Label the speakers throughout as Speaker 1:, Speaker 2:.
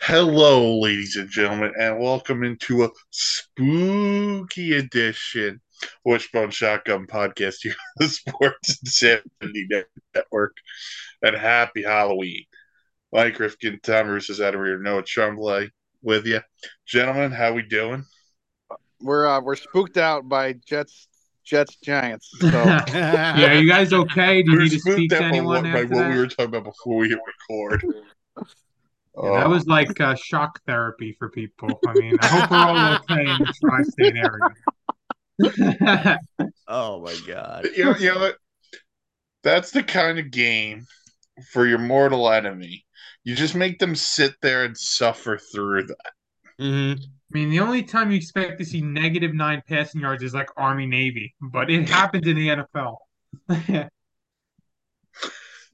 Speaker 1: Hello, ladies and gentlemen, and welcome into a spooky edition of Wishbone Shotgun Podcast here on the Sports Insanity Network. And happy Halloween. Mike Rifkin, Tom Roos is out of here. Noah Tremblay with you. Gentlemen, how we doing?
Speaker 2: We're uh, we're spooked out by Jets Jets Giants. So
Speaker 3: yeah, are you guys okay? Do you
Speaker 1: We're
Speaker 3: need to speak
Speaker 1: spooked
Speaker 3: to
Speaker 1: out by what,
Speaker 3: anyone
Speaker 1: by
Speaker 3: after
Speaker 1: what
Speaker 3: that?
Speaker 1: we were talking about before we hit record.
Speaker 3: Yeah, that
Speaker 1: Oh.
Speaker 3: was like uh, shock therapy for people. I mean, I hope we're all okay in the tri-state area.
Speaker 4: Oh my god.
Speaker 1: you know, you know what? That's the kind of game for your mortal enemy. You just make them sit there and suffer through that.
Speaker 4: Mm-hmm.
Speaker 3: I mean, the only time you expect to see negative nine passing yards is like Army Navy, but it happens in the NFL.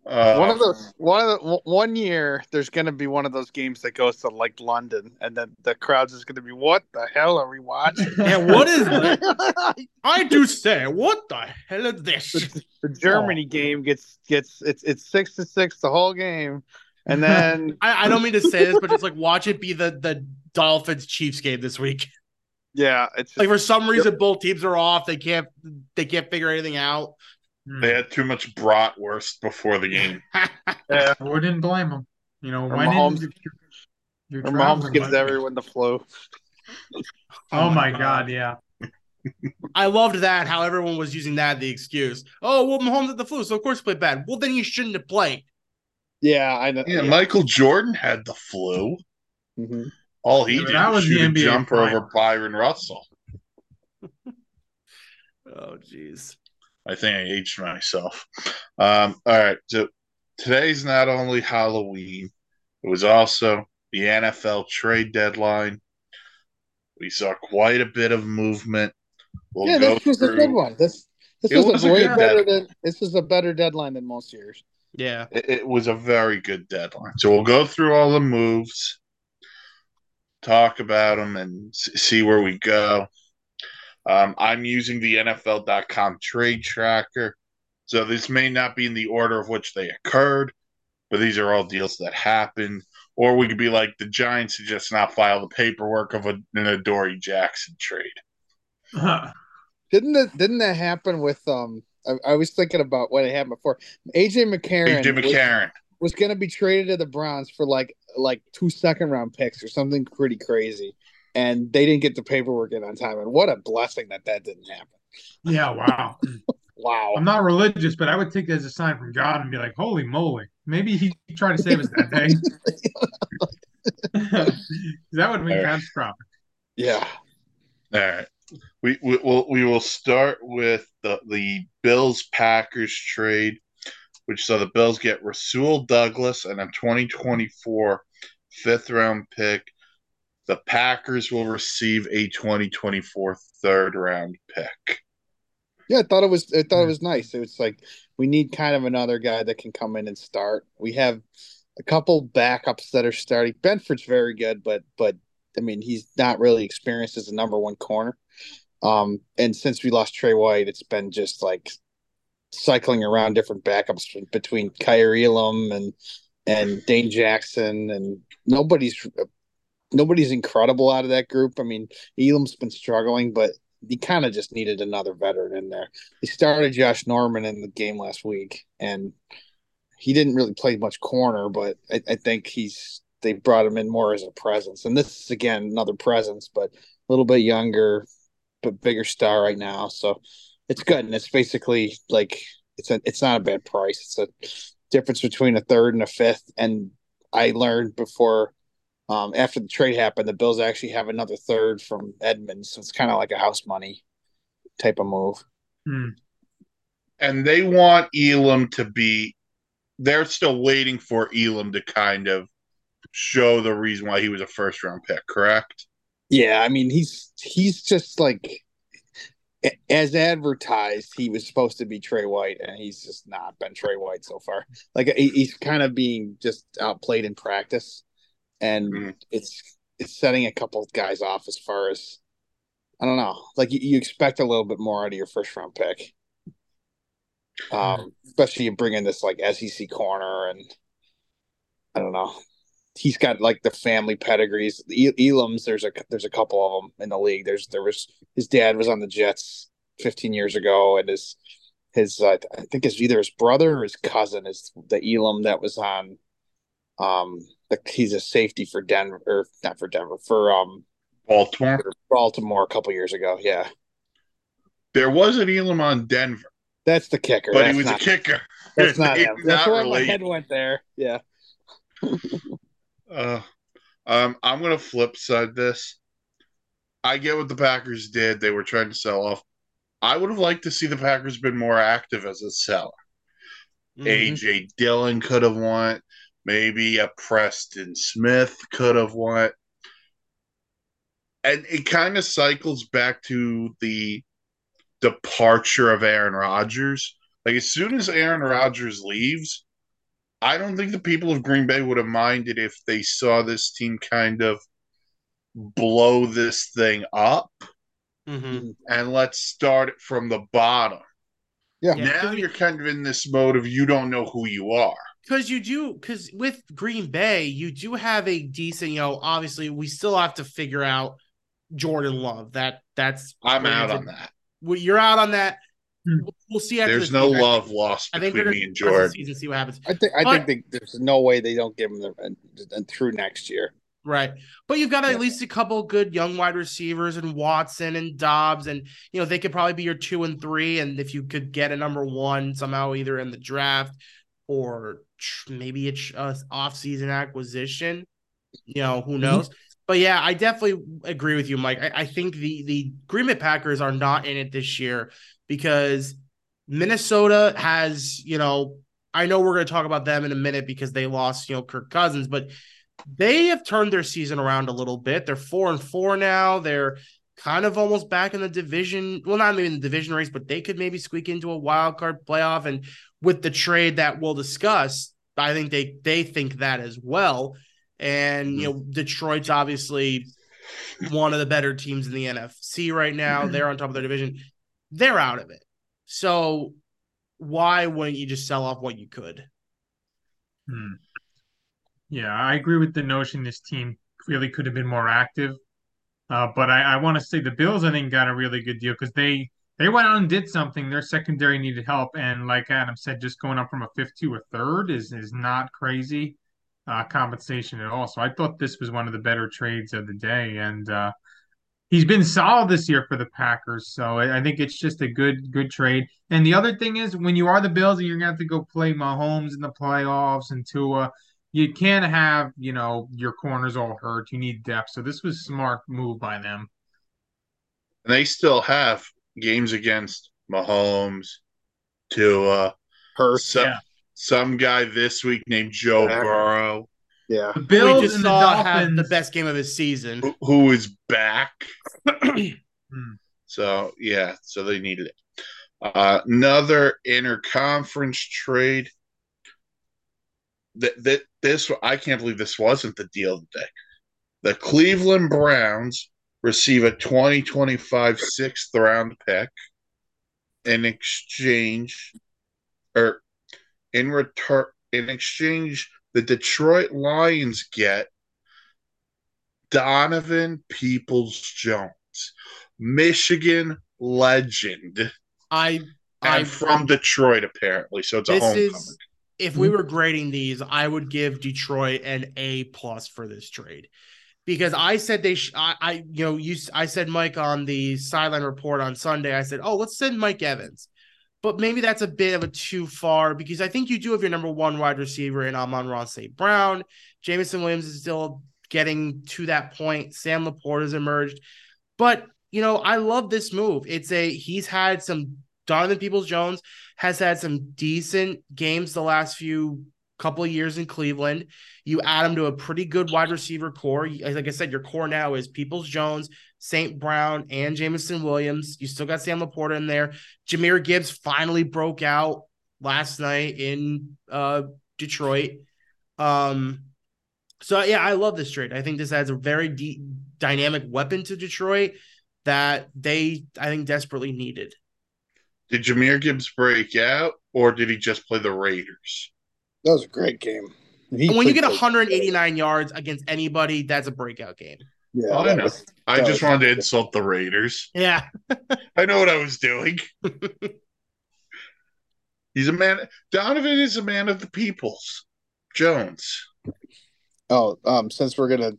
Speaker 1: Uh,
Speaker 2: one of those one of the w- one year there's going to be one of those games that goes to like London, and then the crowds is going to be what the hell are we watching?
Speaker 4: Yeah, what is that?
Speaker 2: the
Speaker 4: I do say, what the hell is this?
Speaker 2: Germany game gets gets it's it's six to six the whole game, and then
Speaker 4: I, I don't mean to say this, but just like watch it be the the Dolphins Chiefs game this week.
Speaker 2: yeah, it's just,
Speaker 4: Like for some reason both teams are off. They can't they can't figure anything out.
Speaker 3: Hmm,
Speaker 1: they had too much bratwurst before the game.
Speaker 2: yeah,
Speaker 3: I wouldn't blame them. You know,
Speaker 2: Or
Speaker 3: when in-
Speaker 2: Mahomes-
Speaker 3: you're- you're
Speaker 2: or Mahomes
Speaker 3: traveling,
Speaker 2: gives
Speaker 3: but-
Speaker 2: everyone the flu.
Speaker 3: Oh my God! Yeah,
Speaker 4: I loved that how everyone was using that as the excuse. Oh well Mahomes had the flu, so of course he played bad. Well then he shouldn't have played.
Speaker 2: Yeah, I know.
Speaker 1: Yeah, Michael Jordan had the flu.
Speaker 2: Mhm.
Speaker 1: All he
Speaker 3: Yeah, but
Speaker 1: did
Speaker 3: that
Speaker 1: was
Speaker 3: was the
Speaker 1: shoot a
Speaker 3: NBA
Speaker 1: jumper
Speaker 3: final.
Speaker 1: over Byron Russell.
Speaker 4: Oh jeez.
Speaker 1: I think I aged myself. Um, all right, so today's not only Halloween, it was also the NFL trade deadline. We saw quite a bit of movement. We'll
Speaker 2: yeah,
Speaker 1: go
Speaker 2: this was a good
Speaker 1: through-
Speaker 2: one. This this
Speaker 1: It
Speaker 2: was,
Speaker 1: was a
Speaker 2: a way
Speaker 1: good
Speaker 2: better than this was a better deadline than most years.
Speaker 4: Yeah.
Speaker 1: It, it was a very good deadline. So we'll go through all the moves, talk about them, and s- see where we go. Um, I'm using the NFL.com trade tracker. So this may not be in the order of which they occurred, but these are all deals that happened. Or we could be like the Giants should just not file the paperwork of a, an Adoree Jackson trade.
Speaker 4: Mm-hmm.
Speaker 2: Didn't that didn't that happen with um? I, I was thinking about what had happened before. AJ McCarron.
Speaker 1: AJ
Speaker 2: was-
Speaker 1: McCarron.
Speaker 2: was going to be traded to the Browns for like like two second round picks or something pretty crazy, and they didn't get the paperwork in on time. And what a blessing that that didn't happen.
Speaker 3: yeah. Wow.
Speaker 2: Wow.
Speaker 3: I'm not religious, but I would take that as a sign from God and be like, "Holy moly, maybe he tried to save us that day." that would be
Speaker 1: Alright.
Speaker 3: catastrophic.
Speaker 2: Yeah.
Speaker 1: All right. We, we will we will start with the the Bills Packers trade, which saw the Bills get Rasul Douglas and a 2024 fifth round pick. The Packers will receive a 2024 third round pick.
Speaker 2: Yeah, I thought it was. I thought it was nice. It was like we need kind of another guy that can come in and start. We have a couple backups that are starting. Benford's very good, but but I mean he's not really experienced as a number one corner. Um, and since we lost Trey White, it's been just like cycling around different backups be- between Kyrie Elam and and Dane Jackson, and nobody's nobody's incredible out of that group. I mean, Elam's been struggling, but he kind of just needed another veteran in there. They started Josh Norman in the game last week, and he didn't really play much corner, but I, I think he's they brought him in more as a presence. And this is again another presence, but a little bit younger, but bigger star right now. So it's good, and it's basically like it's a it's not a bad price. It's a difference between a third and a fifth. And I learned before um, after the trade happened, the Bills actually have another third from Edmonds, so it's kind of like a house money type of move.
Speaker 3: Hmm.
Speaker 1: And they want Elam to be they're still waiting for Elam to kind of show the reason why he was a first round pick, correct?
Speaker 2: Yeah, I mean he's he's just like a- as advertised, he was supposed to be Trey White, and he's just not been Trey White so far. Like he- he's kind of being just outplayed in practice, and
Speaker 1: Mhm.
Speaker 2: it's it's setting a couple of guys off as far as I don't know. Like you, you expect a little bit more out of your first round pick, E um, especially you bring in this like SEC corner, and I don't know. he's got like the family pedigrees. E- Elam's there's a there's a couple of them in the league. There's there was his dad was on the Jets 15 years ago, and his his uh, I think it's either his brother or his cousin is the Elam that was on. Um, the, he's a safety for Denver, or not for Denver, for um
Speaker 1: Baltimore.
Speaker 2: Baltimore a couple years ago. Yeah,
Speaker 1: There was an Elam on Denver,
Speaker 2: that's the kicker.
Speaker 1: but
Speaker 2: that's
Speaker 1: he was
Speaker 2: not,
Speaker 1: a kicker.
Speaker 2: That's not him.
Speaker 1: It's
Speaker 2: That's
Speaker 1: not
Speaker 2: where my
Speaker 1: related.
Speaker 2: head went there. Yeah.
Speaker 1: Uh, um, I'm gonna flip side this. I get what the Packers did. They were trying to sell off. I would have liked to see the Packers been more active as a seller.
Speaker 4: Mhm.
Speaker 1: AJ Dillon could have won. Maybe a Preston Smith could have won. And it kind of cycles back to the departure of Aaron Rodgers. Like as soon as Aaron Rodgers leaves, I don't think the people of Green Bay would have minded if they saw this team kind of blow this thing up
Speaker 4: Mhm.
Speaker 1: and let's start it from the bottom.
Speaker 2: Yeah.
Speaker 4: Yeah.
Speaker 1: Now you're kind of in this mode of you don't know who you are.
Speaker 4: Because you do, because with Green Bay, you do have a decent, you know, obviously we still have to figure out Jordan Love. That that's
Speaker 1: I'm out on that.
Speaker 4: Well, you're out on that.
Speaker 3: Hmm.
Speaker 4: We'll- We'll see after
Speaker 1: There's
Speaker 4: the
Speaker 1: no
Speaker 4: season.
Speaker 1: love lost
Speaker 4: I think they're
Speaker 1: between
Speaker 4: gonna
Speaker 1: me and
Speaker 4: see the rest of the
Speaker 1: Jordan.
Speaker 4: season, see what happens.
Speaker 2: I think I
Speaker 4: But-
Speaker 2: think they, there's no way they don't give him the and, and through next year.
Speaker 4: Right. But you've got
Speaker 2: Yeah.
Speaker 4: at least a couple good young wide receivers and Watson and Dobbs. And, you know, they could probably be your two and three. And if you could get a number one somehow, either in the draft or tr- maybe it's a offseason acquisition, you know, who knows? But yeah, I definitely agree with you, Mike. I, I think the, the Green Bay Packers are not in it this year because Minnesota has, you know, I know we're going to talk about them in a minute because they lost, you know, Kirk Cousins, but they have turned their season around a little bit. They're four and four now. They're kind of almost back in the division. Well, not maybe in the division race, but they could maybe squeak into a wild card playoff. And with the trade that we'll discuss, I think they they think that as well. And you know, Detroit's obviously one of the better teams in the NFC right
Speaker 3: Mm-hmm.
Speaker 4: now. They're on top of their division. They're out of it. So why wouldn't you just sell off what you could?
Speaker 3: Hmm. Yeah, I agree with the notion this team really could have been more active. Uh, but I, I want to say the Bills, I think, got a really good deal because they they went out and did something. Their secondary needed help, and like Adam said, just going up from a fifth to a third is is not crazy uh, compensation at all. So I thought this was one of the better trades of the day, and uh, he's been solid this year for the Packers. So I, I think it's just a good good trade. And the other thing is, when you are the Bills and you're gonna have to go play Mahomes in the playoffs and Tua, you can't have you know your corners all hurt. You need depth. So this was smart move by them.
Speaker 1: And they still have games against Mahomes, Tua,
Speaker 2: Hurts.
Speaker 1: some,
Speaker 3: yeah.
Speaker 1: some guy this week named Joe
Speaker 2: Yeah.
Speaker 1: Burrow,
Speaker 2: Yeah.
Speaker 3: The
Speaker 4: Who
Speaker 3: Bills
Speaker 4: we just
Speaker 3: and the
Speaker 4: saw have
Speaker 3: Dolphins.
Speaker 4: the best game of his season.
Speaker 1: who, who is back.
Speaker 3: Hmm.
Speaker 1: So, yeah, so they needed it. Uh, another interconference trade. That that this I can't believe this wasn't the deal today. The Cleveland Browns receive a 2025 sixth round pick in exchange, or in return, in exchange, the Detroit Lions get Donovan Peoples Jones, Michigan legend, and
Speaker 4: I I
Speaker 1: from Detroit apparently. So it's a
Speaker 4: this
Speaker 1: homecoming.
Speaker 4: is if we were grading these, I would give Detroit an A plus for this trade because I said they sh- I, I you know you s- I said Mike on the sideline report on Sunday. I said, oh, let's send Mike Evans, but maybe that's a bit of a too far because I think you do have your number one wide receiver in Amon Ross St. Brown. Jamison Williams is still getting to that point. Sam Laporte has emerged, but you know I love this move. It's a he's had some Donovan Peoples Jones has had some decent games the last few couple of years in Cleveland. You add him to a pretty good wide receiver core. Like I said, your core now is Peoples Jones, St. Brown, and Jamison Williams. You still got Sam Laporta in there. Jameer Gibbs finally broke out last night in uh, Detroit. Um, so yeah, I love this trade. I think this adds a very de- dynamic weapon to Detroit that they, I think, desperately needed.
Speaker 1: Did Jameer Gibbs break out, or did he just play the Raiders?
Speaker 2: That was a great game. He
Speaker 4: when
Speaker 2: played
Speaker 4: you get
Speaker 2: great.
Speaker 4: 189 yards against anybody, that's a breakout game.
Speaker 2: yeah,
Speaker 1: I
Speaker 2: that
Speaker 1: know.
Speaker 2: was-
Speaker 1: I
Speaker 2: that
Speaker 1: just
Speaker 2: was-
Speaker 1: wanted to insult the Raiders.
Speaker 4: Yeah.
Speaker 1: I know what I was doing. He's a man. Donovan is a man of the peoples. Jones.
Speaker 2: Oh, um, since we're gonna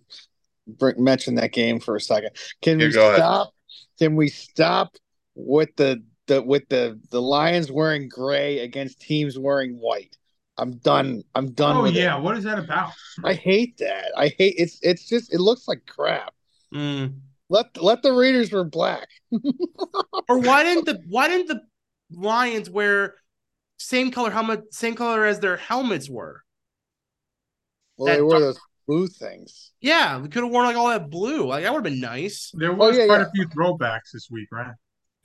Speaker 2: bring, mention that game for a second, can
Speaker 1: Yeah,
Speaker 2: we
Speaker 1: go ahead.
Speaker 2: stop? Can we stop with the the with the the Lions wearing gray against teams wearing white? I'm done. I'm done
Speaker 3: Oh
Speaker 2: with
Speaker 3: yeah,
Speaker 2: it.
Speaker 3: what is that about?
Speaker 2: I hate that. I hate it's. It's just. It looks like crap.
Speaker 4: Mm.
Speaker 2: Let let the Raiders wear black.
Speaker 4: Or why didn't the why didn't the Lions wear same color helmet same color as their helmets were?
Speaker 2: Well, they
Speaker 4: That
Speaker 2: wore
Speaker 4: dark-
Speaker 2: those blue things.
Speaker 4: Yeah, we could have worn like all that blue. Like that would have been nice.
Speaker 3: There was
Speaker 2: yeah,
Speaker 3: quite
Speaker 2: yeah.
Speaker 3: a few throwbacks this week, right?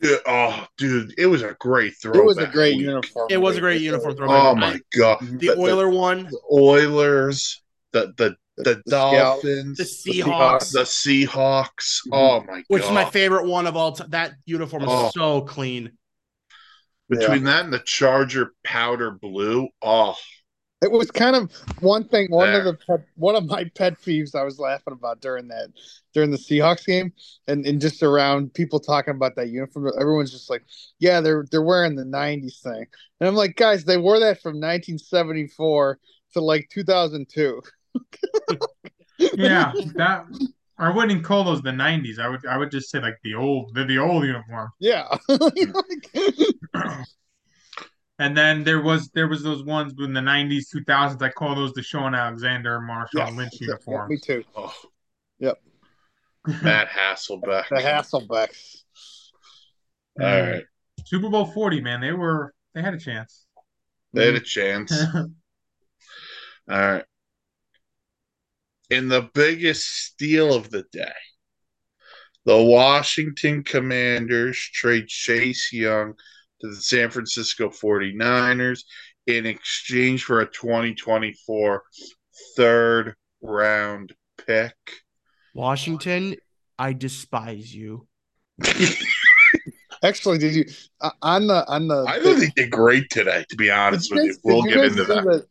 Speaker 1: Yeah, Oh, dude, it was a great throw.
Speaker 2: It was a great uniform.
Speaker 4: It was a
Speaker 2: week.
Speaker 4: great uniform throwback.
Speaker 1: Oh
Speaker 4: I-
Speaker 1: my god,
Speaker 4: the
Speaker 1: The- the-
Speaker 4: Oiler one,
Speaker 1: the Oilers, the the the,
Speaker 2: Scouts.
Speaker 1: Dolphins,
Speaker 4: the
Speaker 2: Seahawks.
Speaker 4: Seahawks,
Speaker 1: the Seahawks. Oh my
Speaker 4: which is
Speaker 1: god!
Speaker 4: my favorite one of all time. That uniform is
Speaker 1: Oh.
Speaker 4: so clean.
Speaker 1: Between that and the Charger powder blue, oh,
Speaker 2: It was kind of one thing. One of
Speaker 1: There.
Speaker 2: the pet, one of my pet peeves I was laughing about during that during the Seahawks game, and, and just around people talking about that uniform. Everyone's just like, "Yeah, they're they're wearing the '90s thing," and I'm like, "Guys, they wore that from 1974 to like 2002."
Speaker 3: Yeah, that I wouldn't call those the '90s. I would I would just say like the old the, the old uniform.
Speaker 2: yeah.
Speaker 3: And then there was there was those ones in the '90s, 2000s. I call those the Sean Alexander, Marshawn
Speaker 2: Yes.
Speaker 3: Lynch
Speaker 2: Yeah, me
Speaker 3: uniforms.
Speaker 2: too.
Speaker 1: oh
Speaker 2: Yep.
Speaker 1: Matt Hasselbeck.
Speaker 2: The Hasselbecks.
Speaker 1: All right,
Speaker 3: Super Bowl 40, man. They were they had a chance.
Speaker 1: they had a chance.
Speaker 4: Mm-hmm.
Speaker 1: All right. In the biggest steal of the day, the Washington Commanders trade Chase Young to the San Francisco 49ers in exchange for a 2024 third round pick.
Speaker 4: Washington, I despise you.
Speaker 2: Actually, did you uh, on the on the?
Speaker 1: I don't think they did great today, to be honest with you.
Speaker 2: did
Speaker 1: We'll
Speaker 2: you
Speaker 1: get
Speaker 2: guys
Speaker 1: into
Speaker 2: see
Speaker 1: that.
Speaker 2: the-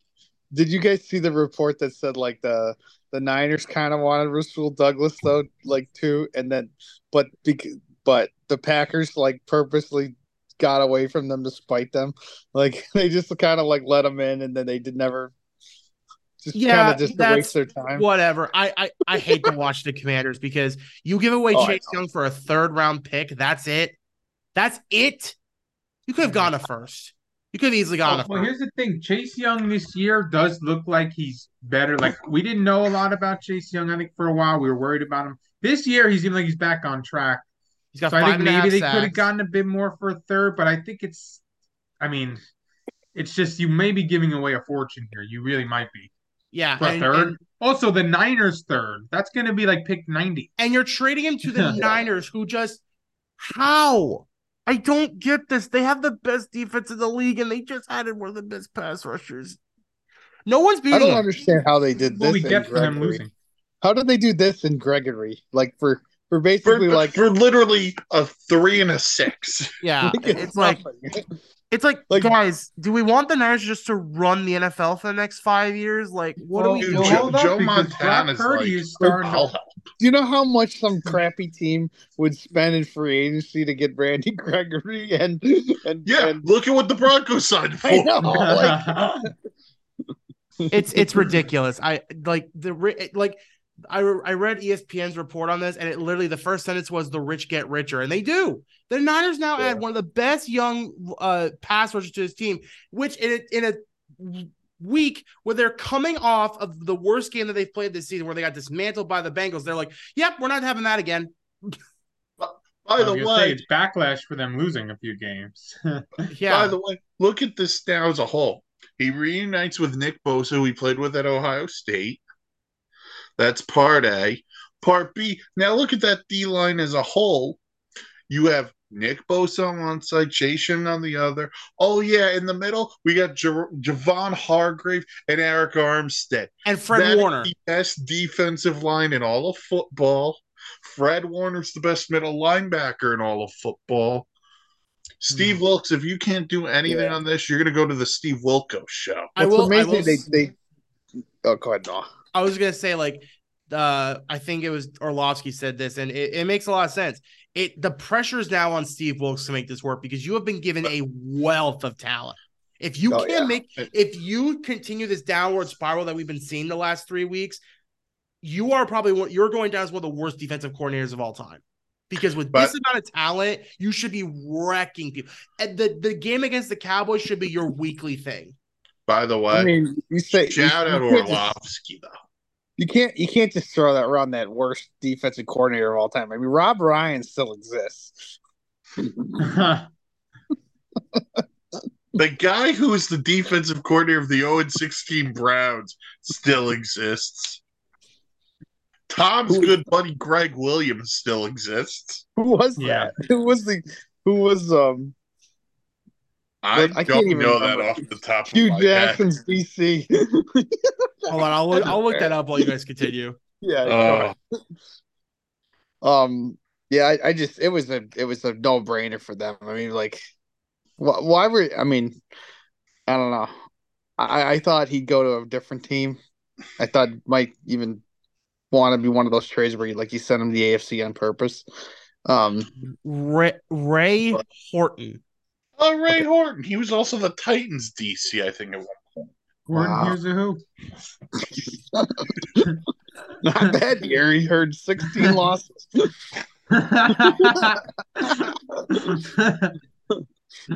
Speaker 2: did you guys see the report that said like the the Niners kind of wanted Rasul Douglas though, like too, and then but bec- but the Packers like purposely got away from them to spite them. Like they just kind of like let them in, and then they did never. Just kind
Speaker 4: Yeah,
Speaker 2: of just to
Speaker 4: that's
Speaker 2: waste their time.
Speaker 4: Whatever. I I, I hate to watch the Commanders because you give away
Speaker 2: Oh, I
Speaker 4: Chase Young for a third round pick. That's it. That's it. You could have gone to first. You could have easily gone
Speaker 3: Oh, Well,
Speaker 4: to
Speaker 3: well, here's
Speaker 4: first.
Speaker 3: the thing. Chase Young this year does look like he's better. Like we didn't know a lot about Chase Young. I think for a while we were worried about him. This year he seemed like he's back on track.
Speaker 4: He's got
Speaker 3: So I
Speaker 4: five
Speaker 3: think
Speaker 4: and a half
Speaker 3: maybe they could
Speaker 4: sacks.
Speaker 3: have gotten a bit more for a third, but I think it's. I mean, it's just you may be giving away a fortune here. You really might be
Speaker 4: Yeah,
Speaker 3: for a
Speaker 4: and-
Speaker 3: third.
Speaker 4: and-
Speaker 3: also, the Niners third. That's going to be like pick ninety.
Speaker 4: and you're trading him to the
Speaker 3: Yeah.
Speaker 4: Niners, who just how I don't get this. They have the best defense in the league, and they just added one of the best pass rushers. No one's
Speaker 2: I
Speaker 4: beating
Speaker 2: don't
Speaker 4: them.
Speaker 2: understand how they did this.
Speaker 3: What we
Speaker 2: in
Speaker 3: get for them
Speaker 2: Gregory.
Speaker 3: losing.
Speaker 2: How did they do this in Gregory? Like for for
Speaker 1: For,
Speaker 2: basically like
Speaker 1: for literally a three and a six.
Speaker 4: Yeah, it's like
Speaker 2: nothing.
Speaker 4: it's like,
Speaker 2: Like-
Speaker 4: guys, do we want the Niners just to run the NFL for the next five years? Like, what
Speaker 3: Well,
Speaker 4: do we
Speaker 1: Dude,
Speaker 4: do?
Speaker 1: Joe-
Speaker 3: hold up,
Speaker 1: Joe
Speaker 3: because
Speaker 1: Montana's
Speaker 3: Brock Purdy
Speaker 1: like,
Speaker 3: is starting to
Speaker 1: I'll help.
Speaker 2: Do you know how much some crappy team would spend in free agency to get Randy Gregory and and
Speaker 1: Yeah,
Speaker 2: and-
Speaker 1: look at what the Broncos signed for.
Speaker 2: I know, Oh, like,
Speaker 4: it's it's ridiculous. I like the ri- like I re- I read E ESPN's report on this, and it literally the first sentence was the rich get richer, and they do. The Niners now
Speaker 2: Yeah.
Speaker 4: add one of the best young uh pass rushers to his team, which in a, in a week where they're coming off of the worst game that they've played this season, where they got dismantled by the Bengals, they're like, "Yep, we're not having that again."
Speaker 1: By
Speaker 3: I
Speaker 1: the
Speaker 3: was gonna say,
Speaker 1: way,
Speaker 3: it's backlash for them losing a few games.
Speaker 1: by
Speaker 4: Yeah,
Speaker 1: the way, look at this now as a whole. He reunites with Nick Bosa, who he played with at Ohio State. That's part A. Part B. Now look at that D line as a whole. You have Nick Bosa on one side, Chase Young on the other. Oh yeah, in the middle we got Jer- Javon Hargrave and Eric Armstead.
Speaker 4: and Fred
Speaker 1: That is
Speaker 4: Warner.
Speaker 1: the best defensive line in all of football. Fred Warner's the best middle linebacker in all of football. Steve Wilkes, if you can't do anything
Speaker 2: Hmm. Yeah.
Speaker 1: on this, you're going to go to the Steve Wilkos show.
Speaker 4: I
Speaker 2: what's
Speaker 4: will. I
Speaker 2: amazing
Speaker 4: will.
Speaker 2: they
Speaker 4: s-
Speaker 2: they Oh, go ahead, Noah.
Speaker 4: I was gonna say like uh I think it was Orlovsky said this, and it, it makes a lot of sense. It the pressure is now on Steve Wilkes to make this work because you have been given a wealth of talent. If you
Speaker 2: Oh,
Speaker 4: can't
Speaker 2: yeah.
Speaker 4: make if you continue this downward spiral that we've been seeing the last three weeks, you are probably one- you're going down as one of the worst defensive coordinators of all time. Because with
Speaker 1: But-
Speaker 4: this amount of talent, you should be wrecking people. And the, the game against the Cowboys should be your weekly thing.
Speaker 1: By the way,
Speaker 2: I mean, you say
Speaker 1: shout
Speaker 2: you,
Speaker 1: out
Speaker 2: you can't just-
Speaker 1: Orlovsky though.
Speaker 2: You can't you can't just throw that around that worst defensive coordinator of all time. I mean, Rob Ryan still exists.
Speaker 1: The guy who is the defensive coordinator of the 0 16 Browns still exists. Tom's
Speaker 2: Who-
Speaker 1: good buddy Greg Williams still exists.
Speaker 2: Who was
Speaker 3: Yeah.
Speaker 2: that? Who was the who was um
Speaker 1: I,
Speaker 2: But I can't
Speaker 1: don't
Speaker 2: even
Speaker 1: know
Speaker 2: remember.
Speaker 1: that off the top of
Speaker 2: Hugh
Speaker 1: my head.
Speaker 2: Jackson's DC?
Speaker 4: Hold on, I'll look, I'll look that up while you guys continue.
Speaker 2: yeah.
Speaker 1: Uh,
Speaker 2: Um yeah, I, I just it was a it was a no brainer for them. I mean, like why, why were I mean, I don't know. I, I thought he'd go to a different team. I thought Mike even want to be one of those trades where you like you send him to the AFC on purpose. Um
Speaker 4: Ray, Ray Horton.
Speaker 1: oh, Ray Horton. He was also the Titans DC, I think. It was.
Speaker 3: Gordon,
Speaker 2: Wow.
Speaker 3: here's a who.
Speaker 2: Not that year. He heard 16 losses.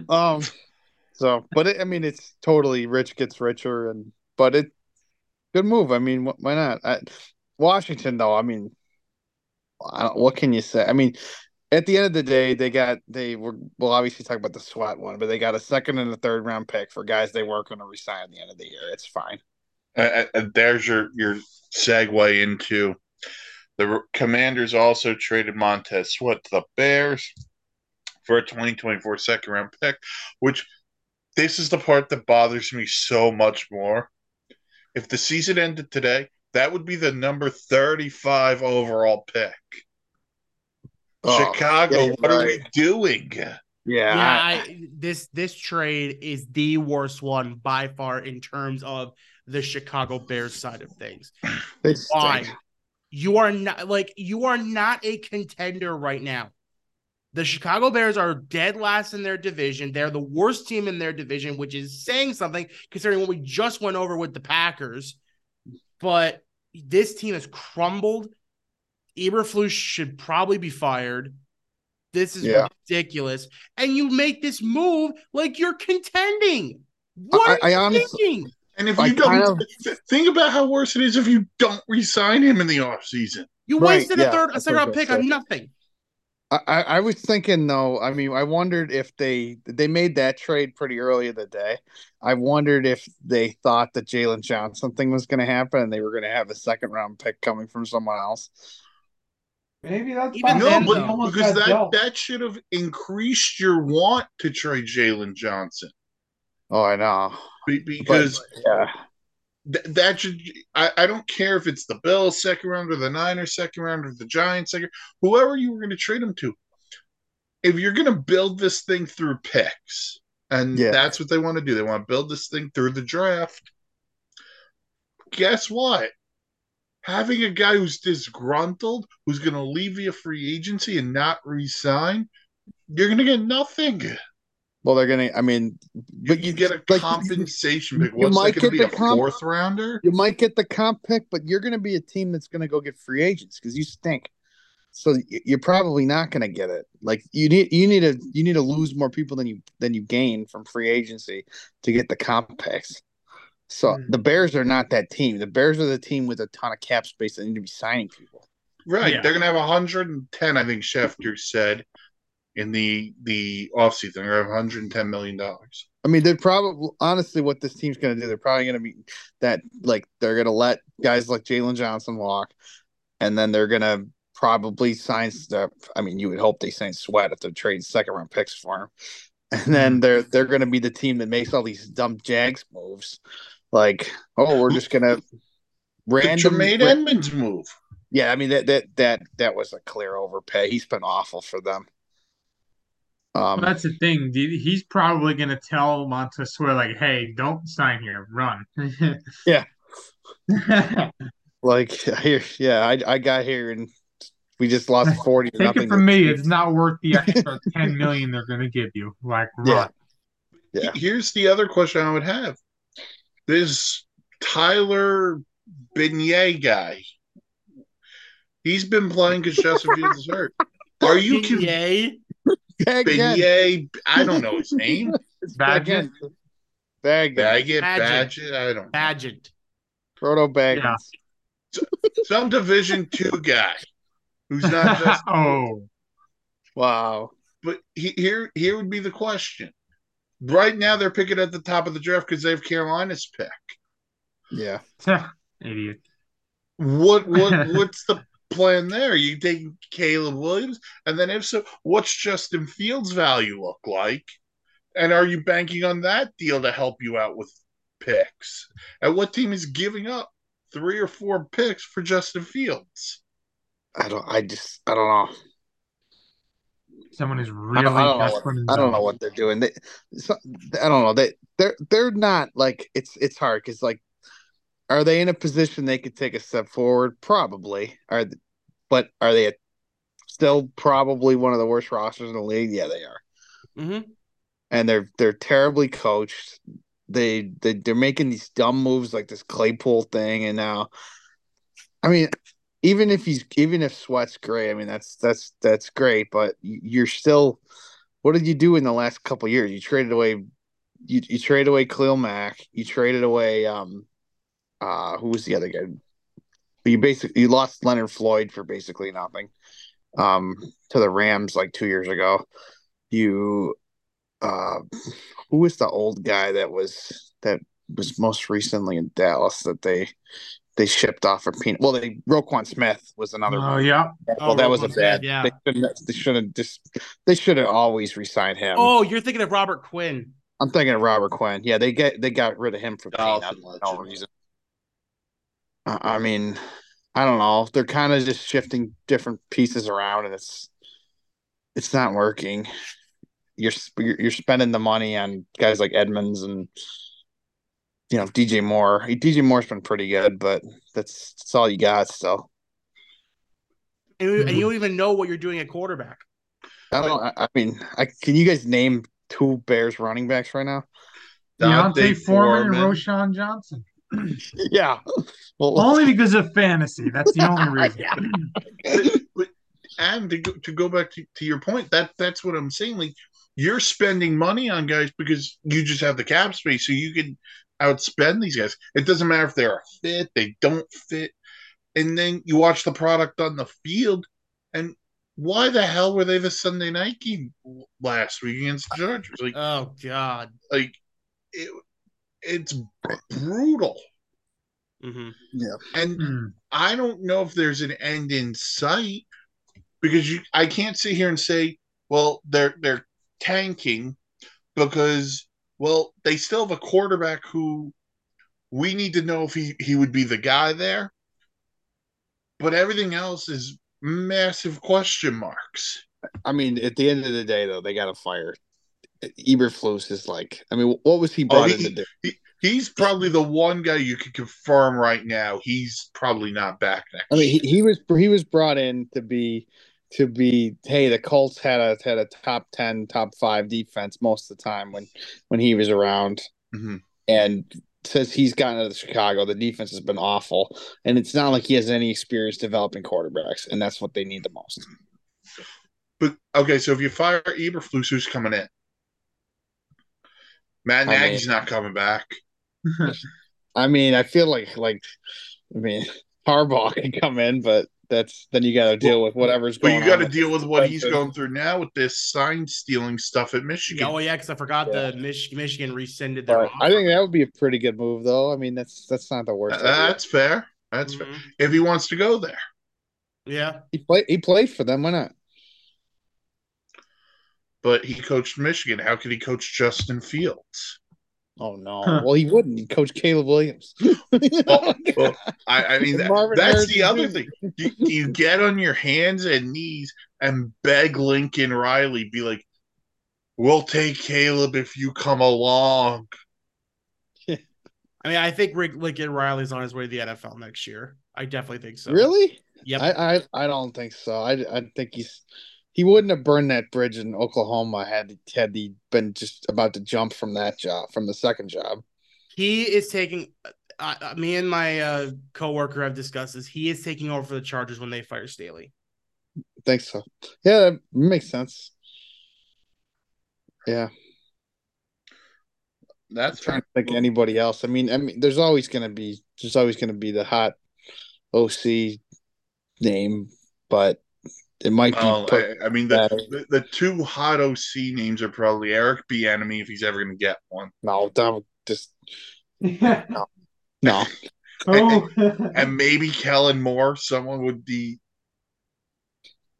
Speaker 2: Um, so, but it, I mean, it's totally rich gets richer, and but it good move. I mean, wh- why not? I, Washington, though. I mean, I don't, what can you say? I mean, at the end of the day, they got they were. We'll obviously talk about the SWAT one, but they got a second and a third round pick for guys they weren't going to resign at the end of the year. It's fine.
Speaker 1: Uh, uh, there's your, your segue into the R- Commanders also traded Montez Sweat to the Bears for a 2024 second round pick, which this is the part that bothers me so much more. If the season ended today, that would be the number 35 overall pick.
Speaker 2: Oh,
Speaker 1: Chicago,
Speaker 2: yeah,
Speaker 1: what are
Speaker 2: right.
Speaker 1: we doing?
Speaker 2: Yeah,
Speaker 4: Yeah,
Speaker 2: I-
Speaker 4: I, this this trade is the worst one by far in terms of the Chicago Bears side of things.
Speaker 2: they stink.
Speaker 4: Why? You are not like you are not a contender right now. The Chicago Bears are dead last in their division. They're the worst team in their division, which is saying something considering what we just went over with the Packers. But this team has crumbled. Eberflus should probably be fired. This is
Speaker 2: Yeah.
Speaker 4: ridiculous. And you make this move like you're contending. What
Speaker 2: I-
Speaker 4: are you
Speaker 2: I honestly-
Speaker 4: thinking?
Speaker 1: And if
Speaker 2: I
Speaker 1: you don't,
Speaker 2: kind of-
Speaker 1: th- think about how worse it is if you don't resign him in the offseason.
Speaker 4: You
Speaker 2: Right,
Speaker 4: wasted
Speaker 2: yeah,
Speaker 4: a third, a
Speaker 2: that's
Speaker 4: second
Speaker 2: what
Speaker 4: round
Speaker 2: I was
Speaker 4: pick
Speaker 2: gonna
Speaker 4: on nothing.
Speaker 2: I, I I was thinking though, I mean, I wondered if they they made that trade pretty early in the day. I wondered if they thought that Jalen Johnson thing was going to happen and they were going to have a second round pick coming from someone else.
Speaker 3: Maybe that's
Speaker 4: Even
Speaker 1: No,
Speaker 4: then,
Speaker 1: but
Speaker 4: though.
Speaker 1: because that, that should have increased your want to trade Jalen Johnson
Speaker 2: Oh, I know.
Speaker 1: Be-
Speaker 2: But,
Speaker 1: because
Speaker 2: yeah,
Speaker 1: th- that should I, I don't care if it's the Bills second round or the Niners second round or the Giants second whoever you were going to trade them to. If you're going to build this thing through picks, and
Speaker 2: Yeah.
Speaker 1: that's what they want to do, they want to build this thing through the draft. Guess what? Having a guy who's disgruntled, who's going to leave via free agency and not resign, you're going to get nothing.
Speaker 2: well, they're going to. I mean,
Speaker 1: But
Speaker 2: but
Speaker 1: you get a
Speaker 2: like,
Speaker 1: compensation pick.
Speaker 2: you
Speaker 1: What's
Speaker 2: might
Speaker 1: that going to
Speaker 2: get
Speaker 1: be? A
Speaker 2: the comp-
Speaker 1: fourth rounder?
Speaker 2: You might get the comp pick, but you're going to be a team that's going to go get free agents because you stink. So y- you're probably not going to get it. Like you need you need to you need to lose more people than you than you gain from free agency to get the comp picks. So
Speaker 4: Hmm.
Speaker 2: the Bears are not that team. The Bears are the team with a ton of cap space that need to be signing people.
Speaker 1: Right.
Speaker 3: Yeah.
Speaker 1: They're gonna have 110, I think Schefter said in the the offseason. They're gonna have 110 million dollars.
Speaker 2: I mean, they're probably honestly what this team's going to do. They're probably going to be that like they're going to let guys like Jalen Johnson walk, and then they're going to probably sign stuff. I mean, you would hope they sign Sweat if they're trading second round picks for him, and then they're they're going to be the team that makes all these dumb Jags moves, like oh we're just going to
Speaker 1: The
Speaker 2: random.
Speaker 1: Tremaine Edmonds move.
Speaker 2: Yeah, I mean that that that that was a clear overpay. He's been awful for them. Um,
Speaker 3: Well, that's the thing. dude. He's probably going to tell Montesor, like, hey, don't sign here. Run.
Speaker 2: Yeah. Like I hear, yeah, I I got here and we just lost forty. to
Speaker 3: Take
Speaker 2: nothing
Speaker 3: it from me, it's not worth the extra ten million they're going to give you. Like,
Speaker 2: Yeah.
Speaker 3: run.
Speaker 2: Yeah.
Speaker 1: Here's the other question I would have. This Tyler Beignet guy. He's been playing because Justin Fields is hurt. Are you convinced?
Speaker 4: Yay.
Speaker 2: Again.
Speaker 1: Beignet? I don't know his name.
Speaker 2: Baggins.
Speaker 3: Badgett?
Speaker 1: Baggett,
Speaker 4: Badgett.
Speaker 1: Badgett, I don't know.
Speaker 4: Pageant.
Speaker 2: Proto Baggins.
Speaker 3: Yeah.
Speaker 1: Some Division Two guy who's not just
Speaker 3: oh,
Speaker 2: Wow.
Speaker 1: but he, here here would be the question. Right now they're picking at the top of the draft because they have Carolina's pick.
Speaker 2: Yeah.
Speaker 3: Oh. idiot.
Speaker 1: What what what's the plan there? You take Caleb Williams, and then if so, what's Justin Fields' value look like? And are you banking on that deal to help you out with picks? And what team is giving up three or four picks for Justin Fields?
Speaker 2: I don't. I just. I don't know.
Speaker 3: Someone is
Speaker 2: I
Speaker 3: really
Speaker 2: don't, I don't know.
Speaker 3: desperate. and
Speaker 2: What, I don't know
Speaker 3: dumb.
Speaker 2: what they're doing. They. So, I don't know. They. They're. They're not like it's. It's hard because like, are they in a position they could take a step forward? Probably. Are. th- But are they still probably one of the worst rosters in the league? Yeah, they are.
Speaker 4: hmm
Speaker 2: and they're they're terribly coached. They they they're making these dumb moves like this Claypool thing, and now, I mean, even if he's even if Sweat's great, I mean that's that's that's great, but y- you're still. What did you do in the last couple years? You traded away, you you traded away Khalil Mack. You traded away um, uh, who was the other guy? You basically you lost Leonard Floyd for basically nothing, um, to the Rams like two years ago. You uh who was the old guy that was that was most recently in Dallas that they they shipped off for peanut. Well, they Roquan Smith was another.
Speaker 3: Oh,
Speaker 2: one.
Speaker 3: yeah.
Speaker 2: well,
Speaker 4: Oh,
Speaker 2: that was a
Speaker 4: Roquan Smith,
Speaker 2: bad.
Speaker 4: yeah.
Speaker 2: They shouldn't. They should have just. They should have always resigned him.
Speaker 4: Oh, you're thinking of Robert Quinn.
Speaker 2: I'm thinking of Robert Quinn. Yeah, they get they got rid of him for peanut.
Speaker 1: Dolphin
Speaker 2: No
Speaker 1: legend.
Speaker 2: reason. I, I mean, I don't know. They're kind of just shifting different pieces around, and it's it's not working. You're sp- you're you're spending the money on guys like Edmonds and you know DJ Moore. Hey, DJ Moore's been pretty good, but that's that's all you got still.
Speaker 4: And you,
Speaker 2: Mm-hmm.
Speaker 4: and you don't even know what you're doing at quarterback.
Speaker 2: I don't. I, I mean, I can you guys name two Bears running backs right now?
Speaker 3: Deontay
Speaker 1: Dante
Speaker 3: Foreman,
Speaker 1: Foreman.
Speaker 3: and Roshan Johnson.
Speaker 2: yeah. Well,
Speaker 3: Only because of fantasy. That's the only reason.
Speaker 1: and to go, to go back to, to your point, that that's what I'm saying. Like you're spending money on guys because you just have the cap space, so you can outspend these guys. It doesn't matter if they're a fit, they don't fit, and then you watch the product on the field, and why the hell were they the Sunday night game last week against the Chargers? Like
Speaker 4: Oh God.
Speaker 1: like it, it's brutal,
Speaker 2: Mm-hmm.
Speaker 4: hmm
Speaker 1: and
Speaker 3: Hmm.
Speaker 1: I don't know if there's an end in sight because you I can't sit here and say, well, they're they're tanking because well, they still have a quarterback who we need to know if he, he would be the guy there. But everything else is massive question marks.
Speaker 2: I mean, at the end of the day, though, they got to fire. Eberflus is like, I mean, what was Oh, he brought
Speaker 1: he-
Speaker 2: in to do?
Speaker 1: He's probably the one guy you could confirm right now. He's probably not back next.
Speaker 2: I mean,
Speaker 1: year.
Speaker 2: he, he was he was brought in to be to be. Hey, the Colts had a had a top ten, top five defense most of the time when when he was around, Mm-hmm.
Speaker 1: Mhm.
Speaker 2: and since he's gotten out of Chicago, the defense has been awful, and it's not like he has any experience developing quarterbacks, and that's what they need the most.
Speaker 1: But okay, so if you fire Eberflus, who's coming in? Matt
Speaker 2: I mean-
Speaker 1: Nagy's not coming back.
Speaker 2: I mean, I feel like like I mean, Harbaugh can come in, but that's then you got to deal with whatever's
Speaker 1: But
Speaker 2: going.
Speaker 1: you got
Speaker 2: on
Speaker 1: to
Speaker 2: with-
Speaker 1: deal with what he's
Speaker 2: expensive.
Speaker 1: going through now with this sign stealing stuff at Michigan.
Speaker 4: Oh yeah, because I forgot
Speaker 2: Yeah.
Speaker 4: the Mich- Michigan rescinded their.
Speaker 2: But I
Speaker 4: offer.
Speaker 2: think that would be a pretty good move, though. I mean, that's that's not the worst.
Speaker 1: Uh,
Speaker 2: idea.
Speaker 1: that's fair. That's fair.
Speaker 4: Mhm.
Speaker 1: If he wants to go there,
Speaker 4: Yeah.
Speaker 2: He played. He played for them. Why not?
Speaker 1: but he coached Michigan. How could he coach Justin Fields?
Speaker 2: Oh no.
Speaker 3: Huh.
Speaker 2: Well, he wouldn't. He'd coach Caleb Williams.
Speaker 1: Well, well, I, I mean,
Speaker 2: And
Speaker 1: that-
Speaker 2: Marvin
Speaker 1: that's
Speaker 2: Harrison
Speaker 1: the other
Speaker 2: Jr.
Speaker 1: thing. You, you get on your hands and knees and beg Lincoln Riley, be like, "We'll take Caleb if you come along."
Speaker 4: I mean, I think Rick Lincoln Riley's on his way to the NFL next year. I definitely think so.
Speaker 2: Really?
Speaker 4: Yep.
Speaker 2: I, I I don't think so. I, I think he's he wouldn't have burned that bridge in Oklahoma had had he been just about to jump from that job from the second job.
Speaker 4: he is taking. Uh, uh, me and my uh, coworker have discussed this. He is taking over for the Chargers when they fire Staley.
Speaker 2: I think so. Yeah, that makes sense. Yeah,
Speaker 1: That's
Speaker 2: trying
Speaker 1: fine.
Speaker 2: to think anybody else. I mean, I mean, there's always gonna be there's always gonna be the hot OC name, but it might
Speaker 1: Well,
Speaker 2: be put
Speaker 1: I, I mean, the, the the two hot OC names are probably Eric Bieniemy if he's ever going to get one,
Speaker 2: no, don't just
Speaker 3: oh,
Speaker 2: no.
Speaker 1: and maybe Kellen Moore. Someone would be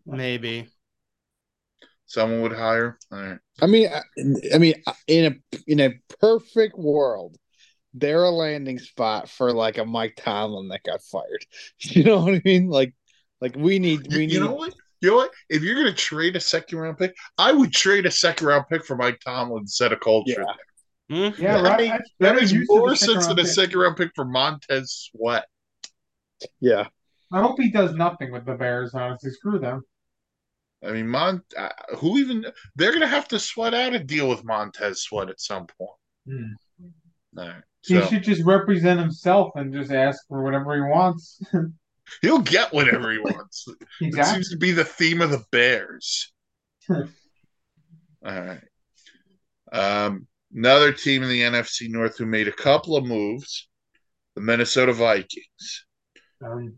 Speaker 4: Maybe.
Speaker 1: someone would hire. All right.
Speaker 2: I mean, I, I mean, in a in a perfect world, they're a landing spot for like a Mike Tomlin that got fired. You know what I mean? Like, like we need
Speaker 1: You,
Speaker 2: we
Speaker 1: you
Speaker 2: need
Speaker 1: know what? You know what? If you're going to trade a second round pick, I would trade a second round pick for Mike Tomlin set of culture.
Speaker 2: Yeah.
Speaker 4: Hmm?
Speaker 3: yeah,
Speaker 1: I
Speaker 3: right.
Speaker 1: mean,
Speaker 3: That's
Speaker 1: That
Speaker 3: better
Speaker 1: makes
Speaker 3: use of the
Speaker 1: more
Speaker 3: second
Speaker 1: sense than
Speaker 3: round
Speaker 1: a
Speaker 3: pick.
Speaker 1: second round pick for Montez Sweat.
Speaker 2: yeah.
Speaker 3: I hope he does nothing with the Bears. Honestly, screw them.
Speaker 1: I mean, Mont. Uh, who even? They're going to have to sweat out a deal with Montez Sweat at some point. All right.
Speaker 3: Hmm. He
Speaker 1: So
Speaker 3: should just represent himself and just ask for whatever he wants.
Speaker 1: he'll get whatever he wants. That
Speaker 3: exactly.
Speaker 1: seems to be the theme of the Bears. All right. Um, another team in the NFC North who made a couple of moves, the Minnesota Vikings.
Speaker 3: Um,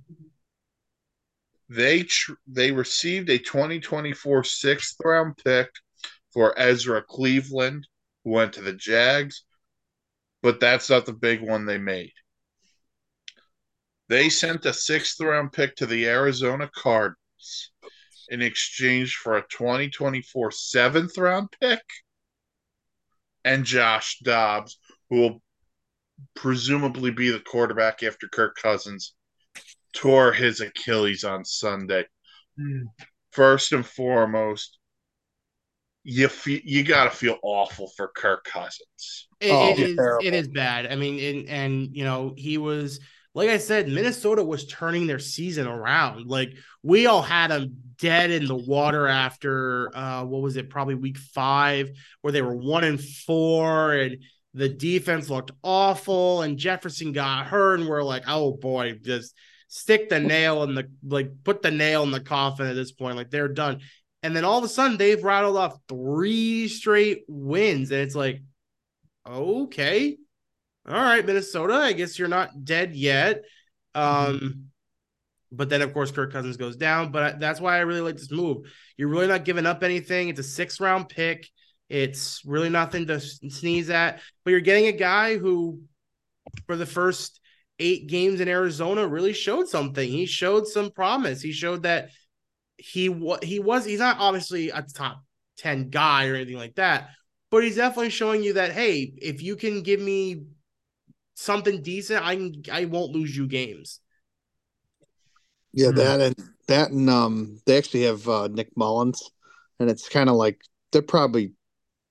Speaker 1: They tr- they received a 2024 sixth round pick for Ezra Cleveland, who went to the Jags, but that's not the big one they made. They sent a sixth round pick to the Arizona Cardinals in exchange for a 2024 seventh round pick and Josh Dobbs, who will presumably be the quarterback after Kirk Cousins tore his Achilles on Sunday
Speaker 3: hmm.
Speaker 1: first and foremost, you fe- you gotta feel awful for Kirk Cousins.
Speaker 4: It,
Speaker 2: Oh,
Speaker 4: it, is,
Speaker 2: terrible.
Speaker 4: it is bad. I mean, and, and you know, he was like I said, Minnesota was turning their season around. Like we all had them dead in the water after uh what was it, probably week five, where they were one and four and the defense looked awful and Jefferson got hurt and we're like, oh boy, just stick the nail in the like put the nail in the coffin at this point. Like they're done. And then all of a sudden they've rattled off three straight wins. And it's like okay. All right, Minnesota. I guess you're not dead yet. Um, but then of course Kirk Cousins goes down. But I, that's why I really like this move. You're really not giving up anything. It's a six round pick. It's really nothing to s- sneeze at. But you're getting a guy who, for the first eight games in Arizona, really showed something. He showed some promise. He showed that he wa- he was he's not obviously a top ten guy or anything like that but he's definitely showing you that hey, if you can give me something decent, I can I won't lose you games.
Speaker 2: Yeah,
Speaker 3: Hmm.
Speaker 2: that and that and um, they actually have uh, Nick Mullins, and it's kind of like they're probably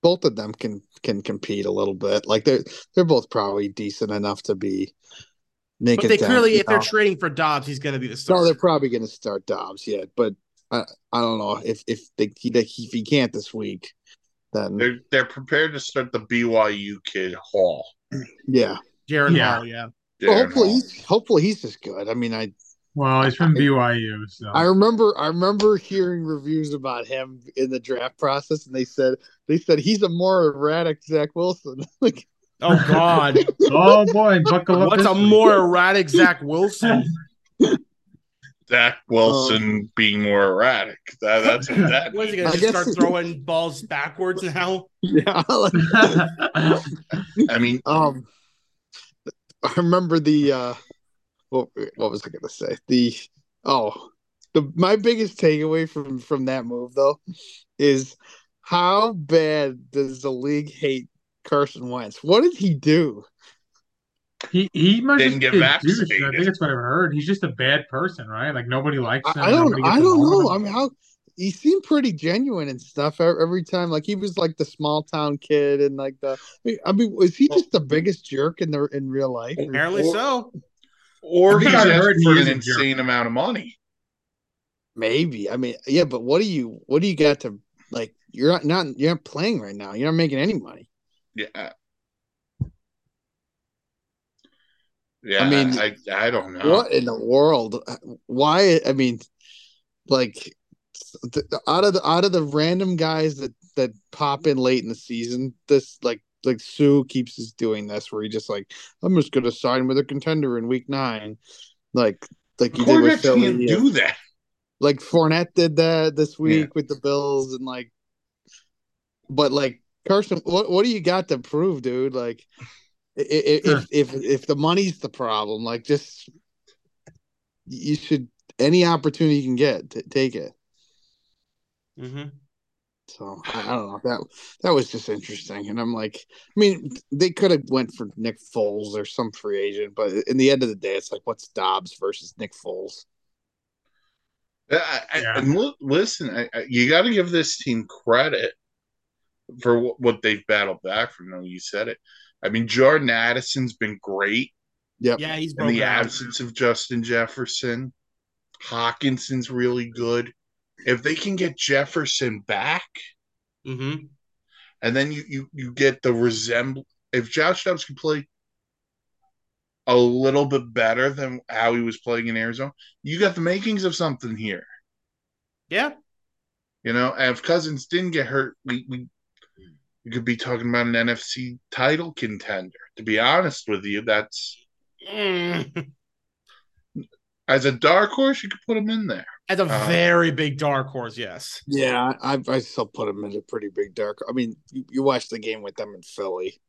Speaker 2: both of them can can compete a little bit. Like they're they're both probably decent enough to be. Make
Speaker 4: But
Speaker 2: it
Speaker 4: they
Speaker 2: down,
Speaker 4: clearly,
Speaker 2: you
Speaker 4: if they're
Speaker 2: know?
Speaker 4: trading for Dobbs, he's going to be the
Speaker 2: No,
Speaker 4: starter.
Speaker 2: they're probably going to start Dobbs yet, but I I don't know if if they if he can't this week, then
Speaker 1: They're they're prepared to start the BYU kid Hall.
Speaker 2: yeah.
Speaker 4: Jaron
Speaker 3: Yeah.
Speaker 4: Hall, yeah.
Speaker 2: Well,
Speaker 1: Darren
Speaker 2: hopefully,
Speaker 1: Hall.
Speaker 2: he's, hopefully he's as good. I mean, I
Speaker 3: Well, he's from BYU, so
Speaker 2: I remember I remember hearing reviews about him in the draft process, and they said they said he's a more erratic Zach Wilson. like,
Speaker 4: Oh God,
Speaker 3: oh boy, buckle up!
Speaker 4: what's
Speaker 3: this
Speaker 4: a
Speaker 3: week.
Speaker 4: more erratic Zach Wilson?
Speaker 1: Zach Wilson
Speaker 2: Oh.
Speaker 1: being more erratic. That, that's that.
Speaker 4: What is he going
Speaker 2: I
Speaker 4: to
Speaker 2: guess-
Speaker 4: start throwing balls backwards now?
Speaker 2: yeah, like,
Speaker 1: I mean,
Speaker 2: um, I remember the uh, what what was I going to say? The oh, the my biggest takeaway from from that move though is how bad does the league hate Carson Wentz? What did he do?
Speaker 3: he he might
Speaker 1: Didn't
Speaker 3: just
Speaker 1: get
Speaker 3: be a douche.
Speaker 1: vaccinated.
Speaker 3: I think that's what I've heard. He's just a bad person, right? Like nobody likes him.
Speaker 2: I, I don't
Speaker 3: nobody gets
Speaker 2: I don't
Speaker 3: along with
Speaker 2: know.
Speaker 3: him.
Speaker 2: I mean, how he seemed pretty genuine and stuff e- every time. Like he was like the small town kid and like the. I mean, was he just the biggest jerk in the in real life? Or-
Speaker 4: Apparently
Speaker 1: Or-
Speaker 4: so.
Speaker 1: Or
Speaker 3: I
Speaker 1: he's
Speaker 3: think I heard
Speaker 1: asked
Speaker 3: he
Speaker 1: for
Speaker 3: is
Speaker 1: an
Speaker 3: a jerk.
Speaker 1: insane amount of money.
Speaker 2: Maybe. I mean, yeah, but what do you what do you got to like? You're not, not you're not playing right now. You're not making any money.
Speaker 1: Yeah. Yeah,
Speaker 2: I
Speaker 1: I
Speaker 2: mean,
Speaker 1: mean, I, I don't know.
Speaker 2: What in the world? Why? I mean, like the, the- out of the out of the random guys that that pop in late in the season, this like like Sue keeps us doing this where he just like I'm just gonna sign with a contender in week nine, like like you did with
Speaker 1: Quarterbacks
Speaker 2: Philly.
Speaker 1: can't
Speaker 2: and-
Speaker 1: do that.
Speaker 2: like Fournette did that this week with the Bills and like but like Carson what what do you got to prove dude like i- i-
Speaker 3: Sure.
Speaker 2: if if if the money's the problem like just you should any opportunity you can get t- take it
Speaker 4: hmm
Speaker 2: so I, I don't know that that was just interesting and I'm like I mean they could have went for Nick Foles or some free agent but in the end of the day it's like what's Dobbs versus Nick Foles
Speaker 1: Uh, I, I,
Speaker 3: Yeah.
Speaker 1: and li- listen, I, I, you got to give this team credit for wh- what they've battled back from. Though you said it, I mean Jordan Addison's been great
Speaker 2: yep
Speaker 4: Yeah, he's
Speaker 1: in
Speaker 4: broken
Speaker 1: the
Speaker 4: out.
Speaker 1: absence of Justin Jefferson. Hawkinson's really good. If they can get Jefferson back,
Speaker 4: hmm
Speaker 1: and then you you, you get the resemble. If Josh Dobbs can play a little bit better than how he was playing in Arizona, you got the makings of something here.
Speaker 4: Yeah,
Speaker 1: You know, and if Cousins didn't get hurt, we, we we could be talking about an NFC title contender. To be honest with you, that's
Speaker 4: Mm.
Speaker 1: as a dark horse, you could put him in there.
Speaker 4: as a
Speaker 1: Uh,
Speaker 4: very big dark horse. Yes.
Speaker 2: Yeah, I I- I still put them in a pretty big dark. I mean, you, you watched the game with them in Philly,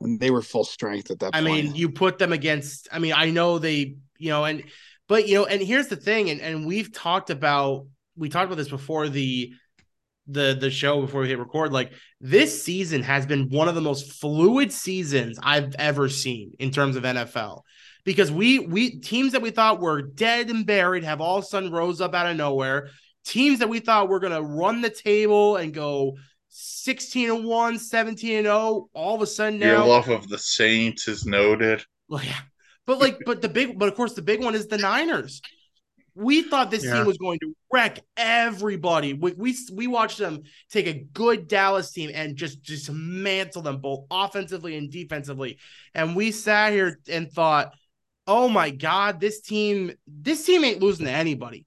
Speaker 2: and they were full strength at that
Speaker 4: I
Speaker 2: point.
Speaker 4: mean, you put them against. I mean, I know they, you know, and but you know, and here's the thing, and and we've talked about we talked about this before the the the show before we hit record. Like this season has been one of the most fluid seasons I've ever seen in terms of NFL because we we teams that we thought were dead and buried have all of a sudden rose up out of nowhere. Teams that we thought were going to run the table and go 16 and 1, 17 and 0, all of a sudden now
Speaker 1: Your love of the Saints is noted.
Speaker 4: well, yeah. But like, but the big, but of course, the big one is the Niners. We thought this
Speaker 3: Yeah.
Speaker 4: team was going to wreck everybody. We, we we watched them take a good Dallas team and just dismantle them both offensively and defensively. And we sat here and thought, "Oh my God, this team, this team ain't losing to anybody."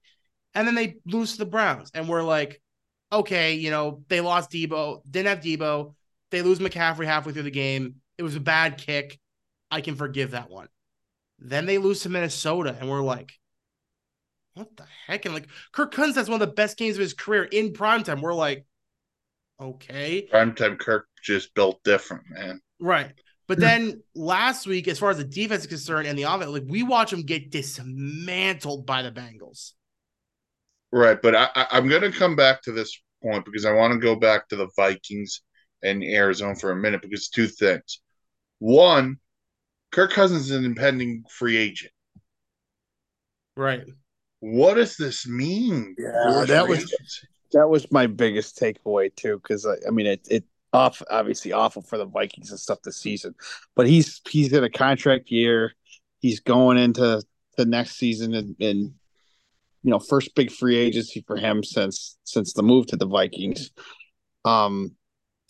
Speaker 4: And then they lose to the Browns, and we're like, "Okay, you know, they lost Debo, didn't have Debo. They lose McCaffrey halfway through the game. It was a bad kick. I can forgive that one. Then they lose to Minnesota, and we're like, what the heck? And like Kirk Cousins has one of the best games of his career in primetime. We're like, okay,
Speaker 1: Primetime Kirk just built different, man.
Speaker 4: right. But
Speaker 2: Hmm.
Speaker 3: Yeah.
Speaker 4: then last week, as far as the defense is concerned and the offense, like we watch them get dismantled by the Bengals.
Speaker 1: Right, but I, I, I'm going to come back to this point because I want to go back to the Vikings and Arizona for a minute because two things. One, Kirk Cousins is an impending free agent.
Speaker 4: Right.
Speaker 1: What does this mean?
Speaker 2: Yeah,
Speaker 1: for
Speaker 2: that
Speaker 1: free
Speaker 2: was-
Speaker 1: agency?
Speaker 2: that was my biggest takeaway too, because I, I mean, it it off obviously awful for the Vikings and stuff this season, but he's he's in a contract year. He's going into the next season and, and you know first big free agency for him since since the move to the Vikings. Um,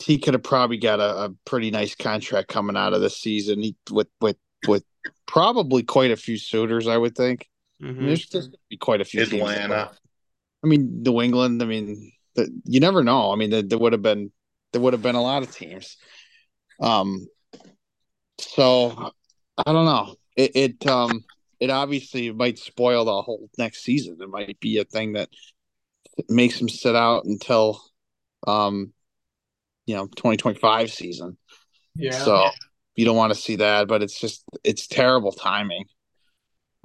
Speaker 2: he could have probably got a, a pretty nice contract coming out of this season he, with with with probably quite a few suitors, I would think. I mean, there's there's gonna be quite a few teams that
Speaker 1: Atlanta.
Speaker 2: will. I mean, New England. I mean, the, you never know. I mean, there, there would have been there would have been a lot of teams. Um, so I don't know. It, it um it obviously might spoil the whole next season. It might be a thing that makes them sit out until um you know 2025 season.
Speaker 3: Yeah.
Speaker 2: So you don't want to see that, but it's just it's terrible timing.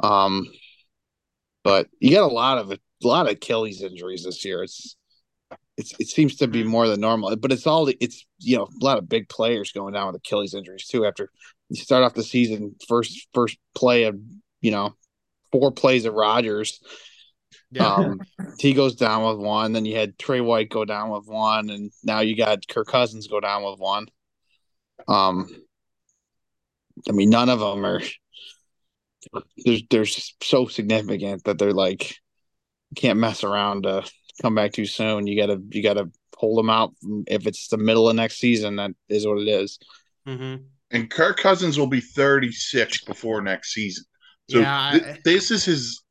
Speaker 2: Um, but you got a lot of a lot of Achilles injuries this year. It's it's it seems to be
Speaker 4: Mhm.
Speaker 2: more than normal, but it's all it's you know a lot of big players going down with Achilles injuries too. After you start off the season, first first play of you know four plays of Rodgers,
Speaker 4: Yeah.
Speaker 2: Um, T goes down with one. Then you had Trey White go down with one, and now you got Kirk Cousins go down with one. Um, I mean, none of them are. They're they're so significant that they're like, you can't mess around to come back too soon. You gotta you gotta hold them out. If it's the middle of next season, that is what it is. Mm-hmm.
Speaker 4: Mhm.
Speaker 1: And Kirk Cousins will be 36 before next season. So
Speaker 4: yeah.
Speaker 1: th-
Speaker 4: I-
Speaker 1: this is his.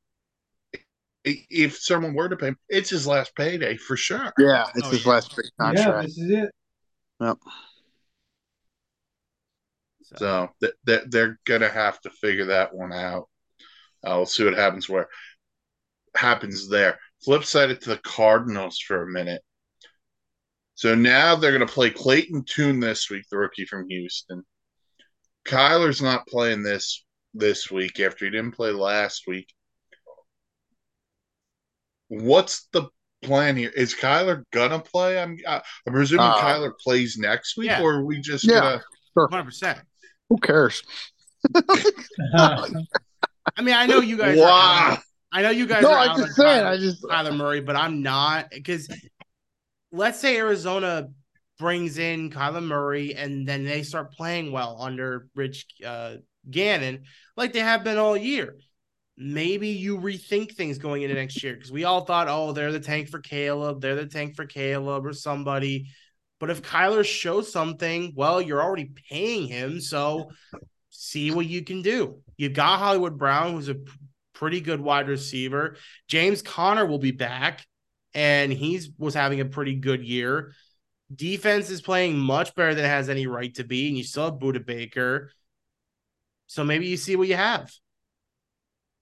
Speaker 1: i- If someone were to pay him, it's his last payday for sure.
Speaker 2: Yeah, it's
Speaker 4: Oh,
Speaker 2: his
Speaker 4: yeah.
Speaker 2: last big contract.
Speaker 3: Yeah, this is it.
Speaker 4: so-
Speaker 1: So th- th- they're gonna have to figure that one out. Uh, we'll see what happens where happens there. Flip side it to the Cardinals for a minute. So now they're gonna play Clayton Toon this week, the rookie from Houston. Kyler's not playing this this week after he didn't play last week. What's the plan here? Is Kyler gonna play? I'm I, I'm presuming
Speaker 2: Uh,
Speaker 1: Kyler plays next week,
Speaker 4: yeah.
Speaker 1: or are we just
Speaker 2: Yeah.
Speaker 1: gonna
Speaker 4: 100%.
Speaker 2: Who cares?
Speaker 4: I mean, I know you guys are out-
Speaker 1: wow?
Speaker 4: I know you guys
Speaker 2: No,
Speaker 4: are
Speaker 2: I
Speaker 4: out
Speaker 2: just
Speaker 4: on
Speaker 2: said
Speaker 4: Kyler-
Speaker 2: I just
Speaker 4: Kyler Murray, but I'm not because let's say Arizona brings in Kyler Murray and then they start playing well under Rich uh, Gannon, like they have been all year. Maybe you rethink things going into next year because we all thought, oh, they're the tank for Caleb, they're the tank for Caleb or somebody. But if Kyler shows something, well, you're already paying him, so see what you can do. You've got Hollywood Brown, who's a p- pretty good wide receiver. James Conner will be back, and he's was having a pretty good year. Defense is playing much better than it has any right to be, and you still have Buda Baker. So maybe you see what you have.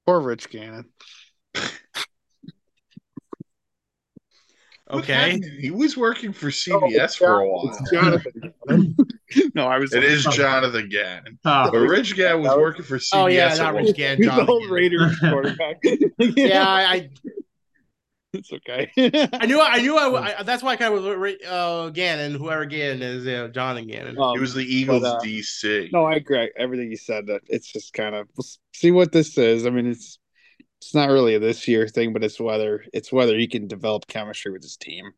Speaker 2: poor Rich Gannon.
Speaker 1: What
Speaker 4: Okay.
Speaker 1: happened? He was working for CBS for a while.
Speaker 2: Oh, It's Jonathan Gannon. no, I was.
Speaker 1: It is Jonathan Gannon.
Speaker 3: Uh,
Speaker 1: But Rich Gannon was working for CBS.
Speaker 4: Oh yeah,
Speaker 1: at
Speaker 4: not
Speaker 1: one
Speaker 4: Rich
Speaker 2: He's
Speaker 4: Gannon.
Speaker 2: the
Speaker 4: Jonathan
Speaker 2: old
Speaker 4: Gannon.
Speaker 2: Raiders quarterback.
Speaker 4: Yeah, I, I-
Speaker 2: it's okay.
Speaker 4: I knew, I knew, I, I that's why I kind of was uh, Gannon, whoever Gannon is, yeah, Jonathan Gannon.
Speaker 1: point.
Speaker 2: Um,
Speaker 1: He was the Eagles
Speaker 2: But, uh,
Speaker 1: DC.
Speaker 2: no, I agree. Everything you said. That it's just kind of we'll s- see what this is. I mean, it's it's not really a this year thing, but it's whether it's whether he can develop chemistry with his team.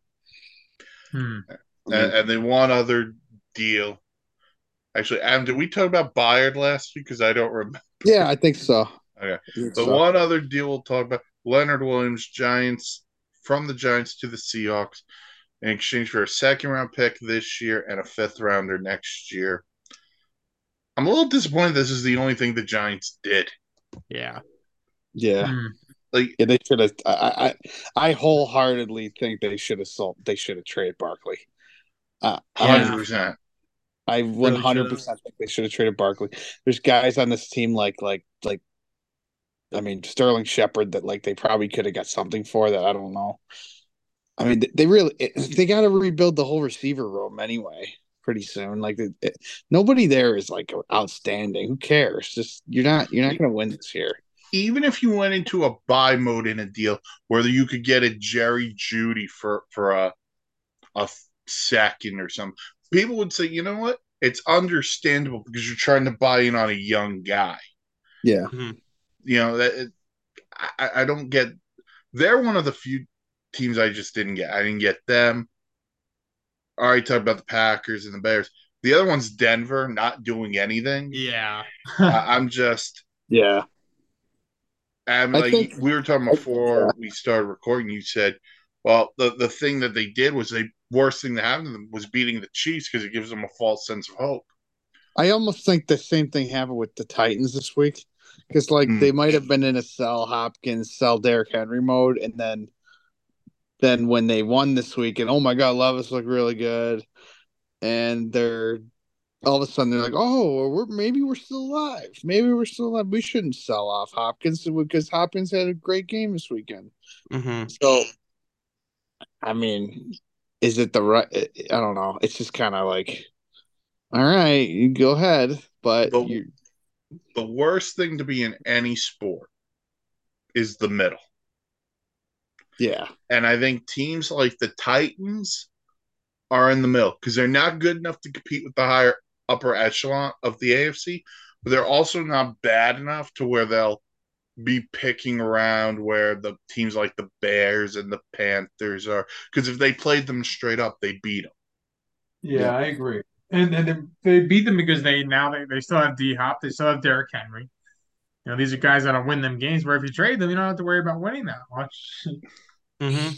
Speaker 3: hmm.
Speaker 2: I mean,
Speaker 1: and, and then one other deal. Actually, Adam, did we talk about Bayard last week? Because I don't remember.
Speaker 2: yeah, I think so.
Speaker 1: Okay.
Speaker 2: I think
Speaker 1: But
Speaker 2: so.
Speaker 1: one other deal we'll talk about Leonard Williams, Giants, from the Giants to the Seahawks in exchange for a second round pick this year and a fifth rounder next year. I'm a little disappointed this is the only thing the Giants did.
Speaker 4: Yeah,
Speaker 2: yeah.
Speaker 3: Hmm.
Speaker 1: Like,
Speaker 2: Yeah, they should have. I, I, I I wholeheartedly think they should have sold. They should have traded Barkley. Uh, I-
Speaker 1: 100%.
Speaker 4: Yeah.
Speaker 2: I one
Speaker 4: should've.
Speaker 2: hundred percent think they should have traded Barkley. There's guys on this team like like like, I mean Sterling Shepard that like they probably could have got something for that. I don't know. I mean they, they really it, they got to rebuild the whole receiver room anyway pretty soon. Like it, it- nobody there is like outstanding. Who cares? Just you're not you're not going to win this year.
Speaker 1: even if you went into a buy mode in a deal where you could get a Jerry Judy for for a a second or something, people would say, you know what? It's understandable because you're trying to buy in on a young guy.
Speaker 2: Yeah.
Speaker 4: Mm-hmm.
Speaker 1: You know that it, I, I- I don't get. They're one of the few teams I just didn't get. I didn't get them. Already talked about the Packers and the Bears. The other one's Denver, not doing anything.
Speaker 4: yeah,
Speaker 1: I, I'm just.
Speaker 2: Yeah.
Speaker 1: And
Speaker 2: I
Speaker 1: like
Speaker 2: think-
Speaker 1: we were talking
Speaker 2: I-
Speaker 1: before we started recording, you said, "Well, the the thing that they did was the worst thing that happened to them was beating the Chiefs because it gives them a false sense of hope."
Speaker 2: I almost think the same thing happened with the Titans this week because, like,
Speaker 1: Hmm.
Speaker 2: they might have been in a sell Hopkins, sell Derrick Henry mode, and then, then when they won this week, and oh my God, Levis looked really good, and they're all of a sudden they're like, oh, we're maybe we're still alive, maybe we're still alive. We shouldn't sell off Hopkins because Hopkins had a great game this weekend.
Speaker 4: Mhm.
Speaker 2: So, I mean, is it the right? I don't know. It's just kind of like, all right, you go ahead, but
Speaker 1: But-
Speaker 2: you.
Speaker 1: The worst thing to be in any sport is the middle,
Speaker 2: Yeah.
Speaker 1: and I think teams like the Titans are in the middle because they're not good enough to compete with the higher upper echelon of the AFC, but they're also not bad enough to where they'll be picking around where the teams like the Bears and the Panthers are because if they played them straight up, they beat them.
Speaker 3: Yeah, I agree. And, and they they beat them because they now they, they still have D Hop, they still have Derrick Henry. You know, these are guys that'll win them games. Where if you trade them, you don't have to worry about winning that much.
Speaker 4: Mm-hmm.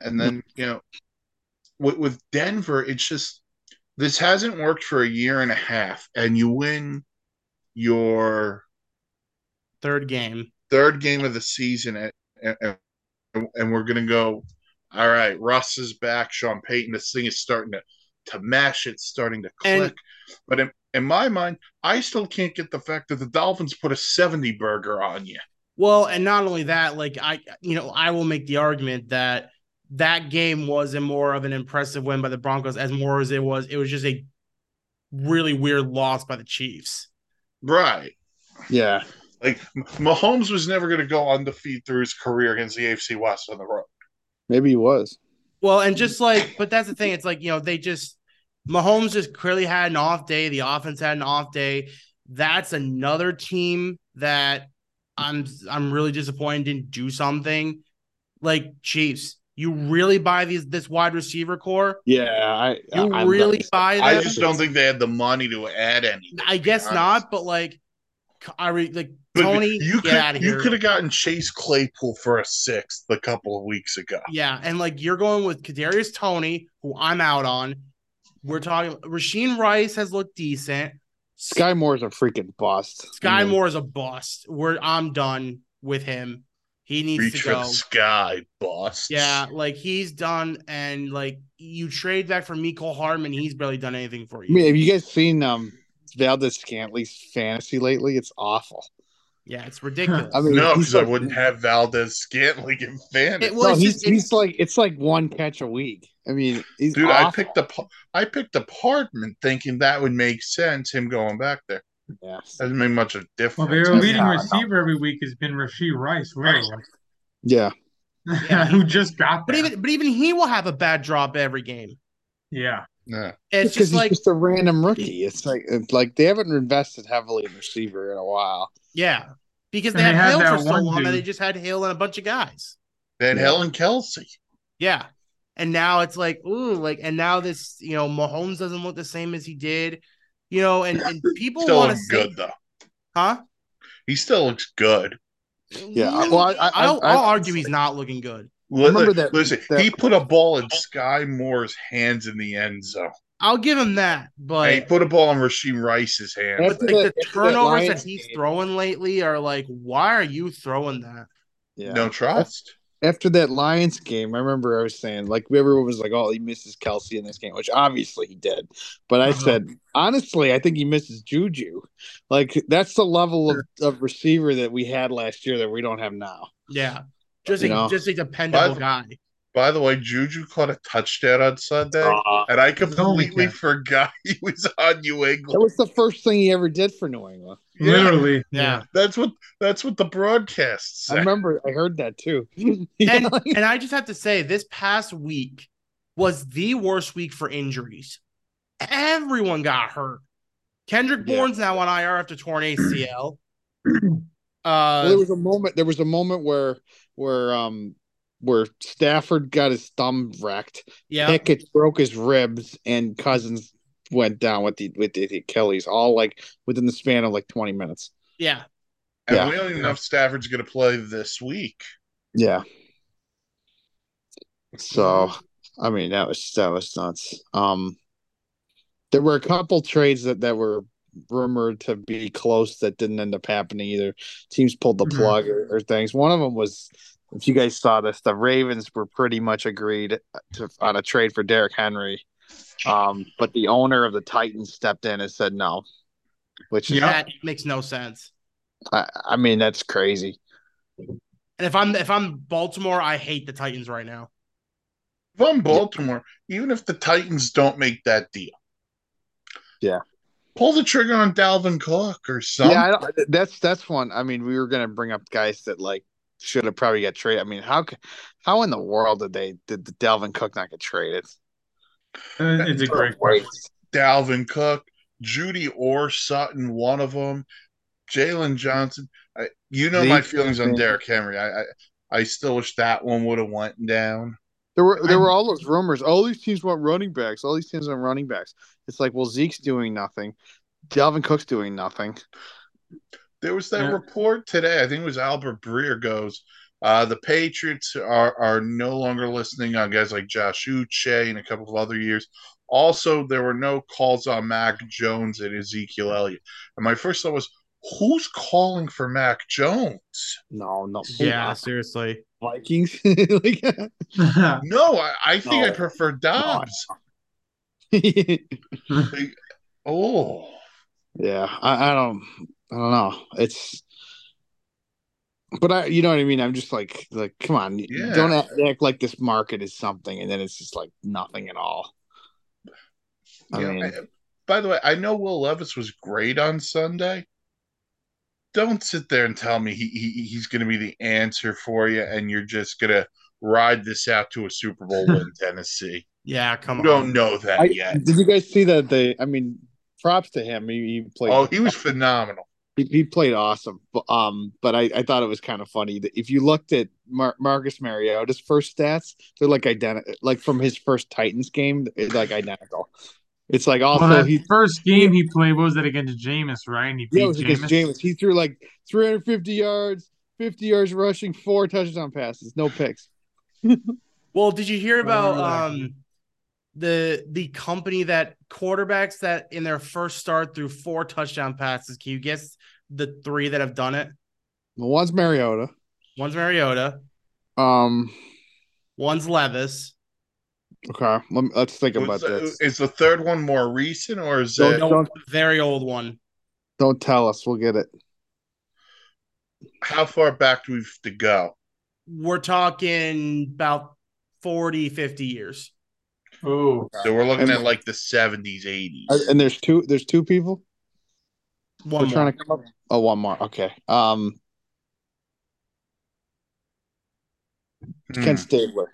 Speaker 1: And then, you know, with, with Denver, it's just this hasn't worked for a year and a half, and you win your
Speaker 4: Third game.
Speaker 1: third game of the season, and, and, and we're going to go, all right, Russ is back, Sean Payton, this thing is starting to, to mash, it's starting to
Speaker 4: And-
Speaker 1: click. but in, in my mind, I still can't get the fact that the Dolphins put a 70 burger on you.
Speaker 4: Well, and not only that, like I, you know, I will make the argument that that game was a more of an impressive win by the Broncos as more as it was, it was just a really weird loss by the Chiefs.
Speaker 1: Right.
Speaker 2: Yeah.
Speaker 1: Like M- Mahomes was never going to go undefeated through his career against the AFC West on the road.
Speaker 2: Maybe he was.
Speaker 4: Well, and just like, but that's the thing. It's like, you know, they just, Mahomes just clearly had an off day. The offense had an off day. That's another team that I'm, I'm really disappointed didn't do something. Like Chiefs, you really buy these, this wide receiver core?
Speaker 2: Yeah. I,
Speaker 4: You
Speaker 2: I- I'm
Speaker 4: really
Speaker 2: not-
Speaker 4: buy them?
Speaker 1: I just don't think they had the money to add any.
Speaker 4: I guess
Speaker 1: honest.
Speaker 4: not, but like, c- I re- like
Speaker 1: But
Speaker 4: Tony,
Speaker 1: you
Speaker 4: get out
Speaker 1: could
Speaker 4: of
Speaker 1: you
Speaker 4: here.
Speaker 1: could have gotten Chase Claypool for a sixth a couple of weeks ago.
Speaker 4: yeah, and like you're going with Kadarius Tony, who I'm out on. We're talking Rasheen Rice has looked decent.
Speaker 2: Sky Moore's a freaking bust.
Speaker 4: Sky
Speaker 2: I mean,
Speaker 4: Moore is a bust. We're I'm done with him. He needs
Speaker 1: Reach
Speaker 4: to
Speaker 1: for
Speaker 4: go.
Speaker 1: the sky, boss.
Speaker 4: Yeah, like he's done, and like you trade back for Miko Harmon, he's barely done anything for
Speaker 2: I
Speaker 4: you.
Speaker 2: mean, have you guys seen um Valdez Scantley's fantasy lately? It's awful.
Speaker 4: yeah, it's ridiculous.
Speaker 2: I mean,
Speaker 1: No,
Speaker 2: he's
Speaker 1: because I
Speaker 2: like-
Speaker 1: wouldn't have Valdez Scantling in fantasy.
Speaker 4: It
Speaker 2: No,
Speaker 4: was
Speaker 2: he's
Speaker 4: just-
Speaker 2: he's like it's like one catch a week. I mean, he's
Speaker 1: Dude, I
Speaker 2: awful.
Speaker 1: picked up I picked apartment thinking that would make sense. Him going back there
Speaker 2: Yeah.
Speaker 1: doesn't make much of a
Speaker 3: well,
Speaker 1: difference.
Speaker 3: their
Speaker 2: That's
Speaker 3: leading
Speaker 2: not-
Speaker 3: receiver every week has been Rasheed Rice, literally,
Speaker 2: yeah,
Speaker 4: Yeah.
Speaker 3: who just got
Speaker 4: but
Speaker 3: there.
Speaker 4: even but even he will have a bad drop every game.
Speaker 3: yeah,
Speaker 1: Yeah.
Speaker 4: It's
Speaker 2: because
Speaker 4: just
Speaker 2: he's
Speaker 4: like
Speaker 2: just a random rookie. It's like it's like they haven't invested heavily in receiver in a while.
Speaker 4: Yeah, because they
Speaker 3: And
Speaker 4: had,
Speaker 3: they had
Speaker 4: Hill
Speaker 3: that
Speaker 4: for so
Speaker 3: one
Speaker 4: long that
Speaker 3: dude.
Speaker 4: they just had Hill and a bunch of guys.
Speaker 1: Then
Speaker 2: Yeah.
Speaker 1: Helen Kelsey.
Speaker 4: Yeah, and now it's like, ooh, like, and now this, you know, Mahomes doesn't look the same as he did, you know, and, and people
Speaker 1: Still
Speaker 4: want to
Speaker 1: looks good though.
Speaker 4: huh?
Speaker 1: He still looks good.
Speaker 2: Yeah, well, I- I-
Speaker 4: will
Speaker 2: I-
Speaker 4: I'll argue he's not looking good.
Speaker 2: Remember that-
Speaker 1: Listen,
Speaker 2: that-
Speaker 1: he put a ball in Sky Moore's hands in the end zone.
Speaker 4: I'll give him that,
Speaker 1: And he
Speaker 4: but
Speaker 1: put a ball in Rasheem Rice's hands.
Speaker 2: That's-
Speaker 4: like the
Speaker 2: After that
Speaker 4: turnovers that
Speaker 2: Lions
Speaker 4: he's
Speaker 2: game-
Speaker 4: throwing lately are like, why are you throwing that?
Speaker 2: Yeah.
Speaker 1: No trust.
Speaker 2: After that Lions game, I remember I was saying like everyone was like, "Oh, he misses Kelsey in this game," which obviously he did. But I
Speaker 3: Uh-huh.
Speaker 2: said, honestly, I think he misses Juju. Like that's the level of, of receiver that we had last year that we don't have now.
Speaker 4: Yeah, just
Speaker 2: You
Speaker 4: a
Speaker 2: know.
Speaker 4: just a dependable
Speaker 1: But-
Speaker 4: guy.
Speaker 1: By the way, Juju caught a touchdown on Sunday,
Speaker 2: Uh,
Speaker 1: and I completely
Speaker 3: yeah.
Speaker 1: forgot he was on New
Speaker 2: That
Speaker 1: England.
Speaker 2: was the first thing he ever did for New England.
Speaker 1: Yeah.
Speaker 3: literally.
Speaker 4: Yeah.
Speaker 1: That's what that's what the broadcast
Speaker 2: I
Speaker 1: said.
Speaker 2: remember I heard that too.
Speaker 4: and and I just have to say, this past week was the worst week for injuries. Everyone got hurt. Kendrick
Speaker 2: Yeah.
Speaker 4: Bourne's now on IR after torn ACL.
Speaker 2: Well, there
Speaker 4: Uh,
Speaker 2: was a moment. There was a moment where where um where Stafford got his thumb wrecked.
Speaker 4: yeah,
Speaker 2: Pickett broke his ribs, and Cousins went down with the with the, the Achilles. All like within the span of like twenty minutes.
Speaker 4: yeah,
Speaker 1: and
Speaker 2: yeah.
Speaker 1: we don't even know if Stafford's going to play this week.
Speaker 2: Yeah. So I mean that was that was nuts. Um, there were a couple trades that that were rumored to be close that didn't end up happening either. Teams pulled the
Speaker 3: Mhm.
Speaker 2: plug or, or things. One of them was, if you guys saw this, the Ravens were pretty much agreed to, on a trade for Derrick Henry, um, but the owner of the Titans stepped in and said no, which is,
Speaker 3: Yeah.
Speaker 4: that makes no sense.
Speaker 2: I, I mean that's crazy.
Speaker 4: And if I'm if I'm Baltimore, I hate the Titans right now.
Speaker 1: If I'm Baltimore, even if the Titans don't make that deal,
Speaker 2: Yeah.
Speaker 1: pull the trigger on Dalvin Cook or something.
Speaker 2: Yeah, I don't, that's that's one. I mean, we were gonna bring up guys that like should have probably got traded. I mean, how c- how in the world did they did the Dalvin Cook not get traded?
Speaker 3: Uh, it's a great question.
Speaker 1: Dalvin Cook, Judy or Sutton, one of them, Jalen Johnson. I, you know
Speaker 2: Leave
Speaker 1: my feelings on
Speaker 2: Johnson.
Speaker 1: Derrick Henry. I, I I still wish that one would have went down.
Speaker 2: There were there
Speaker 3: I'm-
Speaker 2: were all those rumors. All these teams want running backs. All these teams want running backs. It's like, well, Zeke's doing nothing. Dalvin Cook's doing nothing.
Speaker 1: There was that
Speaker 3: Yeah.
Speaker 1: report today. I think it was Albert Breer goes. Uh, the Patriots are are no longer listening on guys like Josh Uche and a couple of other years. Also, there were no calls on Mac Jones and Ezekiel Elliott. And my first thought was, who's calling for Mac Jones?
Speaker 2: No, no.
Speaker 4: Yeah, seriously.
Speaker 2: Vikings. like,
Speaker 1: No, I, I think I
Speaker 2: No.
Speaker 1: prefer Dobbs. Oh,
Speaker 2: yeah, I, I don't, I don't know. It's, but I, you know what I mean. I'm just like, like, come on,
Speaker 1: Yeah.
Speaker 2: don't act, act like this market is something, and then it's just like nothing at all. I
Speaker 1: yeah.
Speaker 2: mean-
Speaker 1: I- by the way, I know Will Levis was great on Sunday. Don't sit there and tell me he, he he's going to be the answer for you, and you're just going to ride this out to a Super Bowl win, Tennessee.
Speaker 4: Yeah, come
Speaker 1: You
Speaker 4: on.
Speaker 1: don't know that
Speaker 2: I,
Speaker 1: yet.
Speaker 2: Did you guys see that? They, I mean, props to him. He, he played.
Speaker 1: Oh, he was phenomenal.
Speaker 2: He, he played awesome. But, um, but I, I thought it was kind of funny that if you looked at Mar- Marcus Mariota's first stats, they're like identical, like from his first Titans game, they're like identical. It's like also
Speaker 3: well, that
Speaker 2: he.
Speaker 3: first game he played what was that against Jameis, right? And he beat
Speaker 2: Yeah, it was against
Speaker 3: Jameis.
Speaker 2: Jameis. He threw like 350 yards, 50 yards rushing, four touchdown passes, no picks.
Speaker 4: Well, did you hear about
Speaker 3: Wow.
Speaker 4: um the the company that quarterbacks that in their first start threw four touchdown passes? Can you guess the three that have done it?
Speaker 2: The one's Mariota.
Speaker 4: One's Mariota,
Speaker 2: Um.
Speaker 4: one's Levis.
Speaker 2: Okay. Let me, let's think
Speaker 1: Was
Speaker 2: about
Speaker 1: the,
Speaker 2: this.
Speaker 1: is the third one more recent, or is
Speaker 2: Don't-
Speaker 1: it?
Speaker 2: don't-
Speaker 4: No, very old one.
Speaker 2: Don't tell us. We'll get it.
Speaker 1: How far back do we have to go?
Speaker 4: We're talking about 40, 50 years.
Speaker 3: Oh,
Speaker 1: So we're looking
Speaker 2: And-
Speaker 1: at like the seventies, eighties.
Speaker 2: Uh, And there's two. There's two people.
Speaker 4: One
Speaker 2: We're
Speaker 4: more.
Speaker 2: trying to come up. Oh, one more. Okay. Um,
Speaker 1: Hmm.
Speaker 2: Ken Stabler.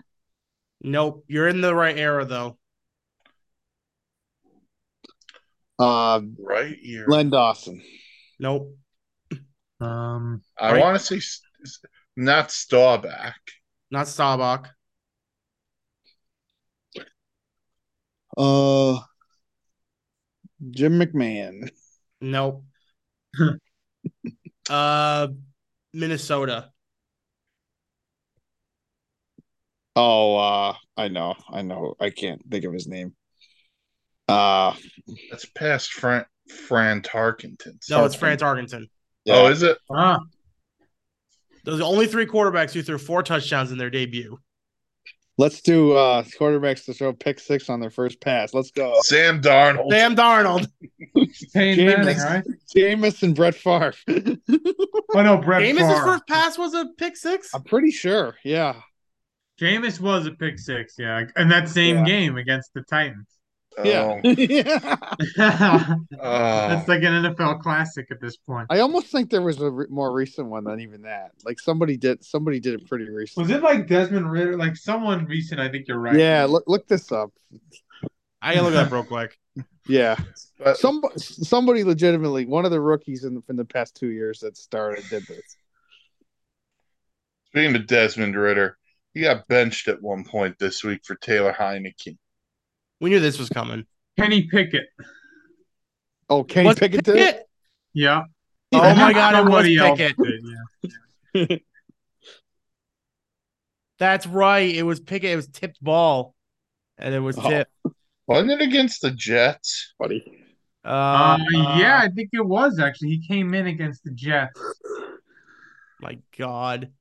Speaker 4: Nope. You're in the right era though.
Speaker 2: Uh,
Speaker 1: Hmm. right here.
Speaker 2: Len Dawson.
Speaker 4: Nope.
Speaker 3: um,
Speaker 1: I
Speaker 4: Right.
Speaker 1: want to say s- s- not Staubach.
Speaker 4: Not Staubach.
Speaker 2: Uh, Jim McMahon.
Speaker 4: Nope. uh Minnesota.
Speaker 2: Oh, uh, I know. I know. I can't think of his name. Uh,
Speaker 1: That's past Fran Fran Tarkenton.
Speaker 4: No, it's Fran Tarkenton.
Speaker 1: Oh,
Speaker 2: yeah.
Speaker 1: is it?
Speaker 3: ah,
Speaker 4: Those are the only three quarterbacks who threw four touchdowns in their debut.
Speaker 2: let's do uh quarterbacks to throw pick six on their first pass. Let's go.
Speaker 1: Sam
Speaker 2: Oh.
Speaker 1: Darnold.
Speaker 4: Sam Darnold.
Speaker 3: Peyton
Speaker 2: Jameis.
Speaker 3: Manning, right?
Speaker 2: Jameis and Brett Favre.
Speaker 3: Oh no, Brett
Speaker 4: Jameis'
Speaker 3: Favre.
Speaker 4: first pass was a pick six.
Speaker 2: I'm pretty sure. Yeah.
Speaker 3: Jameis was a pick six, yeah, and that same
Speaker 2: Yeah.
Speaker 3: game against the Titans.
Speaker 2: Yeah.
Speaker 1: Oh,
Speaker 2: yeah.
Speaker 3: That's
Speaker 1: oh.
Speaker 3: like an NFL classic at this point.
Speaker 2: I almost think there was a re- more recent one than even that. Like somebody did, somebody did it pretty
Speaker 3: Was
Speaker 2: recently.
Speaker 3: it like Desmond Ritter? Like someone recent? I think you're right.
Speaker 2: Yeah, look look this up.
Speaker 4: I gotta look that up real quick.
Speaker 2: Yeah,
Speaker 1: But
Speaker 2: some somebody legitimately one of the rookies in from the past two years that started did this.
Speaker 1: speaking of Desmond Ritter, he got benched at one point this week for Taylor Heineke.
Speaker 4: We knew this was coming.
Speaker 3: Kenny Pickett.
Speaker 2: Oh, Kenny
Speaker 4: Was
Speaker 2: Pickett did it.
Speaker 4: Pickett?
Speaker 3: Yeah.
Speaker 4: Oh my god, it was
Speaker 3: Nobody else
Speaker 4: Pickett.
Speaker 3: did, yeah.
Speaker 4: That's right. It was Pickett. It was tipped ball. And it was
Speaker 2: Oh.
Speaker 4: tipped.
Speaker 1: Wasn't it against the Jets?
Speaker 2: Buddy.
Speaker 4: Uh,
Speaker 3: Uh, yeah, I think it was actually. He came in against the Jets.
Speaker 4: My God.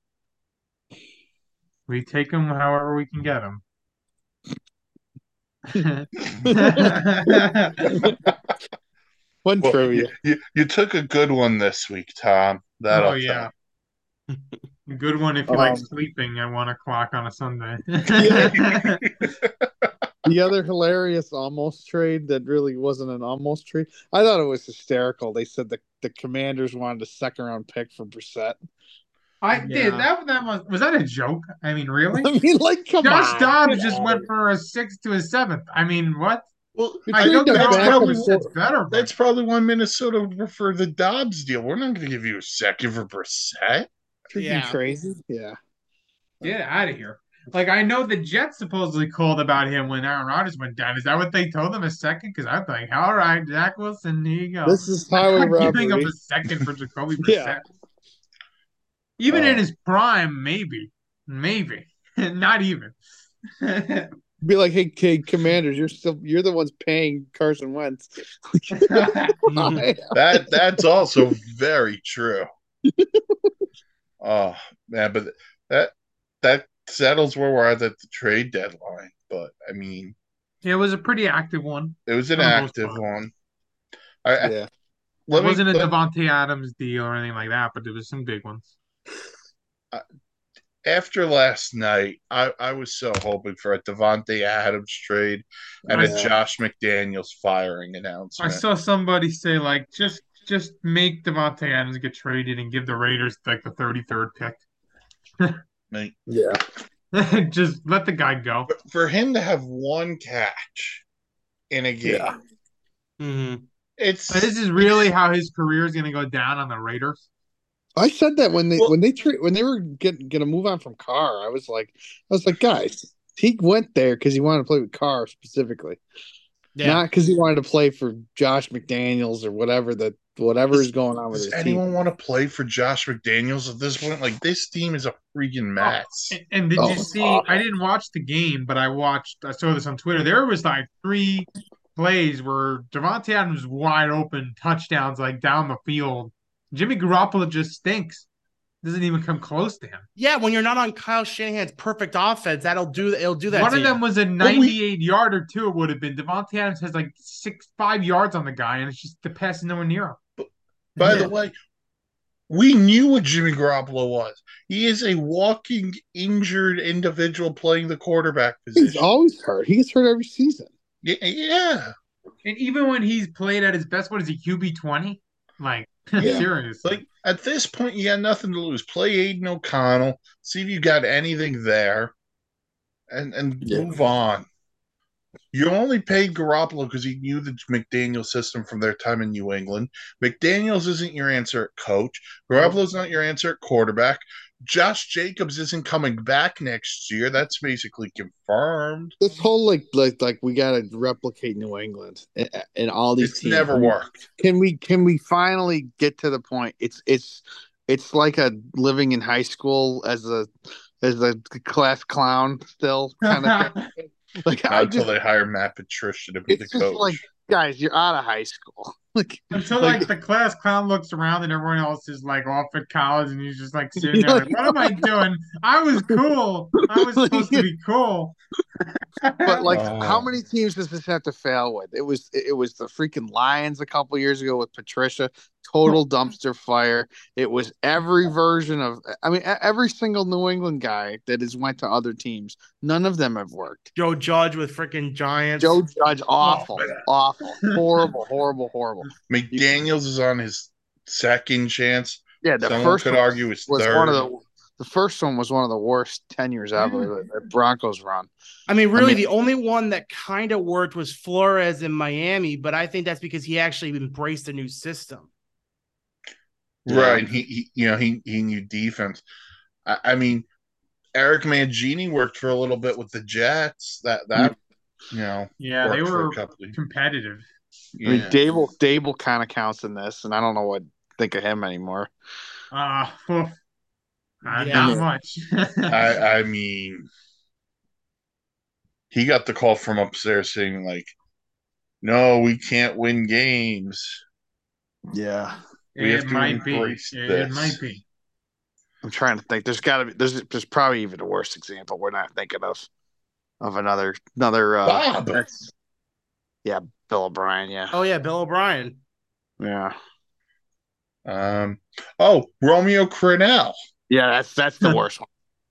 Speaker 3: We take him however we can get him.
Speaker 2: One
Speaker 1: Well,
Speaker 2: trivia.
Speaker 1: you, you, you took a good one this week, Tom. That
Speaker 3: oh yeah. A Good one if you
Speaker 2: Um,
Speaker 3: like sleeping at one o'clock on a Sunday.
Speaker 2: The other hilarious almost trade that really wasn't an almost trade. I thought it was hysterical. They said the the Commanders wanted a second round pick for Brissett.
Speaker 3: I
Speaker 4: Yeah.
Speaker 3: did that. That was was that a joke? I mean, really?
Speaker 2: I mean, like, come
Speaker 3: Josh
Speaker 2: on.
Speaker 3: Dobbs
Speaker 2: Get
Speaker 3: just
Speaker 2: out
Speaker 3: went
Speaker 2: of
Speaker 3: for a sixth to a seventh. I mean, what?
Speaker 1: Well,
Speaker 2: You
Speaker 3: I
Speaker 2: trade
Speaker 3: don't
Speaker 2: that
Speaker 3: know
Speaker 2: back
Speaker 3: probably
Speaker 2: and
Speaker 3: that's
Speaker 2: forth.
Speaker 3: better. but-
Speaker 1: that's probably why Minnesota would prefer the Dobbs deal. We're not going to give you a second for Brissett.
Speaker 2: Could
Speaker 4: Yeah.
Speaker 2: be crazy. Yeah.
Speaker 3: Get out of here. Like I know the Jets supposedly called about him when Aaron Rodgers went down. Is that what they told him a second? Because I'm like, all right, Zach Wilson, here you go.
Speaker 2: This is
Speaker 3: I'm
Speaker 2: highway
Speaker 3: not giving up
Speaker 2: robbery.
Speaker 3: a second for Jacoby Brissett.
Speaker 2: Yeah. Uh.
Speaker 3: Even in
Speaker 1: Oh.
Speaker 3: his prime, maybe, maybe, not even.
Speaker 2: Be like, hey, kid, commanders, you're still you're the ones paying Carson Wentz.
Speaker 3: Mm-hmm.
Speaker 4: Mm-hmm.
Speaker 1: That that's also very true. oh man, but that that settles where we're at at the trade deadline. But I mean,
Speaker 3: it was a pretty active one.
Speaker 1: it was an
Speaker 3: For the Oh, most
Speaker 1: active
Speaker 3: part.
Speaker 1: one. I, I-
Speaker 2: yeah.
Speaker 1: let
Speaker 3: it
Speaker 1: me-
Speaker 3: wasn't a
Speaker 1: let-
Speaker 3: Devontae Adams deal or anything like that, but there was some big ones.
Speaker 1: after last night, I, I was so hoping for a Devontae Adams trade and
Speaker 3: I,
Speaker 1: a
Speaker 2: Yeah.
Speaker 1: Josh McDaniels firing
Speaker 3: I
Speaker 1: announcement.
Speaker 3: saw somebody say like just just make Devontae Adams get traded and give the Raiders like the 33rd
Speaker 1: Like,
Speaker 2: Yeah.
Speaker 3: pick. just let the guy go.
Speaker 1: but for him to have one catch in a game,
Speaker 2: Yeah.
Speaker 4: Mhm.
Speaker 1: it's
Speaker 3: But this is really how his career is going to go down on the Raiders.
Speaker 2: I said that when they
Speaker 1: Well-
Speaker 2: when they tra- when they were get, gonna move on from Carr, I was like, I was like, guys, he went there because he wanted to play with Carr specifically,
Speaker 4: Yeah.
Speaker 2: not because he wanted to play for Josh McDaniels or whatever that whatever is going on with
Speaker 1: Does
Speaker 2: his team.
Speaker 1: anyone want to play for Josh McDaniels at this point? Like this team is a freaking mess.
Speaker 3: And, and did
Speaker 2: Oh,
Speaker 3: you
Speaker 2: it's
Speaker 3: see?
Speaker 2: awful.
Speaker 3: I didn't watch the game, but I watched. I saw this on Twitter. There was like three plays where Devontae Adams was wide open, touchdowns like down the field. Jimmy Garoppolo just stinks. Doesn't even come close to him.
Speaker 4: Yeah, when you're not on Kyle Shanahan's perfect offense, that'll do. It'll do that.
Speaker 3: One
Speaker 4: to
Speaker 3: of
Speaker 4: you.
Speaker 3: them was a 98 yarder too. It would have been Devontae Adams has like six five yards on the guy, and it's just the pass is nowhere near him.
Speaker 1: By
Speaker 2: Yeah.
Speaker 1: the way, we knew what Jimmy Garoppolo was. He is a walking injured individual playing the quarterback
Speaker 2: He's
Speaker 1: position.
Speaker 2: always hurt. He gets hurt every season.
Speaker 1: Y- yeah,
Speaker 3: And even when he's played at his best, what is he QB 20? Like
Speaker 1: Yeah.
Speaker 3: seriously,
Speaker 1: like at this point, you got nothing to lose. Play Aiden O'Connell. See if you got anything there, and and
Speaker 2: Yeah.
Speaker 1: move on. You only paid Garoppolo because he knew the McDaniel system from their time in New England. McDaniels isn't your answer at coach. Garoppolo's not your answer at quarterback. Josh Jacobs isn't coming back next year. That's basically confirmed.
Speaker 2: This whole like like like we gotta replicate New England and, and all these
Speaker 1: It's
Speaker 2: teams.
Speaker 1: never worked.
Speaker 2: Can we can we finally get to the point? It's it's it's like a living in high school as a as a class clown still kind of thing. Like
Speaker 1: Not
Speaker 2: I
Speaker 1: until
Speaker 2: just
Speaker 1: they hire Matt Patricia to be
Speaker 2: It's
Speaker 1: the
Speaker 2: just
Speaker 1: coach.
Speaker 2: like- guys, you're out of high school. Like
Speaker 3: Until
Speaker 2: Like-
Speaker 3: like, the class clown looks around and everyone else is like off at college and he's just like sitting
Speaker 2: Yeah,
Speaker 3: there like, what am I doing? I was cool. I was supposed to be cool.
Speaker 2: but like
Speaker 1: Oh.
Speaker 2: how many teams does this have to fail with? It was it was the freaking Lions a couple years ago with Patricia, total dumpster fire. It was every version of I mean e- every single New England guy that has went to other teams. None of them have worked.
Speaker 4: Joe Judge with freaking Giants.
Speaker 2: Joe Judge awful,
Speaker 1: Oh, man.
Speaker 2: awful, horrible, horrible, horrible.
Speaker 1: McDaniels is on his second chance.
Speaker 2: Yeah, the
Speaker 1: Someone
Speaker 2: first
Speaker 1: could
Speaker 2: one
Speaker 1: argue his
Speaker 2: was
Speaker 1: third. Mm.
Speaker 2: one of the the first one was one of the worst tenures ever. The the Broncos run.
Speaker 4: I mean, really,
Speaker 2: mean-
Speaker 4: the only one that kind of worked was Flores in Miami, but I think that's because he actually embraced a new system.
Speaker 1: Right. He, he you know, he he knew defense. I, I mean, Eric Mangini worked for a little bit with the Jets. That that you know,
Speaker 3: yeah,
Speaker 1: worked
Speaker 3: they
Speaker 1: for
Speaker 3: were
Speaker 1: a couple of,
Speaker 3: competitive.
Speaker 2: I mean,
Speaker 1: yeah.
Speaker 2: Dable Dable kind of counts in this, and I don't know what to think of him anymore.
Speaker 3: Uh, well, uh,
Speaker 4: Yeah.
Speaker 3: not much.
Speaker 1: I I mean he got the call from upstairs saying like no, we can't win games.
Speaker 2: Yeah,
Speaker 1: we have
Speaker 3: it
Speaker 1: to
Speaker 3: might be. It,
Speaker 1: embrace
Speaker 3: it
Speaker 1: this.
Speaker 3: might be.
Speaker 2: I'm trying to think. There's got to be. There's there's probably even a worse example we're not thinking of, of another another. Uh,
Speaker 1: Bob.
Speaker 2: that's- yeah, Bill O'Brien. Yeah,
Speaker 4: Oh yeah, Bill O'Brien.
Speaker 2: yeah,
Speaker 1: Um oh, Romeo Crennel.
Speaker 2: yeah. That's that's the worst one.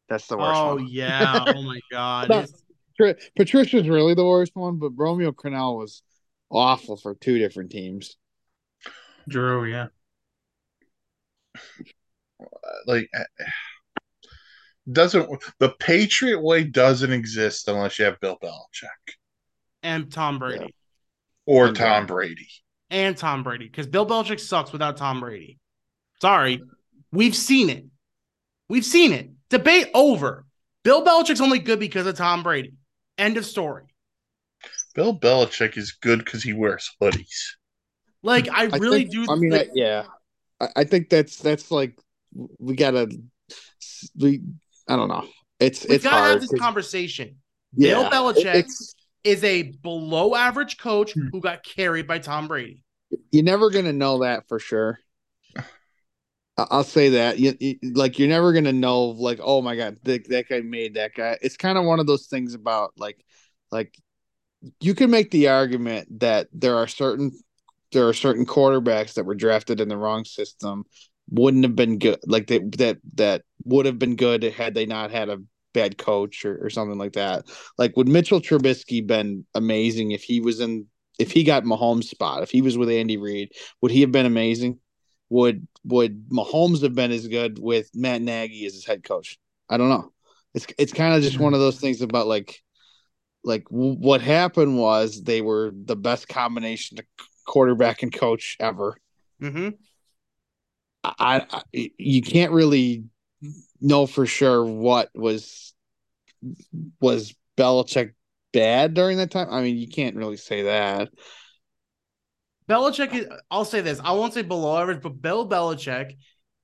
Speaker 2: That's the worst
Speaker 4: Oh
Speaker 2: one.
Speaker 4: yeah. Oh my god.
Speaker 2: Not-
Speaker 4: It's-
Speaker 2: Tri- Patricia's really the worst one, but Romeo Crennel was awful for two different teams.
Speaker 3: Drew, yeah.
Speaker 1: Like eh, doesn't the Patriot way doesn't exist unless you have Bill Belichick.
Speaker 4: and Tom Brady.
Speaker 1: or Tom Brady.
Speaker 4: and Tom Brady because Bill Belichick sucks without Tom Brady. Sorry, we've seen it. We've seen it. Debate over. Bill Belichick's only good because of Tom Brady. End of story.
Speaker 1: Bill Belichick is good because he wears hoodies.
Speaker 4: Like I,
Speaker 2: I
Speaker 4: really
Speaker 2: think-
Speaker 4: do.
Speaker 2: I mean,
Speaker 4: like,
Speaker 2: I, yeah, I, I think that's that's like we gotta we. I don't know. It's
Speaker 4: we
Speaker 2: it's
Speaker 4: gotta
Speaker 2: hard.
Speaker 4: have this
Speaker 2: 'cause-
Speaker 4: conversation.
Speaker 2: yeah,
Speaker 4: Bill
Speaker 2: It-
Speaker 4: Belichick
Speaker 2: it's
Speaker 4: is a below average coach
Speaker 3: Hmm.
Speaker 4: who got carried by Tom Brady.
Speaker 2: you're never gonna know that for sure. I- I'll say that. You, you- like you're never gonna know. Like oh my god, that that guy made that guy. It's kind of one of those things about like like you can make the argument that there are certain there are certain quarterbacks that were drafted in the wrong system wouldn't have been good like they that that would have been good had they not had a bad coach or, or something like that. Like would Mitchell Trubisky been amazing if he was in if he got Mahomes spot, if he was with Andy Reid, would he have been amazing? Would would Mahomes have been as good with Matt Nagy as his head coach? I don't know. It's it's kind of just one of those things about like like w- what happened was they were the best combination of quarterback and coach ever.
Speaker 4: Mm-hmm.
Speaker 2: I, I you can't really know for sure what was was Belichick bad during that time. I mean, you can't really say that.
Speaker 4: Belichick is, I'll say this. I won't say below average, but Bill Belichick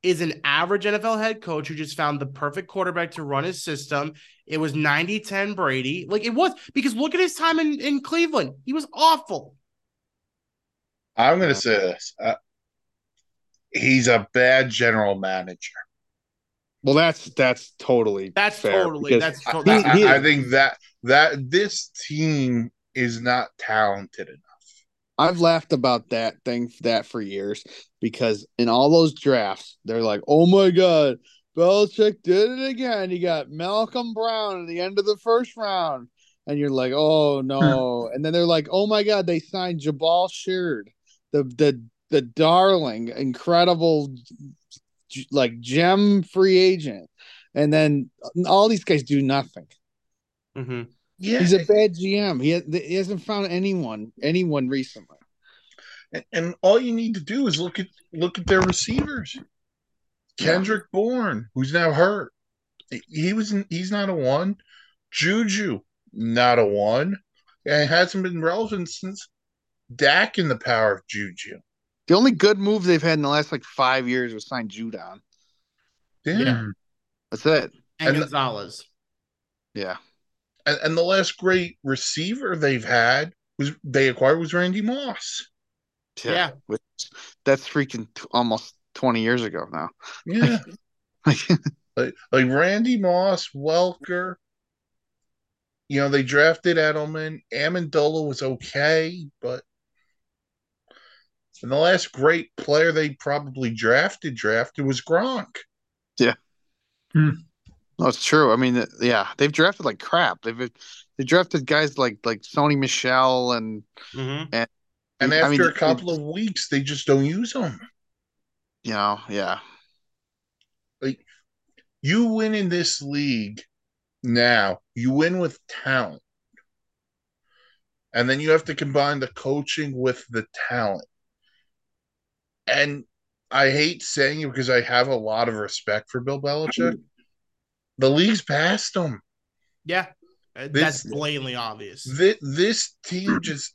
Speaker 4: is an average NFL head coach who just found the perfect quarterback to run his system. It was 90 10 Brady. Like it was, because look at his time in, in Cleveland. He was awful.
Speaker 1: I'm going to say this. Uh, he's a bad general manager.
Speaker 2: Well, that's that's totally
Speaker 4: That's
Speaker 2: fair
Speaker 4: totally,
Speaker 2: because
Speaker 4: that's
Speaker 1: I,
Speaker 4: totally.
Speaker 1: I-
Speaker 2: He- he-
Speaker 1: I think that that this team is not talented enough.
Speaker 2: I've laughed about that thing that for years because in all those drafts they're like, oh my god, Belichick did it again. He got Malcolm Brown at the end of the first round, and you're like, oh no. and then they're like, oh my god, they signed Jabal Sheard, the the the darling, incredible, g- like gem free agent, and then all these guys do nothing.
Speaker 4: Mhm.
Speaker 1: Yeah,
Speaker 2: He's a bad GM. He, he hasn't found anyone anyone recently.
Speaker 1: and, and all you need to do is look at look at their receivers. Kendrick Bourne, who's now hurt, he was he's not a one. Juju, not a one, and it hasn't been relevant since Dak in the power of Juju.
Speaker 2: The only good move they've had in the last like five years was sign Judon.
Speaker 1: Yeah,
Speaker 4: Yeah.
Speaker 3: Hmm.
Speaker 2: That's it.
Speaker 4: And,
Speaker 1: and-
Speaker 4: Gonzalez.
Speaker 2: Yeah.
Speaker 1: And, and the last great receiver they've had was they acquired was Randy Moss.
Speaker 4: Yeah.
Speaker 2: Which, that's freaking t- almost 20 years ago now.
Speaker 1: Yeah, like, like Randy Moss, Welker. You know they drafted Edelman. Amendola was okay, but and the last great player they probably drafted drafted was Gronk.
Speaker 2: no, it's true. I mean, th- yeah, they've drafted like crap. They've they drafted guys like like Sony Michelle and
Speaker 4: Mhm.
Speaker 1: And
Speaker 2: I
Speaker 1: after
Speaker 2: mean,
Speaker 1: a couple of weeks, they just don't use them.
Speaker 2: you know, yeah.
Speaker 1: You win in this league now. You win with talent, and then you have to combine the coaching with the talent. And I hate saying it because I have a lot of respect for Bill Belichick. The league's past him.
Speaker 4: Yeah. Uh,
Speaker 1: This-
Speaker 4: that's blatantly obvious.
Speaker 1: This, this team just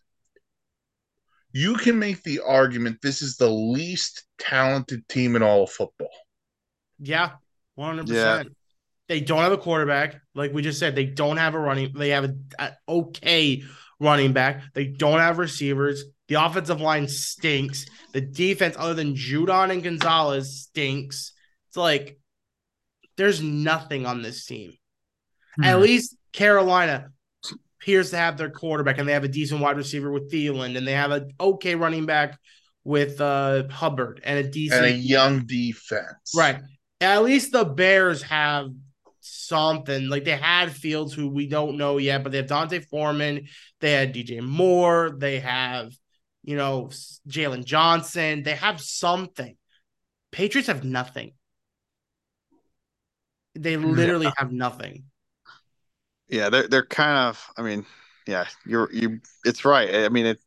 Speaker 1: you can make the argument this is the least talented team in all of football.
Speaker 4: Yeah, one hundred
Speaker 2: Yeah.
Speaker 4: percent. They don't have a quarterback, like we just said. They don't have a running. They have a, a okay running back. They don't have receivers. The offensive line stinks. The defense, other than Judon and Gonzalez, stinks. It's like there's nothing on this team.
Speaker 3: Hmm.
Speaker 4: At least Carolina appears to have their quarterback, and they have a decent wide receiver with Thielen, and they have an okay running back with uh, Hubbard, and a decent
Speaker 1: And a young defense.
Speaker 4: Right. At least the Bears have something. Like they had Fields, who we don't know yet, but they have Dante Foreman. They had DJ Moore. They have, you know, S- Jalen Johnson. They have something. Patriots have nothing. They literally have nothing.
Speaker 2: Yeah, they're they're kind of I mean, yeah, you're you it's right. I mean, it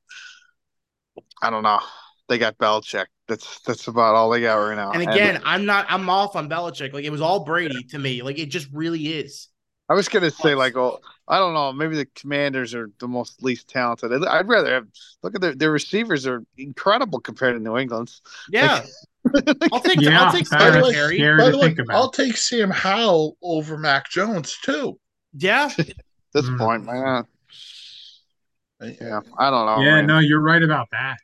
Speaker 2: I don't know. They got Belichick. That's that's about all they got right now.
Speaker 4: And again, I'm not. I'm off on Belichick. Like it was all Brady to me. Like it just really is.
Speaker 2: I was gonna say like, oh, I don't know. Maybe the Commanders are the most least talented. I'd- I'd rather have look at their their receivers are incredible compared to New England's.
Speaker 4: Yeah, I'll take.
Speaker 3: yeah,
Speaker 4: I'll take
Speaker 1: I was
Speaker 4: Singletary.
Speaker 3: scary
Speaker 1: By
Speaker 3: to
Speaker 1: the way,
Speaker 3: think about.
Speaker 1: I'll take Sam Howell over Mac Jones too.
Speaker 4: Yeah,
Speaker 2: At this
Speaker 3: Mm.
Speaker 2: point, man.
Speaker 1: I-
Speaker 2: Yeah, I don't know.
Speaker 3: yeah,
Speaker 2: man.
Speaker 3: no, you're right about that.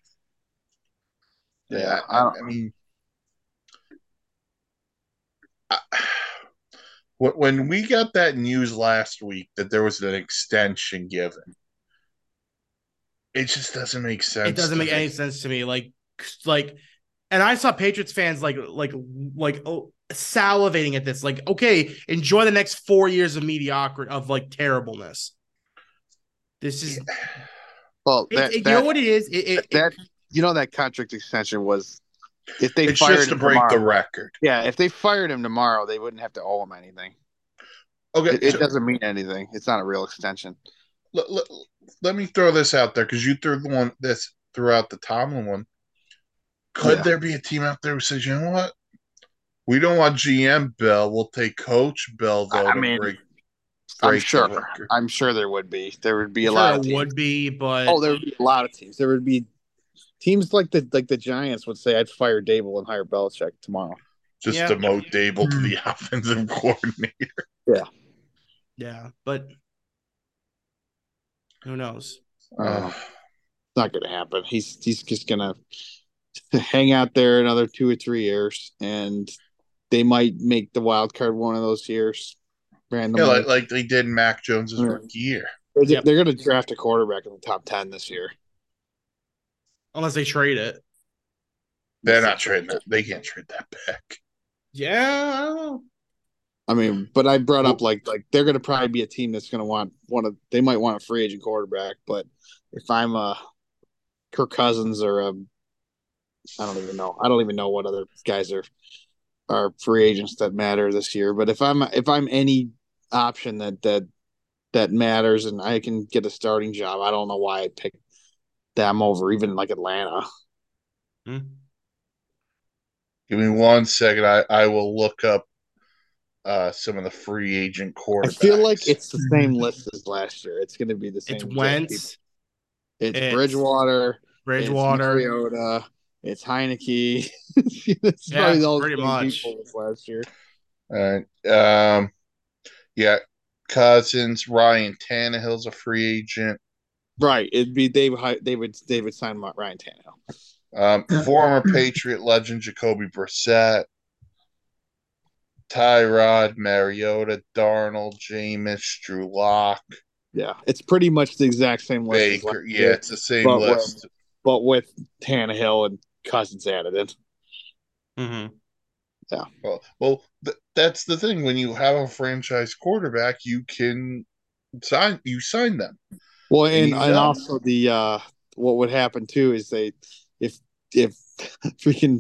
Speaker 1: Yeah,
Speaker 2: I
Speaker 1: I,
Speaker 2: don't-
Speaker 1: I mean, I, wh- when we got that news last week that there was an extension given, it just doesn't make sense.
Speaker 4: it doesn't
Speaker 1: to
Speaker 4: make
Speaker 1: me.
Speaker 4: any sense to me. Like, like, and I saw Patriots fans like, like, like oh, salivating at this. Like, okay, enjoy the next four years of mediocrity of like terribleness. This is.
Speaker 2: Well,
Speaker 4: it-
Speaker 2: that,
Speaker 4: it- you
Speaker 2: that,
Speaker 4: know what it is. It, it, it-
Speaker 2: that you know that contract extension was if they
Speaker 1: It's
Speaker 2: fired
Speaker 1: just to
Speaker 2: him
Speaker 1: break
Speaker 2: tomorrow,
Speaker 1: the record.
Speaker 2: yeah, if they fired him tomorrow, they wouldn't have to owe him anything.
Speaker 1: Okay,
Speaker 2: It, it
Speaker 1: so
Speaker 2: doesn't mean anything. It's not a real extension.
Speaker 1: let, let, let me throw this out there because you threw the one this throughout the Tomlin one. Could
Speaker 2: Yeah.
Speaker 1: there be a team out there who says, you know what? We don't want GM Bill. We'll take Coach Bill though.
Speaker 2: I
Speaker 1: to
Speaker 2: mean,
Speaker 1: break,
Speaker 2: I'm
Speaker 1: break the
Speaker 2: sure.
Speaker 1: record."
Speaker 2: I'm sure there would be. There would be
Speaker 4: sure
Speaker 2: a lot of
Speaker 4: it
Speaker 2: teams.
Speaker 4: would be, but
Speaker 2: Oh, there would be a lot of teams. There would be teams like the like the Giants would say, "I'd fire Dable and hire Belichick tomorrow."
Speaker 1: just
Speaker 4: Yeah.
Speaker 1: demote Dable to the offensive coordinator.
Speaker 4: yeah, but who knows?
Speaker 2: Uh, it's not going to happen. He's he's just going to hang out there another two or three years, and they might make the wild card one of those years. Randomly,
Speaker 1: yeah, like, like they did Mac Jones's
Speaker 2: Yeah.
Speaker 1: rookie year.
Speaker 2: they're,
Speaker 4: Yep.
Speaker 2: they're going to draft a quarterback in the top ten this year.
Speaker 4: Unless they trade it.
Speaker 1: They're not trading that. They can't trade that back.
Speaker 4: Yeah, I don't know.
Speaker 2: I mean, but I brought up like like they're going to probably be a team that's going to want one of they might want a free agent quarterback, but if I'm a Kirk Cousins or a I don't even know I don't even know what other guys are are free agents that matter this year. But if I'm if I'm any option that that that matters and I can get a starting job, I don't know why I pick them over even like Atlanta.
Speaker 4: Hmm.
Speaker 1: Give me one second. I, I will look up uh, some of the free agent
Speaker 2: I
Speaker 1: quarterbacks.
Speaker 2: feel like it's the same
Speaker 3: Mhm.
Speaker 2: list as last year. It's going to be the same.
Speaker 4: It's
Speaker 2: exact people.
Speaker 4: Wentz,
Speaker 2: It's,
Speaker 4: it's-
Speaker 2: Bridgewater. It's
Speaker 4: Bridgewater.
Speaker 2: Mariota. It's Heineke. it's
Speaker 4: Yeah,
Speaker 2: probably all
Speaker 4: pretty
Speaker 2: the same
Speaker 4: much.
Speaker 2: people as last year.
Speaker 1: All right. Um, yeah, Cousins, Ryan Tannehill's a free agent.
Speaker 2: Right. It'd be they. would hi- They would. They would sign Ma- Ryan Tannehill.
Speaker 1: Um, former Patriot legend Jacoby Brissett, Tyrod, Mariota, Darnold, Jameis, Drew Lock,
Speaker 2: Yeah, it's pretty much the exact same list. as
Speaker 1: Baker.
Speaker 2: last
Speaker 1: Yeah,
Speaker 2: year,
Speaker 1: it's the same
Speaker 2: But when-
Speaker 1: list.
Speaker 2: but with Tannehill and Cousins added in.
Speaker 4: Mhm.
Speaker 1: Well, well, th- that's the thing. When you have a franchise quarterback, you can sign you sign them.
Speaker 2: Well, and,
Speaker 1: you
Speaker 2: and
Speaker 1: know.
Speaker 2: also the uh, what would happen too is they if if freaking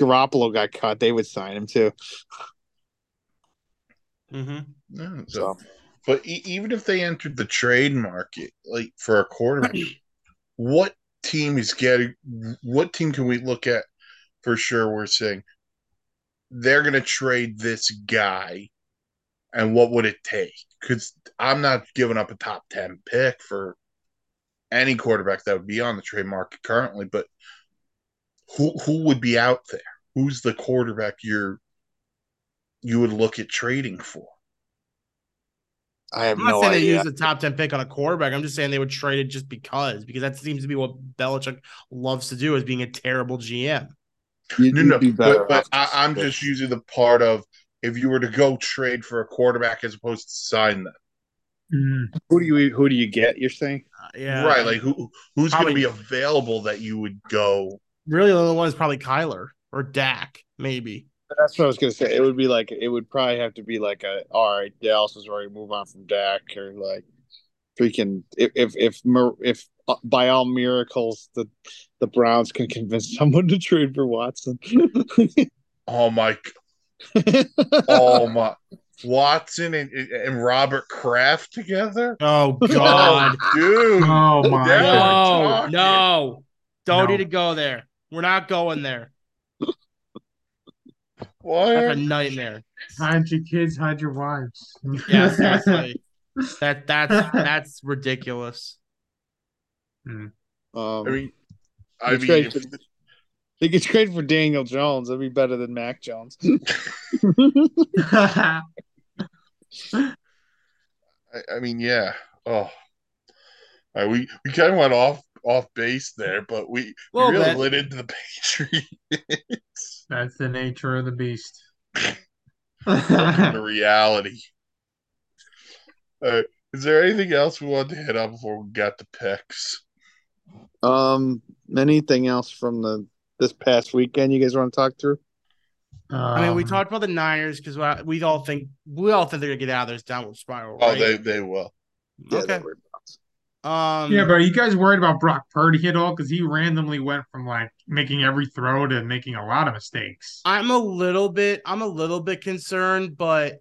Speaker 2: Garoppolo got cut, they would sign him too.
Speaker 4: Mhm.
Speaker 1: Yeah, so-
Speaker 2: So
Speaker 1: but e- even if they entered the trade market, like for a quarterback, what team is getting? What team can we look at for sure? We're saying they're going to trade this guy, and what would it take? Because I'm not giving up a top ten pick for any quarterback that would be on the trade market currently. But who who would be out there? Who's the quarterback you're you would look at trading for?
Speaker 2: I have
Speaker 4: I'm not
Speaker 2: no
Speaker 4: saying they
Speaker 2: idea.
Speaker 4: use the top ten pick on a quarterback. I'm just saying they would trade it just because, because that seems to be what Belichick loves to do as being a terrible GM.
Speaker 2: You'd-
Speaker 1: No,
Speaker 2: you'd
Speaker 1: no,
Speaker 2: be better
Speaker 1: but, but I,
Speaker 2: off-
Speaker 1: I'm just using the part of if you were to go trade for a quarterback as opposed to sign them,
Speaker 3: Mm.
Speaker 2: who do you who do you get? You're saying.
Speaker 4: Uh, yeah,
Speaker 1: right? Like who who's going to
Speaker 4: Probably-
Speaker 1: be available that you would go?
Speaker 4: really the only one is probably Kyler or Dak, maybe.
Speaker 2: That's what I was gonna say. It would be like it would probably have to be like a all right, Dallas is ready to move on from Dak or like freaking if if if, Mer- if uh, by all miracles the the Browns can convince someone to trade for Watson.
Speaker 1: Oh my! Oh my! Watson and, and Robert Kraft together?
Speaker 4: Oh
Speaker 1: Oh,
Speaker 4: God,
Speaker 1: dude!
Speaker 2: Uh-huh.
Speaker 3: Oh my
Speaker 1: Yeah. God.
Speaker 3: god.
Speaker 4: no, no, Don't
Speaker 3: No.
Speaker 4: need to go there. We're not going there. That's a
Speaker 1: Why?
Speaker 4: nightmare.
Speaker 3: Hide your kids, hide your wives.
Speaker 4: Yeah, seriously. that that's that's ridiculous.
Speaker 2: Um,
Speaker 1: I mean, I
Speaker 2: That's
Speaker 1: mean,
Speaker 2: right.
Speaker 1: if,
Speaker 2: He gets traded for Daniel Jones. That'd be better than Mac Jones.
Speaker 1: I, I mean, yeah. Oh, All right, we we kind of went off off base there, but we, we
Speaker 4: Little
Speaker 1: really
Speaker 4: bit.
Speaker 1: lit into the Patriots
Speaker 3: That's the nature of the beast. Uh,
Speaker 1: the reality. All right, is there anything else we wanted to hit on before we got to picks?
Speaker 2: um, anything else from the this past weekend you guys want to talk through?
Speaker 4: I mean, we
Speaker 3: Um,
Speaker 4: talked about the Niners because we all think we all think they're gonna get out of this downward spiral.
Speaker 1: Oh,
Speaker 4: Right?
Speaker 1: they they will.
Speaker 2: Yeah,
Speaker 4: okay.
Speaker 2: don't worry about it.
Speaker 4: Um,
Speaker 3: Yeah, but are you guys worried about Brock Purdy at all? Because he randomly went from like making every throw to making a lot of mistakes.
Speaker 4: I'm a little bit I'm a little bit concerned, but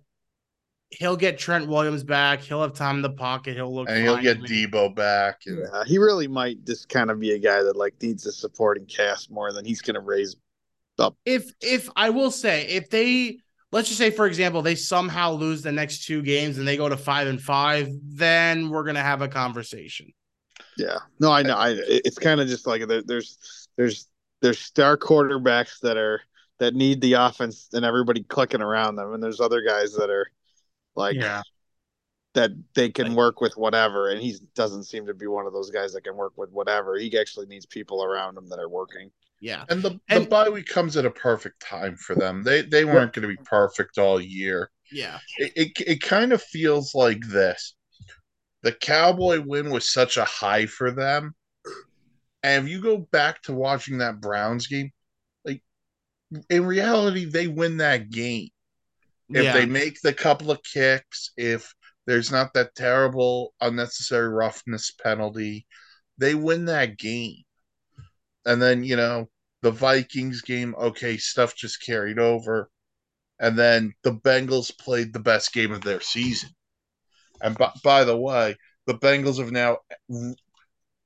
Speaker 4: he'll get Trent Williams back. He'll have time in the pocket. He'll look.
Speaker 1: And he'll
Speaker 4: fine
Speaker 1: get
Speaker 4: to me.
Speaker 1: Debo back. And
Speaker 2: Yeah, he really might just kind of be a guy that like needs a supporting cast more than he's going to raise.
Speaker 4: if if I will say if they let's just say for example they somehow lose the next two games and they go to five and five, then we're gonna have a conversation.
Speaker 2: Yeah, no, I know. I it- it's kind of just like there, there's there's there's star quarterbacks that are that need the offense and everybody clicking around them, and there's other guys that are like
Speaker 3: yeah,
Speaker 2: that they can
Speaker 4: Like-
Speaker 2: work with whatever and he doesn't seem to be one of those guys that can work with whatever he actually needs people around him that are working
Speaker 4: Yeah.
Speaker 1: And the, the
Speaker 4: And-
Speaker 1: bye week comes at a perfect time for them. They they weren't going to be perfect all year.
Speaker 4: Yeah.
Speaker 1: It, it, it kind of feels like this. The Cowboy win was such a high for them. And if you go back to watching that Browns game, like in reality, they win that game. If
Speaker 4: yeah.
Speaker 1: they make the couple of kicks, if there's not that terrible unnecessary roughness penalty, they win that game. And then, you know, the Vikings game, okay, stuff just carried over. And then the Bengals played the best game of their season. And by, by the way, the Bengals have now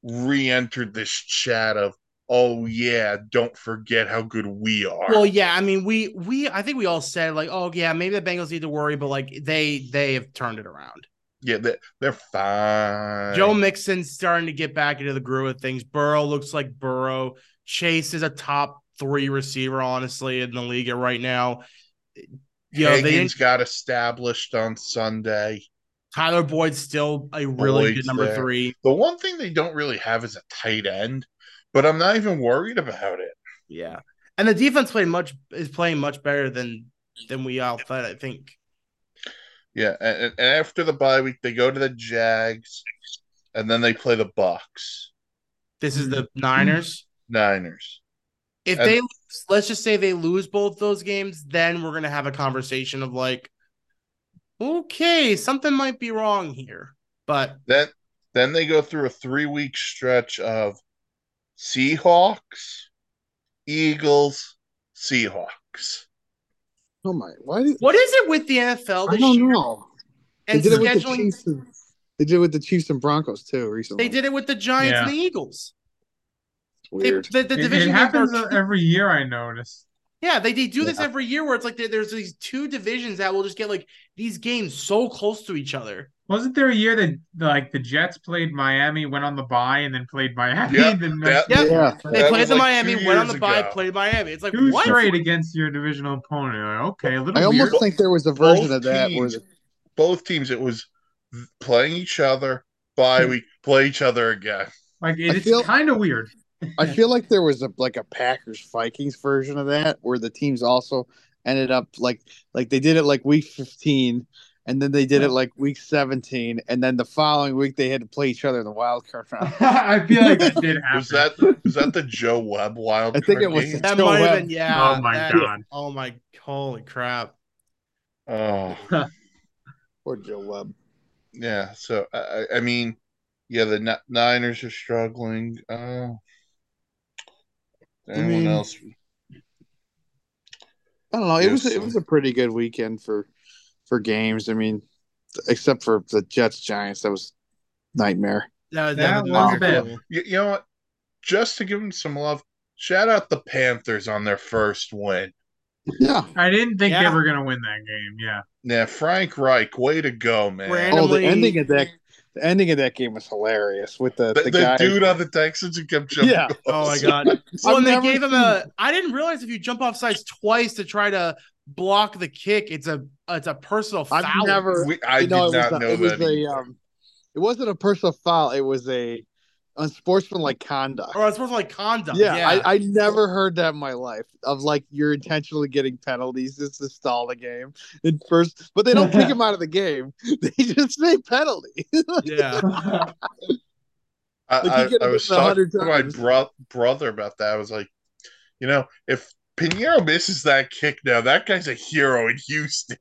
Speaker 1: re entered this chat of, oh, yeah, don't forget how good we are.
Speaker 4: well, yeah, I mean, we we I think we all said like, oh yeah, maybe the Bengals need to worry, but like they they have turned it around.
Speaker 1: yeah, they, they're fine.
Speaker 4: Joe Mixon's starting to get back into the groove of things. Burrow looks like Burrow. Chase is a top three receiver, honestly, in the league right now. You know, they
Speaker 1: Higgins
Speaker 4: didn't,
Speaker 1: got established on Sunday.
Speaker 4: Tyler Boyd's still a really good
Speaker 1: Boyd's
Speaker 4: number
Speaker 1: there.
Speaker 4: three.
Speaker 1: The one thing they don't really have is a tight end, but I'm not even worried about it.
Speaker 4: Yeah, and the defense played much is playing much better than than we all thought. I think.
Speaker 1: Yeah, and, and after the bye week, they go to the Jags, and then they play the Bucks,
Speaker 4: This is the Niners.
Speaker 1: Niners.
Speaker 4: If
Speaker 1: Mm-hmm. And-
Speaker 4: they lose- let's just say they lose both those games, then we're gonna have a conversation of like, okay, something might be wrong here. But
Speaker 1: Then then they go through a three week stretch of Seahawks, Eagles, Seahawks.
Speaker 2: oh my why did,
Speaker 4: what is it with the NFL
Speaker 2: i
Speaker 4: this
Speaker 2: don't
Speaker 4: year
Speaker 2: know they
Speaker 4: and
Speaker 2: did it with the
Speaker 4: scheduling?
Speaker 2: chiefs and, they did it with the chiefs and broncos too recently
Speaker 4: they did it with the Giants
Speaker 3: Yeah.
Speaker 4: and the Eagles.
Speaker 2: It's
Speaker 4: They,
Speaker 2: weird
Speaker 4: the, the
Speaker 3: It-
Speaker 4: division
Speaker 3: it,
Speaker 4: games
Speaker 3: happens
Speaker 4: are-
Speaker 3: every year. I notice.
Speaker 4: Yeah, they, they do this
Speaker 2: Yeah.
Speaker 4: every year where it's like there- there's these two divisions that will just get like these games so close to each other.
Speaker 3: Wasn't there a year that like the Jets played Miami, went on the bye, and then played Miami?
Speaker 1: Yeah,
Speaker 3: the
Speaker 1: that-
Speaker 4: Yeah.
Speaker 2: yeah
Speaker 4: They
Speaker 1: That
Speaker 4: played
Speaker 1: was,
Speaker 4: the
Speaker 1: like,
Speaker 4: Miami,
Speaker 1: two
Speaker 4: went on
Speaker 1: years
Speaker 4: the bye,
Speaker 1: ago.
Speaker 4: played Miami. It's like
Speaker 3: two
Speaker 4: what?
Speaker 3: straight against your divisional opponent. Like, okay, a little
Speaker 2: i
Speaker 3: weird.
Speaker 2: almost think there was a version
Speaker 1: Both
Speaker 2: of that where
Speaker 1: teams-
Speaker 2: the-
Speaker 1: Both teams, it was playing each other, bye week, play each other again.
Speaker 3: Like
Speaker 2: I
Speaker 3: it's
Speaker 2: feel-
Speaker 3: kind of weird.
Speaker 2: i feel like there was a like a packers vikings version of that where the teams also ended up like like they did it like week 15 and then they did it like week 17 and then the following week they had to play each other in the wild card round
Speaker 3: I feel like that did happen.
Speaker 1: Was that was that the Joe Webb wild?
Speaker 2: I think
Speaker 1: card
Speaker 2: it was
Speaker 1: game?
Speaker 4: That
Speaker 2: Joe
Speaker 4: might have
Speaker 2: Webb.
Speaker 4: been yeah.
Speaker 3: oh my
Speaker 4: that-
Speaker 3: god!
Speaker 4: Oh my holy crap.
Speaker 1: Oh
Speaker 2: Poor Joe Webb.
Speaker 1: yeah. So I, I- I mean, yeah, the Ni- Niners are struggling. Oh, anyone
Speaker 2: mean-
Speaker 1: else?
Speaker 2: I don't know. It was
Speaker 1: Yes.
Speaker 2: it was a pretty good weekend for for games. I mean, except for the Jets Giants, that was nightmare.
Speaker 4: That was
Speaker 3: That
Speaker 4: that was
Speaker 3: was
Speaker 4: awful.
Speaker 3: bad.
Speaker 1: You, you know what? just to give them some love, shout out the Panthers on their first win.
Speaker 2: Yeah.
Speaker 3: I didn't think
Speaker 4: Yeah.
Speaker 3: they were going to win that game. Yeah.
Speaker 1: Yeah, Frank Reich, way to go, man.
Speaker 4: Randomly,
Speaker 2: Oh, the ending of that the ending of that game was hilarious with the,
Speaker 1: the,
Speaker 2: the,
Speaker 1: the
Speaker 2: guy.
Speaker 1: dude on the Texans who kept jumping.
Speaker 2: yeah.
Speaker 4: Oh my god! Well, and they
Speaker 2: never
Speaker 4: gave him
Speaker 2: seen
Speaker 4: a. I didn't realize if you jump off sides twice to try to block the kick, it's a it's a personal foul.
Speaker 2: I've never
Speaker 1: We, I
Speaker 2: you know,
Speaker 1: did
Speaker 2: it was
Speaker 1: not
Speaker 2: a-
Speaker 1: know
Speaker 2: it was
Speaker 1: that.
Speaker 2: a,
Speaker 1: either.
Speaker 2: um, it wasn't a personal foul, it was a unsportsmanlike conduct.
Speaker 4: or it's supposed to like conduct.
Speaker 2: yeah,
Speaker 4: Yeah,
Speaker 2: I, I never heard that in my life of like you're intentionally getting penalties just to stall the game in first, but they don't pick him out of the game. They just say penalty.
Speaker 4: yeah.
Speaker 1: I,
Speaker 2: Like, you
Speaker 1: I-
Speaker 2: get
Speaker 1: I
Speaker 2: him
Speaker 1: was
Speaker 2: a
Speaker 1: talking
Speaker 2: hundred
Speaker 1: to my
Speaker 2: times.
Speaker 1: bro- brother about that. I was like, you know, if Pinheiro misses that kick now, that guy's a hero in Houston.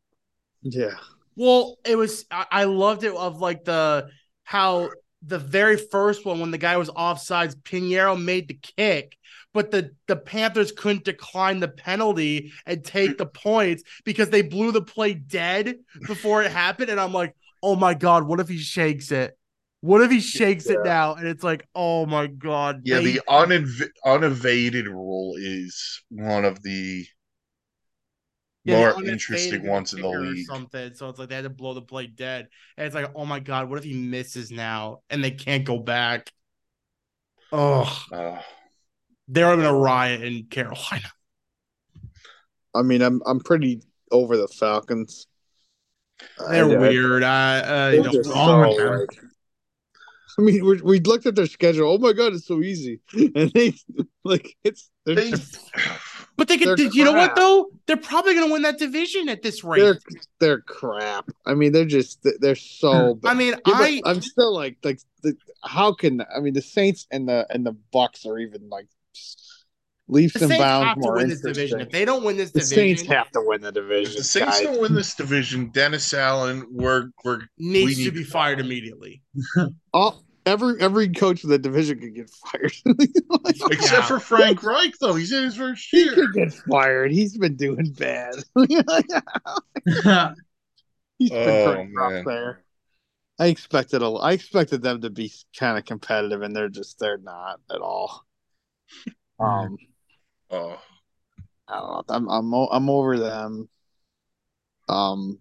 Speaker 2: yeah.
Speaker 4: Well, it was. I, I loved it of like the how the very first one when the guy was offsides, Pinheiro made the kick, but the the Panthers couldn't decline the penalty and take the points because they blew the play dead before it happened. And I'm like, oh my god, what if he shakes it? What if he shakes it now? And it's like, oh my god,
Speaker 1: Yeah,
Speaker 4: they-
Speaker 1: the uninv- unevaded rule is one of the
Speaker 4: yeah, the
Speaker 1: more
Speaker 4: unaided
Speaker 1: interesting ones in the
Speaker 4: kicker or
Speaker 1: league.
Speaker 4: Something. So it's like they had to blow the play dead, and it's like, oh my god, what if he misses now and they can't go back? Oh,
Speaker 1: Uh,
Speaker 4: there would have been a riot in Carolina.
Speaker 2: I mean, I'm I'm pretty over the Falcons.
Speaker 4: They're
Speaker 2: I- I-
Speaker 4: weird. I, I
Speaker 2: They're
Speaker 4: don't
Speaker 2: just
Speaker 4: know. oh
Speaker 3: wrong with
Speaker 2: so,
Speaker 3: them.
Speaker 2: like- I mean, we we looked at their schedule. Oh my god, it's so easy, and they like it's they're
Speaker 1: they-
Speaker 4: But they could.
Speaker 2: They're
Speaker 4: You know what
Speaker 2: crap.
Speaker 4: though? They're probably going to win that division at this rate.
Speaker 2: they're they're crap. I mean, they're just they're so. Bad.
Speaker 4: I mean,
Speaker 2: Yeah, but
Speaker 4: Hmm. I
Speaker 2: I'm still like like the, how can I mean the Saints and the and the Bucks are even like just leaps
Speaker 4: the
Speaker 2: and
Speaker 4: Saints
Speaker 2: bounds
Speaker 4: have to
Speaker 2: more
Speaker 4: win this
Speaker 2: interesting.
Speaker 4: division. If they don't win this
Speaker 2: the Saints
Speaker 4: division,
Speaker 2: have to win the
Speaker 1: if
Speaker 2: division.
Speaker 1: the Saints
Speaker 2: guys.
Speaker 1: don't win this division, Dennis Allen, we're we're
Speaker 4: needs
Speaker 1: we
Speaker 4: to
Speaker 1: need
Speaker 4: be
Speaker 1: to-
Speaker 4: fired immediately.
Speaker 2: All, every every coach in the division could get fired. Like,
Speaker 1: except
Speaker 3: Yeah.
Speaker 1: for Frank Reich though. He's in his first
Speaker 2: he
Speaker 1: year.
Speaker 2: could get fired. He's been doing bad. He's been
Speaker 1: Oh,
Speaker 2: pretty rough
Speaker 1: man.
Speaker 2: there. I expected a, I expected them to be kind of competitive, and they're just they're not at all. Um,
Speaker 1: Oh,
Speaker 2: I don't know. I'm I'm o- I'm over them. Um,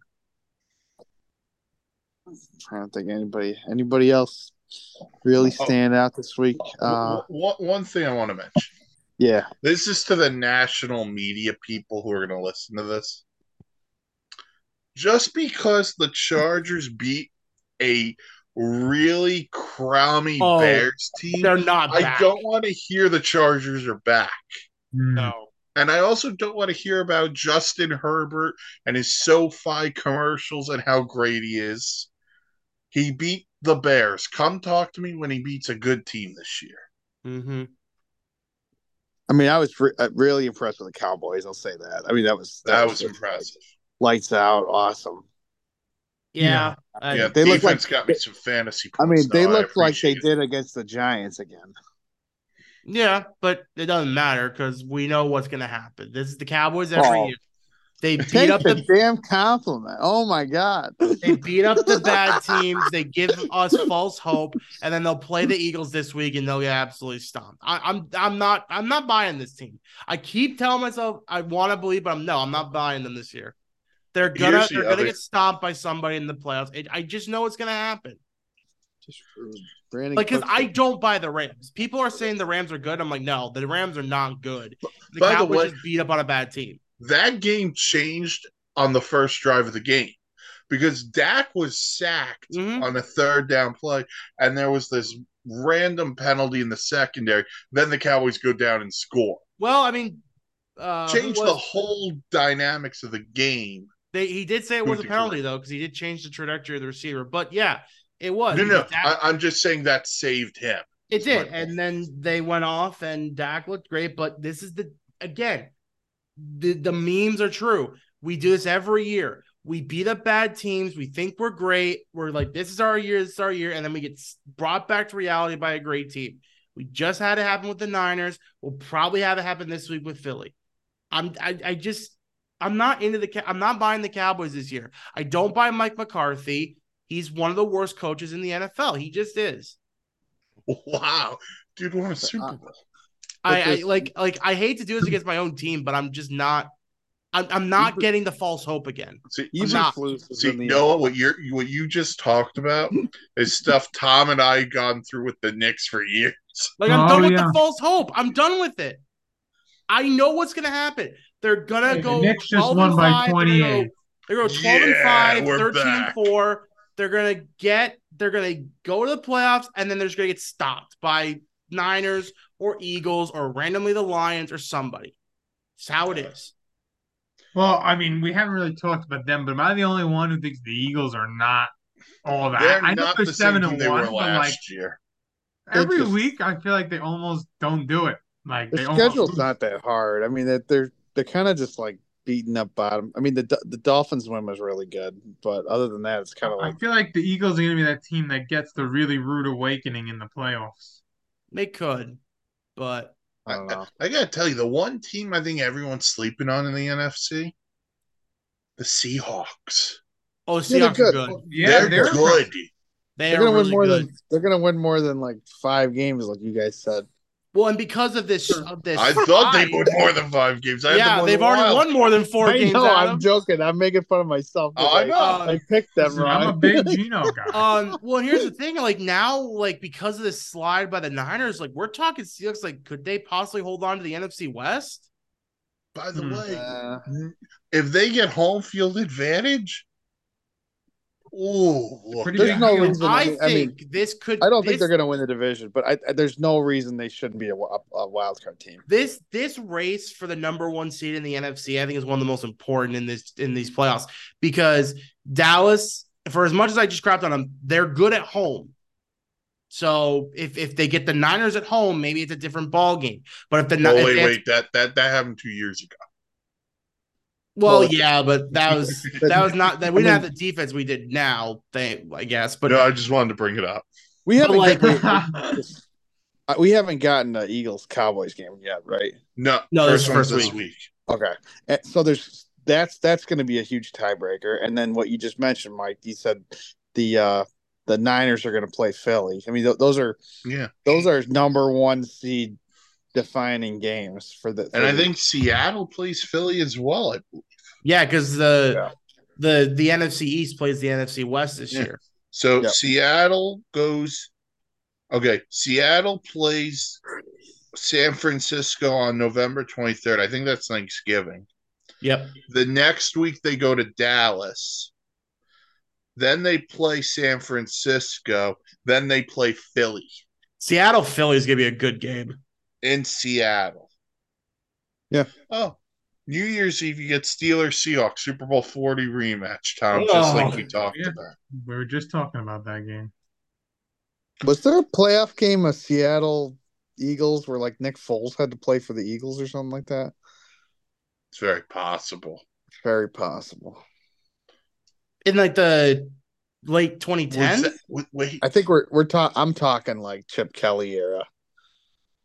Speaker 2: trying to think anybody anybody else really
Speaker 1: Oh.
Speaker 2: stand out this week. Uh,
Speaker 1: one, one thing I want to mention.
Speaker 2: yeah,
Speaker 1: This is to the national media people who are going to listen to this. Just because the Chargers beat a really crummy
Speaker 4: Oh,
Speaker 1: Bears team,
Speaker 4: They're not.
Speaker 1: I
Speaker 4: back.
Speaker 1: don't want to hear the Chargers are back.
Speaker 3: no.
Speaker 4: No.
Speaker 1: And I also don't want to hear about Justin Herbert and his SoFi commercials and how great he is. He beat the Bears. Come talk to me when he beats a good team this year.
Speaker 4: Mm-hmm.
Speaker 2: I mean, I was re- uh, really impressed with the Cowboys. I'll say that. I mean, that was
Speaker 1: That, was
Speaker 2: just, like,
Speaker 1: impressive.
Speaker 2: Lights out, awesome.
Speaker 4: Yeah.
Speaker 3: Yeah.
Speaker 4: I-
Speaker 1: Yeah,
Speaker 2: They look
Speaker 1: defense
Speaker 2: like-
Speaker 1: got me some fantasy
Speaker 2: I
Speaker 1: points.
Speaker 2: mean, they
Speaker 1: though.
Speaker 2: looked like they
Speaker 1: appreciate it.
Speaker 2: did against the Giants again.
Speaker 4: Yeah, but it doesn't matter because we know what's going to happen. This is the Cowboys every
Speaker 2: Oh.
Speaker 4: year. They beat
Speaker 2: Take
Speaker 4: up
Speaker 2: the
Speaker 4: the
Speaker 2: damn compliment. Oh my god.
Speaker 4: they beat up the bad teams. They give us false hope, and then they'll play the Eagles this week, and they'll get absolutely stomped. I, I'm I'm not I'm not buying this team. I keep telling myself I want to believe, but I'm no, I'm not buying them this year. They're gonna
Speaker 1: Here's the
Speaker 4: they're gonna
Speaker 1: other-
Speaker 4: get stomped by somebody in the playoffs. It, I just know it's gonna happen.
Speaker 2: Just Brandon
Speaker 4: Like, cause
Speaker 2: Cooks-
Speaker 4: I don't buy the Rams. People are saying the Rams are good. I'm like, no, the Rams are not good. The
Speaker 1: By the
Speaker 4: Cowboys
Speaker 1: way-
Speaker 4: just beat up on a bad team.
Speaker 1: that game changed on the first drive of the game because Dak was sacked
Speaker 4: Mhm.
Speaker 1: on a third down play, and there was this random penalty in the secondary. Then the Cowboys go down and score.
Speaker 4: Well, I mean, uh, who
Speaker 1: Change
Speaker 4: was-
Speaker 1: the whole dynamics of the game.
Speaker 4: They, he did say it
Speaker 1: Who
Speaker 4: was a
Speaker 1: did you-
Speaker 4: penalty though, because he did change the trajectory of the receiver. But yeah, it was.
Speaker 1: no, no,
Speaker 4: Dak-
Speaker 1: I, I'm just saying that saved him.
Speaker 4: it
Speaker 1: my
Speaker 4: did,
Speaker 1: fault.
Speaker 4: and then they went off, and Dak looked great. But this is the again, the the memes are true. We do this every year. We beat up bad teams. We think we're great. We're like, this is our year. This is our year, and then we get s- brought back to reality by a great team. We just had it happen with the Niners. We'll probably have it happen this week with Philly. I'm I, I just I'm not into the Cow- I'm not buying the Cowboys this year. I don't buy Mike McCarthy. He's one of the worst coaches in the NFL. He just is.
Speaker 1: Wow, Dude won a
Speaker 2: Uh,
Speaker 1: Super Bowl.
Speaker 4: I, I
Speaker 2: Because-
Speaker 4: like like I hate to do this against my own team, but I'm just not. I'm, I'm not
Speaker 2: Ebert-
Speaker 4: getting the false hope again.
Speaker 1: See,
Speaker 4: I'm
Speaker 1: see,
Speaker 4: not.
Speaker 2: Eberflus is
Speaker 1: see,
Speaker 2: in the-
Speaker 1: Noah, what you what you just talked about is stuff Tom and I gone through with the Knicks for years.
Speaker 4: Like I'm
Speaker 3: Oh,
Speaker 4: done with
Speaker 3: yeah.
Speaker 4: the false hope. I'm done with it. I know what's gonna happen. They're gonna
Speaker 3: Hey, the
Speaker 4: go.
Speaker 3: Knicks just
Speaker 4: 12
Speaker 3: won
Speaker 4: and
Speaker 3: by
Speaker 4: 5, they're gonna go-
Speaker 3: 28.
Speaker 4: They go 12
Speaker 1: Yeah,
Speaker 4: and 5,
Speaker 1: we're
Speaker 4: 13
Speaker 1: back.
Speaker 4: and 4. They're going to get, they're going to go to the playoffs, and then they're just going to get stopped by Niners or Eagles or randomly the Lions or somebody. It's how it is.
Speaker 3: Well, I mean, we haven't really talked about them, but am I the only one who thinks the Eagles are not all that?
Speaker 1: They're
Speaker 3: I know
Speaker 1: not
Speaker 3: they're
Speaker 1: the same
Speaker 3: seven
Speaker 1: team
Speaker 3: and
Speaker 1: they
Speaker 3: one,
Speaker 1: were
Speaker 3: but
Speaker 1: last
Speaker 3: like
Speaker 1: year.
Speaker 2: They're
Speaker 3: every
Speaker 2: just-
Speaker 3: week, I feel like they almost don't do it. Like
Speaker 2: The
Speaker 3: they almost
Speaker 2: schedule's
Speaker 3: lose.
Speaker 2: not that hard. I mean, that they're they're kind of just like beating up bottom. I mean, the Do- the Dolphins win was really good, but other than that, it's kind of
Speaker 3: I
Speaker 2: like
Speaker 3: feel like the Eagles are going to be that team that gets the really rude awakening in the playoffs.
Speaker 4: They could, but
Speaker 2: I don't know.
Speaker 1: I gotta tell you, the one team I think everyone's sleeping on in the NFC, the Seahawks.
Speaker 4: oh,
Speaker 2: Yeah, they're
Speaker 4: Seahawks are
Speaker 2: good.
Speaker 4: good.
Speaker 3: Yeah,
Speaker 1: they're, good.
Speaker 4: They
Speaker 2: They're
Speaker 4: are
Speaker 2: gonna
Speaker 4: really
Speaker 2: win more
Speaker 4: good.
Speaker 2: than they're gonna win more than like five games, like you guys said.
Speaker 4: well, and because of this, of this,
Speaker 1: I thought they
Speaker 4: tie-
Speaker 1: won more than five games. I had them
Speaker 4: Yeah,
Speaker 1: on
Speaker 4: they've
Speaker 1: the
Speaker 4: already
Speaker 1: Wild.
Speaker 4: won more than four
Speaker 2: I
Speaker 4: games.
Speaker 2: know, I'm
Speaker 4: Adam.
Speaker 2: joking. I'm making fun of myself. 'cause
Speaker 1: Oh, I
Speaker 2: I,
Speaker 1: know.
Speaker 4: Uh,
Speaker 2: I picked them
Speaker 3: Listen, I'm a
Speaker 2: wrong.
Speaker 3: big Geno guy.
Speaker 4: Um, well, here's the thing, like now, like because of this slide by the Niners, like we're talking Seahawks, like could they possibly hold on to the NFC West?
Speaker 1: By the
Speaker 3: Hmm.
Speaker 1: way,
Speaker 2: Uh,
Speaker 1: if they get home field advantage, oh, look,
Speaker 3: Pretty
Speaker 2: there's
Speaker 3: big
Speaker 2: no
Speaker 3: deal.
Speaker 2: reason.
Speaker 4: I
Speaker 2: I,
Speaker 4: think
Speaker 2: I mean,
Speaker 4: this could.
Speaker 2: I don't
Speaker 4: this,
Speaker 2: think they're gonna win the division, but I, I- there's no reason they shouldn't be a, wi- a wild card team.
Speaker 4: This this race for the number one seed in the NFC, I think, is one of the most important in this in these playoffs because Dallas, for as much as I just crapped on them, they're good at home. So if if they get the Niners at home, maybe it's a different ball game. But if the
Speaker 1: Oh
Speaker 4: if
Speaker 1: wait,
Speaker 4: they-
Speaker 1: wait, that that that happened two years ago.
Speaker 4: well,
Speaker 2: Well,
Speaker 4: yeah, but that was that was not that we
Speaker 2: I
Speaker 4: didn't
Speaker 2: mean-
Speaker 4: have the defense we did now. Thank I guess, but
Speaker 1: no, I just wanted to bring it up.
Speaker 2: We
Speaker 4: But,
Speaker 2: haven't
Speaker 4: like-
Speaker 2: gotten, uh, we haven't gotten the Eagles Cowboys game yet, right?
Speaker 1: No,
Speaker 4: No, this
Speaker 1: first, one's
Speaker 4: is first
Speaker 1: this week.
Speaker 2: Okay, And so there's that's that's going to be a huge tiebreaker, and then what you just mentioned, Mike, you said the uh the Niners are going to play Philly. I mean, th- those are
Speaker 1: Yeah,
Speaker 2: those are number one seed defining games for the.
Speaker 1: and
Speaker 2: for
Speaker 1: I
Speaker 2: the-
Speaker 1: think Seattle plays Philly as well. I believe.
Speaker 4: yeah, because the
Speaker 2: Yeah.
Speaker 4: the the NFC East plays the NFC West this
Speaker 1: Yeah.
Speaker 4: year.
Speaker 1: So
Speaker 2: Yep.
Speaker 1: Seattle goes. Okay, Seattle plays San Francisco on November twenty third. I think that's Thanksgiving.
Speaker 4: Yep.
Speaker 1: The next week they go to Dallas. Then they play San Francisco. Then they play Philly
Speaker 4: Seattle Philly's gonna be a good game.
Speaker 1: in Seattle.
Speaker 2: Yeah.
Speaker 1: Oh, New Year's Eve you get Steelers Seahawks Super Bowl forty rematch, Tom, just
Speaker 4: Oh.
Speaker 1: like we talked
Speaker 3: Yeah.
Speaker 1: about.
Speaker 3: we were just talking about that game.
Speaker 2: was there a playoff game of Seattle Eagles where like Nick Foles had to play for the Eagles or something like that?
Speaker 1: It's very possible.
Speaker 2: Very possible.
Speaker 4: In like the late 2010.
Speaker 1: Was that- wait, wait,
Speaker 2: I think we're we're talking. I'm talking like Chip Kelly era.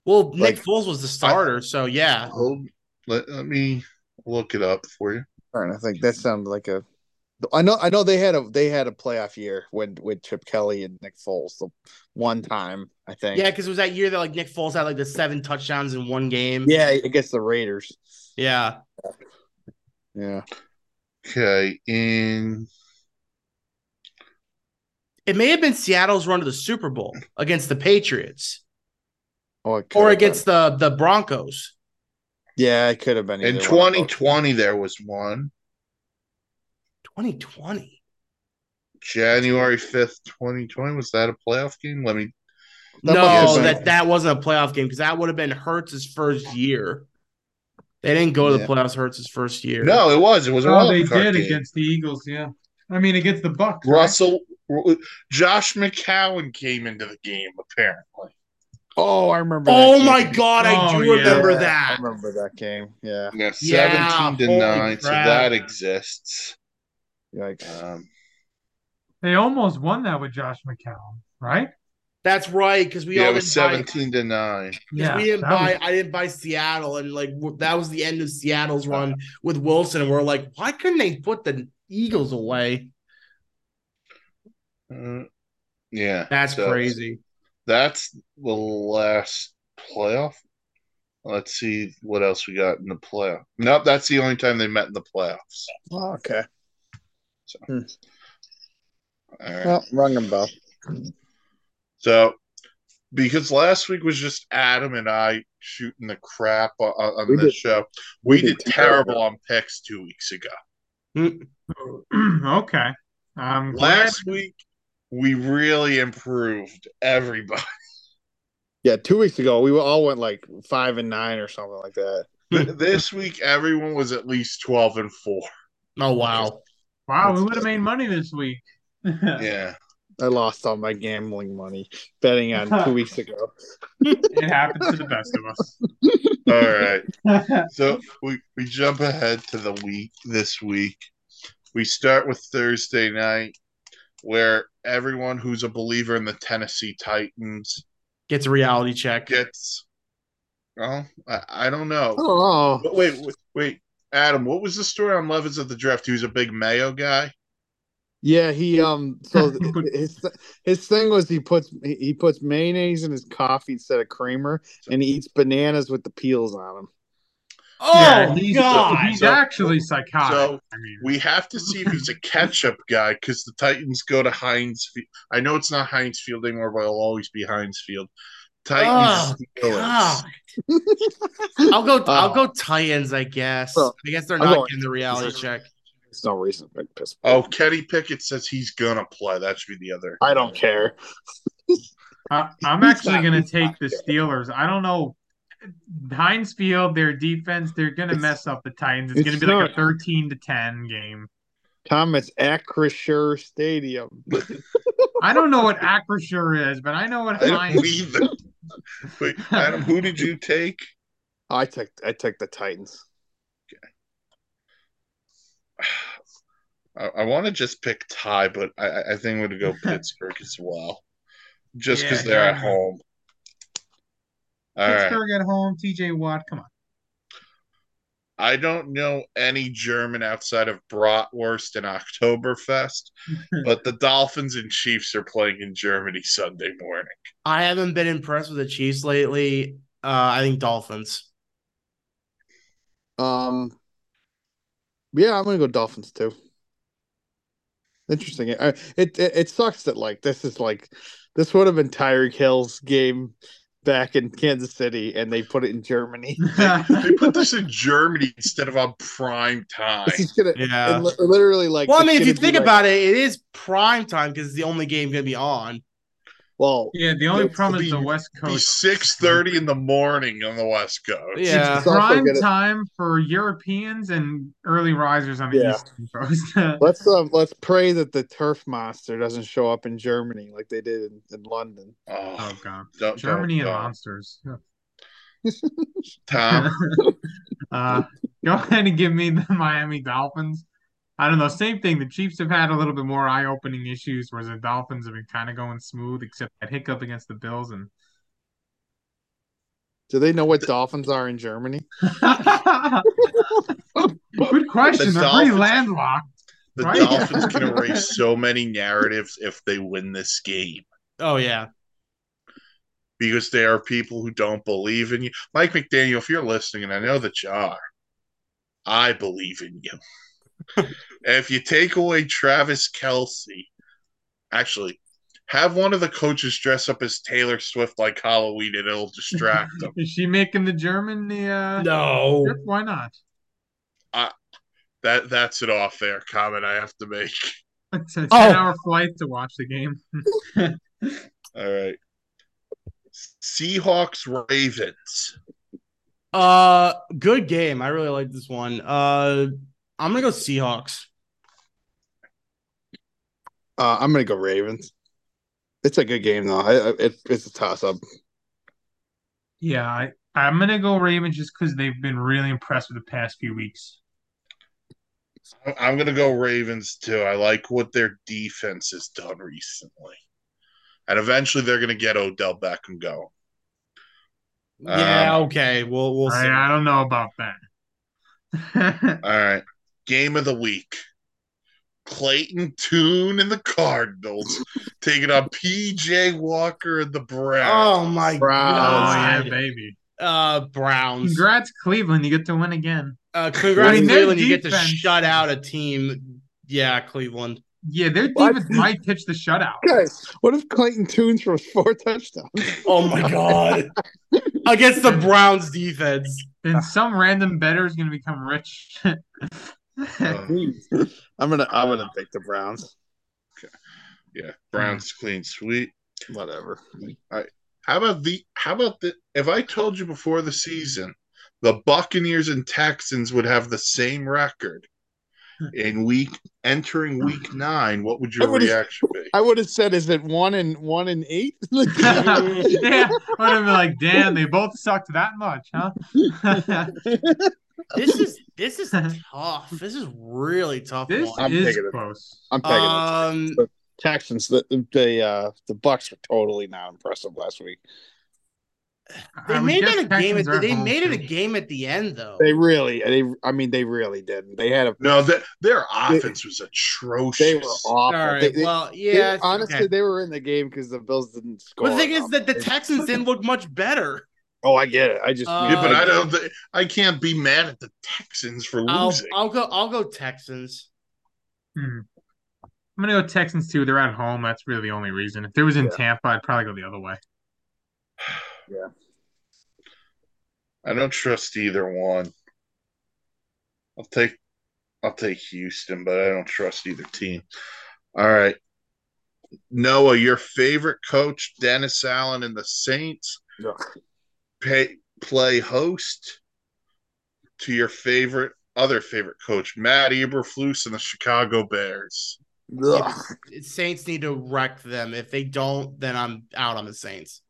Speaker 4: well, Nick
Speaker 2: like-
Speaker 4: Foles was the starter, so yeah.
Speaker 1: hold- let, let me look it up for you.
Speaker 2: Right, I think that sounded like a. I know, I know they had a they had a playoff year when with Chip Kelly and Nick Foles, the one time I think.
Speaker 4: Yeah, because it was that year that like Nick Foles had like the seven touchdowns in one game.
Speaker 2: yeah, against the Raiders.
Speaker 4: Yeah.
Speaker 2: Yeah,
Speaker 1: Okay, in
Speaker 4: It may have been Seattle's run to the Super Bowl against the Patriots
Speaker 2: oh, it could
Speaker 4: or
Speaker 2: have
Speaker 4: against the the Broncos.
Speaker 2: been. yeah, it could have been
Speaker 1: in
Speaker 2: either one of
Speaker 1: twenty twenty there was one.
Speaker 4: 2020.
Speaker 1: January 5th, 2020. Was that a playoff game? Let me.
Speaker 2: That
Speaker 4: no,
Speaker 2: must have been-
Speaker 4: that that wasn't a playoff game because that would have been Hertz's first year. They didn't go to
Speaker 2: Yeah.
Speaker 4: the playoffs. Hertz's first year.
Speaker 1: No, it was. It was a
Speaker 3: Oh,
Speaker 1: wild
Speaker 3: they
Speaker 1: card
Speaker 3: did
Speaker 1: game.
Speaker 3: against the Eagles. Yeah, I mean against the Bucks. right?
Speaker 1: Russell. Josh McCown came into the game, apparently.
Speaker 2: those. Oh, I remember. that
Speaker 4: Oh
Speaker 2: game.
Speaker 4: my god, I
Speaker 3: Oh,
Speaker 4: do
Speaker 3: yeah.
Speaker 4: remember
Speaker 2: Yeah,
Speaker 4: that.
Speaker 2: I remember that game. Yeah,
Speaker 1: Yeah,
Speaker 4: Yeah,
Speaker 1: 17 to
Speaker 4: holy
Speaker 1: 9. So
Speaker 4: crap.
Speaker 1: that exists.
Speaker 2: yikes!
Speaker 1: Um,
Speaker 3: They almost won that with Josh McCown, right?
Speaker 4: That's right, because we
Speaker 1: yeah,
Speaker 4: all
Speaker 1: it was
Speaker 4: didn't buy. 'cause
Speaker 1: 17 to 9.
Speaker 4: we didn't
Speaker 3: that
Speaker 4: buy.
Speaker 3: was-
Speaker 4: I didn't buy Seattle, and like w- that was the end of Seattle's run with Wilson. And we're like, why couldn't they put the Eagles away?
Speaker 1: Uh, yeah.
Speaker 4: That's
Speaker 1: so-
Speaker 4: crazy.
Speaker 1: that's the last playoff. Let's see what else we got in the playoff. Nope, that's the only time they met in the playoffs.
Speaker 2: Oh, okay.
Speaker 1: So,
Speaker 2: Hmm.
Speaker 1: all right.
Speaker 2: Well, rung them both.
Speaker 1: So, because last week was just Adam and I shooting the crap on, on
Speaker 2: We
Speaker 1: this
Speaker 2: did-
Speaker 1: show, we,
Speaker 2: we
Speaker 1: did,
Speaker 2: did
Speaker 1: terrible on picks two weeks ago.
Speaker 3: okay. I'm glad.
Speaker 1: Last week, we really improved everybody.
Speaker 2: Yeah, two weeks ago we all went like five and nine or something like that.
Speaker 1: Th- this week, everyone was at least 12 and 4.
Speaker 4: Oh wow.
Speaker 3: Wow, we would have made money this week.
Speaker 1: Yeah.
Speaker 2: I lost all my gambling money betting on two weeks ago.
Speaker 3: It happens to the best of us.
Speaker 1: All right.
Speaker 3: All
Speaker 1: So, we, we jump ahead to the week this week. We start with Thursday night, where everyone who's a believer in the Tennessee Titans
Speaker 4: Gets a reality check.
Speaker 1: gets. Well, I, I don't
Speaker 2: I
Speaker 1: know.
Speaker 2: don't know.
Speaker 1: But wait, wait, wait, Adam, what was the story on Levis at the draft? He was a big Mayo guy.
Speaker 2: Yeah, he um. So th- his his thing was he puts he he puts mayonnaise in his coffee instead of creamer, and he eats bananas with the peels on them.
Speaker 4: Oh
Speaker 3: Yeah, he's-
Speaker 4: god.
Speaker 3: He's
Speaker 1: So-
Speaker 3: actually psychotic.
Speaker 1: so
Speaker 3: I mean,
Speaker 1: We have to see if he's a ketchup guy because the Titans go to Heinz. Fe- I know it's not Heinz Field anymore, but it'll always be Heinz Field.
Speaker 3: Oh,
Speaker 1: Titans. Steelers.
Speaker 4: God. I'll go I'll
Speaker 2: Oh.
Speaker 4: go Titans, I guess.
Speaker 2: Well,
Speaker 4: I guess they're
Speaker 2: I'm
Speaker 4: not
Speaker 2: going-
Speaker 4: getting the reality check.
Speaker 2: There's no reason to make piss.
Speaker 1: Oh, Kenny Pickett says he's gonna play. That should be the other.
Speaker 2: I don't care.
Speaker 3: I, I'm
Speaker 2: He's
Speaker 3: actually
Speaker 2: not-
Speaker 3: going to
Speaker 2: he's
Speaker 3: take
Speaker 2: not
Speaker 3: the
Speaker 2: good.
Speaker 3: Steelers. I don't know. Heinz Field, their defense, they're going to
Speaker 2: It's-
Speaker 3: mess up the Titans. It's, going to
Speaker 2: it's
Speaker 3: be like a
Speaker 2: not-
Speaker 3: 13 to 10 game.
Speaker 2: Comments at Crisure Stadium.
Speaker 3: I don't know what Acrisure is, but I know what
Speaker 1: I don't
Speaker 3: Heinz.
Speaker 1: either. Wait, Adam, who did you take?
Speaker 2: I took I took the Titans.
Speaker 1: I, I want to just pick Ty, but I- I, I think I'm going to go Pittsburgh as well, just because
Speaker 3: Yeah,
Speaker 1: they're
Speaker 3: yeah.
Speaker 1: at home. All right.
Speaker 3: Pittsburgh at home, TJ Watt. Come on.
Speaker 1: I don't know any German outside of Bratwurst and Oktoberfest, but the Dolphins and Chiefs are playing in Germany Sunday morning.
Speaker 4: I haven't been impressed with the Chiefs lately. Uh, I think Dolphins.
Speaker 2: Um, yeah, I'm gonna go Dolphins too. Interesting. I, it, it it sucks that like this is like this would have been Tyreek Hill's game back in Kansas City, and they put it in Germany.
Speaker 1: They put this in Germany instead of on prime time.
Speaker 2: This is gonna
Speaker 4: Yeah.
Speaker 2: and li- literally like.
Speaker 4: well, I
Speaker 2: it's
Speaker 4: mean, if
Speaker 2: gonna
Speaker 4: you
Speaker 2: be
Speaker 4: think
Speaker 2: like-
Speaker 4: about it, it is prime time because it's the only game going to be on.
Speaker 2: well,
Speaker 3: yeah, the only
Speaker 2: It's
Speaker 3: problem is
Speaker 1: the-
Speaker 3: the West
Speaker 1: It'd be
Speaker 3: Coast.
Speaker 1: six thirty in the morning on the West Coast.
Speaker 4: Yeah.
Speaker 2: It's also
Speaker 3: Prime
Speaker 2: gonna-
Speaker 3: time for Europeans and early risers on the
Speaker 2: Yeah.
Speaker 3: Eastern Coast. Oh,
Speaker 2: let's um, let's pray that the turf monster doesn't show up in Germany like they did in, in London.
Speaker 1: Oh,
Speaker 3: oh, God.
Speaker 1: don't-
Speaker 3: Germany and
Speaker 1: don't- don't.
Speaker 3: monsters.
Speaker 1: Tom,
Speaker 3: uh, go ahead and give me the Miami Dolphins. I don't know. Same thing. The Chiefs have had a little bit more eye-opening issues, whereas the Dolphins have been kind of going smooth, except that hiccup against the Bills. And
Speaker 2: Do they know what dolphins are in Germany?
Speaker 3: good question.
Speaker 1: The
Speaker 3: They're pretty
Speaker 1: Dolphins-
Speaker 3: landlocked.
Speaker 1: the
Speaker 3: Right.
Speaker 1: Dolphins can erase so many narratives if they win this game.
Speaker 4: Oh, yeah.
Speaker 1: because there are people who don't believe in you. Mike McDaniel, if you're listening, and I know that you are, I believe in you. if you take away Travis Kelsey, actually, have one of the coaches dress up as Taylor Swift like Halloween and it'll distract them.
Speaker 3: Is she making the German the uh,
Speaker 4: No.
Speaker 3: trip? Why not?
Speaker 1: That that's an off air comment I have to make.
Speaker 3: It's a
Speaker 4: Oh.
Speaker 3: ten-hour flight to watch the game.
Speaker 1: All right. Seahawks Ravens.
Speaker 4: Uh, good game. I really like this one. Uh, I'm going to go Seahawks.
Speaker 2: Uh, I'm gonna go Ravens. It's a good game though. I, I, it, it's a toss up.
Speaker 3: Yeah, I, I'm gonna go Ravens just because they've been really impressed with the past few weeks.
Speaker 1: I- I'm gonna go Ravens too. I like what their defense has done recently, and eventually they're gonna get Odell Beckham going.
Speaker 2: Uh,
Speaker 4: Yeah, okay. We'll, we'll see.
Speaker 3: I, I don't know about that.
Speaker 1: All right, game of the week. Clayton Toon and the Cardinals, taking on PJ Walker and the Browns.
Speaker 4: Oh my
Speaker 2: Browns.
Speaker 3: Oh yeah,
Speaker 4: god.
Speaker 3: baby.
Speaker 4: Uh Browns.
Speaker 3: Congrats, Cleveland. You get to win again.
Speaker 4: Uh, congrats,
Speaker 3: I mean, their
Speaker 4: Cleveland. You get to
Speaker 3: defense-
Speaker 4: shut out a team. Yeah, Cleveland.
Speaker 3: Yeah, their
Speaker 2: What?
Speaker 3: defense might pitch the shutout.
Speaker 2: Guys, what if Clayton Toon throws four touchdowns?
Speaker 4: Oh my god. Against the Browns defense.
Speaker 3: Then some random bettor is going to become rich.
Speaker 1: Uh,
Speaker 2: I'm gonna I'm gonna pick the Browns.
Speaker 1: yeah, Browns clean sweep.
Speaker 2: Whatever.
Speaker 1: How about the how about the if I told you before the season the Buccaneers and Texans would have the same record in week entering week nine, what would your
Speaker 2: I would've-
Speaker 1: reaction be?
Speaker 2: I would have said, is it one and one and eight?
Speaker 3: yeah, I would have been like, damn, they both sucked that much, huh?
Speaker 4: This is this is tough. This is really tough.
Speaker 3: this
Speaker 4: one.
Speaker 2: I'm
Speaker 3: is
Speaker 2: taking it.
Speaker 3: close.
Speaker 2: I'm taking the
Speaker 4: Um
Speaker 2: Texans. The the uh, the Bucks were totally not impressive last week.
Speaker 4: they
Speaker 3: I would
Speaker 4: made
Speaker 3: Uh, guess
Speaker 4: it a game
Speaker 3: Texans
Speaker 4: at
Speaker 3: are
Speaker 4: they
Speaker 3: home
Speaker 4: made it a
Speaker 3: field.
Speaker 4: game at the end though.
Speaker 2: They really they I mean they really didn't. They had a
Speaker 1: No, that their
Speaker 2: They-
Speaker 1: offense was atrocious.
Speaker 2: they were
Speaker 4: All
Speaker 2: awful.
Speaker 4: right.
Speaker 2: They- they-
Speaker 4: well,
Speaker 2: they-
Speaker 4: yeah.
Speaker 2: honestly,
Speaker 4: okay.
Speaker 2: they were in the game because the Bills didn't score.
Speaker 4: But the thing is
Speaker 2: enough.
Speaker 4: that the Texans didn't look much better.
Speaker 2: oh, I get it. I just
Speaker 4: Uh,
Speaker 1: yeah, but I
Speaker 4: Oh,
Speaker 1: don't. thi- I can't be mad at the Texans for
Speaker 4: I'll
Speaker 1: losing.
Speaker 4: I'll go I'll go Texans.
Speaker 3: Hmm. I'm gonna go Texans too. They're at home. That's really the only reason. If it was in
Speaker 2: Yeah.
Speaker 3: Tampa, I'd probably go the other way.
Speaker 1: I don't trust either one. I'll take I'll take Houston, but I don't trust either team. All right. Noah, your favorite coach, Dennis Allen and the Saints,
Speaker 2: No.
Speaker 1: pay, play host to your favorite other favorite coach, Matt Eberflus and the Chicago Bears.
Speaker 2: Ugh,
Speaker 4: Saints need to wreck them. If they don't, then I'm out on the Saints.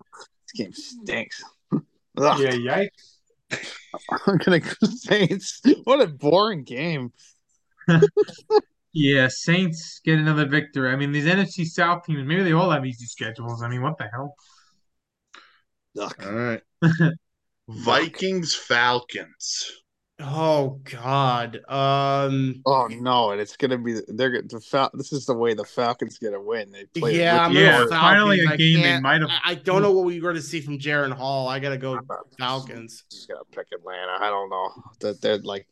Speaker 2: this game stinks. Ugh,
Speaker 3: yikes.
Speaker 2: I'm gonna go Saints. What a boring game.
Speaker 3: Yeah, Saints get another victory. I mean, these NFC South teams, maybe they all have easy schedules. I mean, what the hell?
Speaker 2: Ugh.
Speaker 1: All right. Vikings Falcons.
Speaker 4: Oh God. Um.
Speaker 2: Oh no, and it's gonna be they're gonna- the Fal- this is the way the Falcons gonna win. They play
Speaker 4: Yeah, I'm gonna
Speaker 3: yeah,
Speaker 4: go
Speaker 3: finally
Speaker 4: Falcons.
Speaker 3: a
Speaker 4: I
Speaker 3: game they
Speaker 4: can't-
Speaker 3: might have.
Speaker 4: I, I don't know what we were going to see from Jaron Hall. I gotta go
Speaker 2: I'm not-
Speaker 4: Falcons.
Speaker 2: Just gonna pick Atlanta. I don't know that they're like.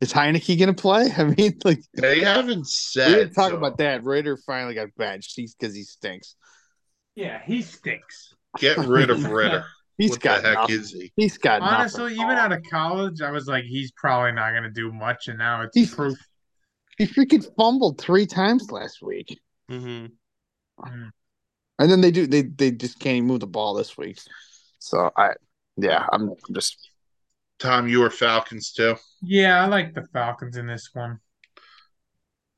Speaker 2: Is Heineke gonna play? I mean, like
Speaker 1: They haven't
Speaker 2: we
Speaker 1: said
Speaker 2: didn't talk
Speaker 1: so
Speaker 2: about that. Raider finally got benched. He's because he stinks.
Speaker 3: Yeah, he stinks.
Speaker 1: get rid of Ritter.
Speaker 2: He's
Speaker 1: what
Speaker 2: got
Speaker 1: the heck
Speaker 2: nothing.
Speaker 1: is he?
Speaker 2: He's got nothing.
Speaker 3: Honestly, even out of college, I was like, he's probably not going to do much, and now it's
Speaker 2: He's-
Speaker 3: proof.
Speaker 2: he freaking fumbled three times last week,
Speaker 4: Mm-hmm.
Speaker 3: Mm.
Speaker 2: and then they do they they just can't even move the ball this week. So I, yeah, I'm just
Speaker 1: Tom, you were Falcons too.
Speaker 3: Yeah, I like the Falcons in this one.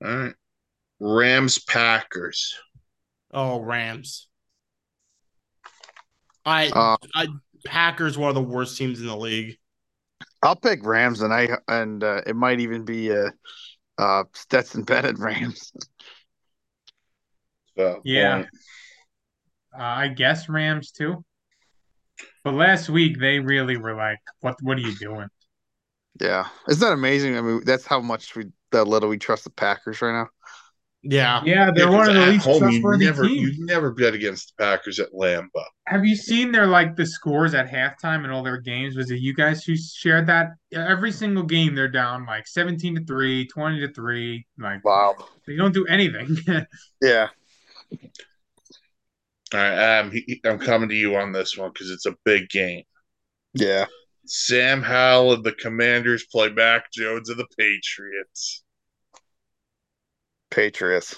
Speaker 1: All right. Rams Packers.
Speaker 4: Oh Rams. I
Speaker 2: uh,
Speaker 4: Packers were the worst teams in the league.
Speaker 2: I'll pick Rams, and I and uh, it might even be uh, uh Stetson Bennett Rams.
Speaker 1: So,
Speaker 3: Yeah.
Speaker 1: point.
Speaker 3: Uh, I guess Rams too. But last week they really were like, "What? What are you doing?"
Speaker 2: Yeah, isn't that amazing? I mean, that's how much we that little we trust the Packers right now.
Speaker 4: Yeah.
Speaker 3: Yeah, they're
Speaker 1: Yeah,
Speaker 3: one
Speaker 1: 'cause
Speaker 3: of the
Speaker 1: at
Speaker 3: least
Speaker 1: home, you
Speaker 3: trustworthy
Speaker 1: never
Speaker 3: teams.
Speaker 1: you never bet against the Packers at Lambeau.
Speaker 3: Have you seen their like the scores at halftime in all their games? Was it you guys who shared that? Every single game they're down like 17 to 3, 20 to 3, like
Speaker 2: Wow.
Speaker 3: they don't do anything.
Speaker 2: Yeah.
Speaker 1: All right, Adam, he, he- I'm coming to you on this one because it's a big game.
Speaker 2: Yeah.
Speaker 1: Sam Howell and the Commanders play Mac Jones and the Patriots.
Speaker 2: Patriots.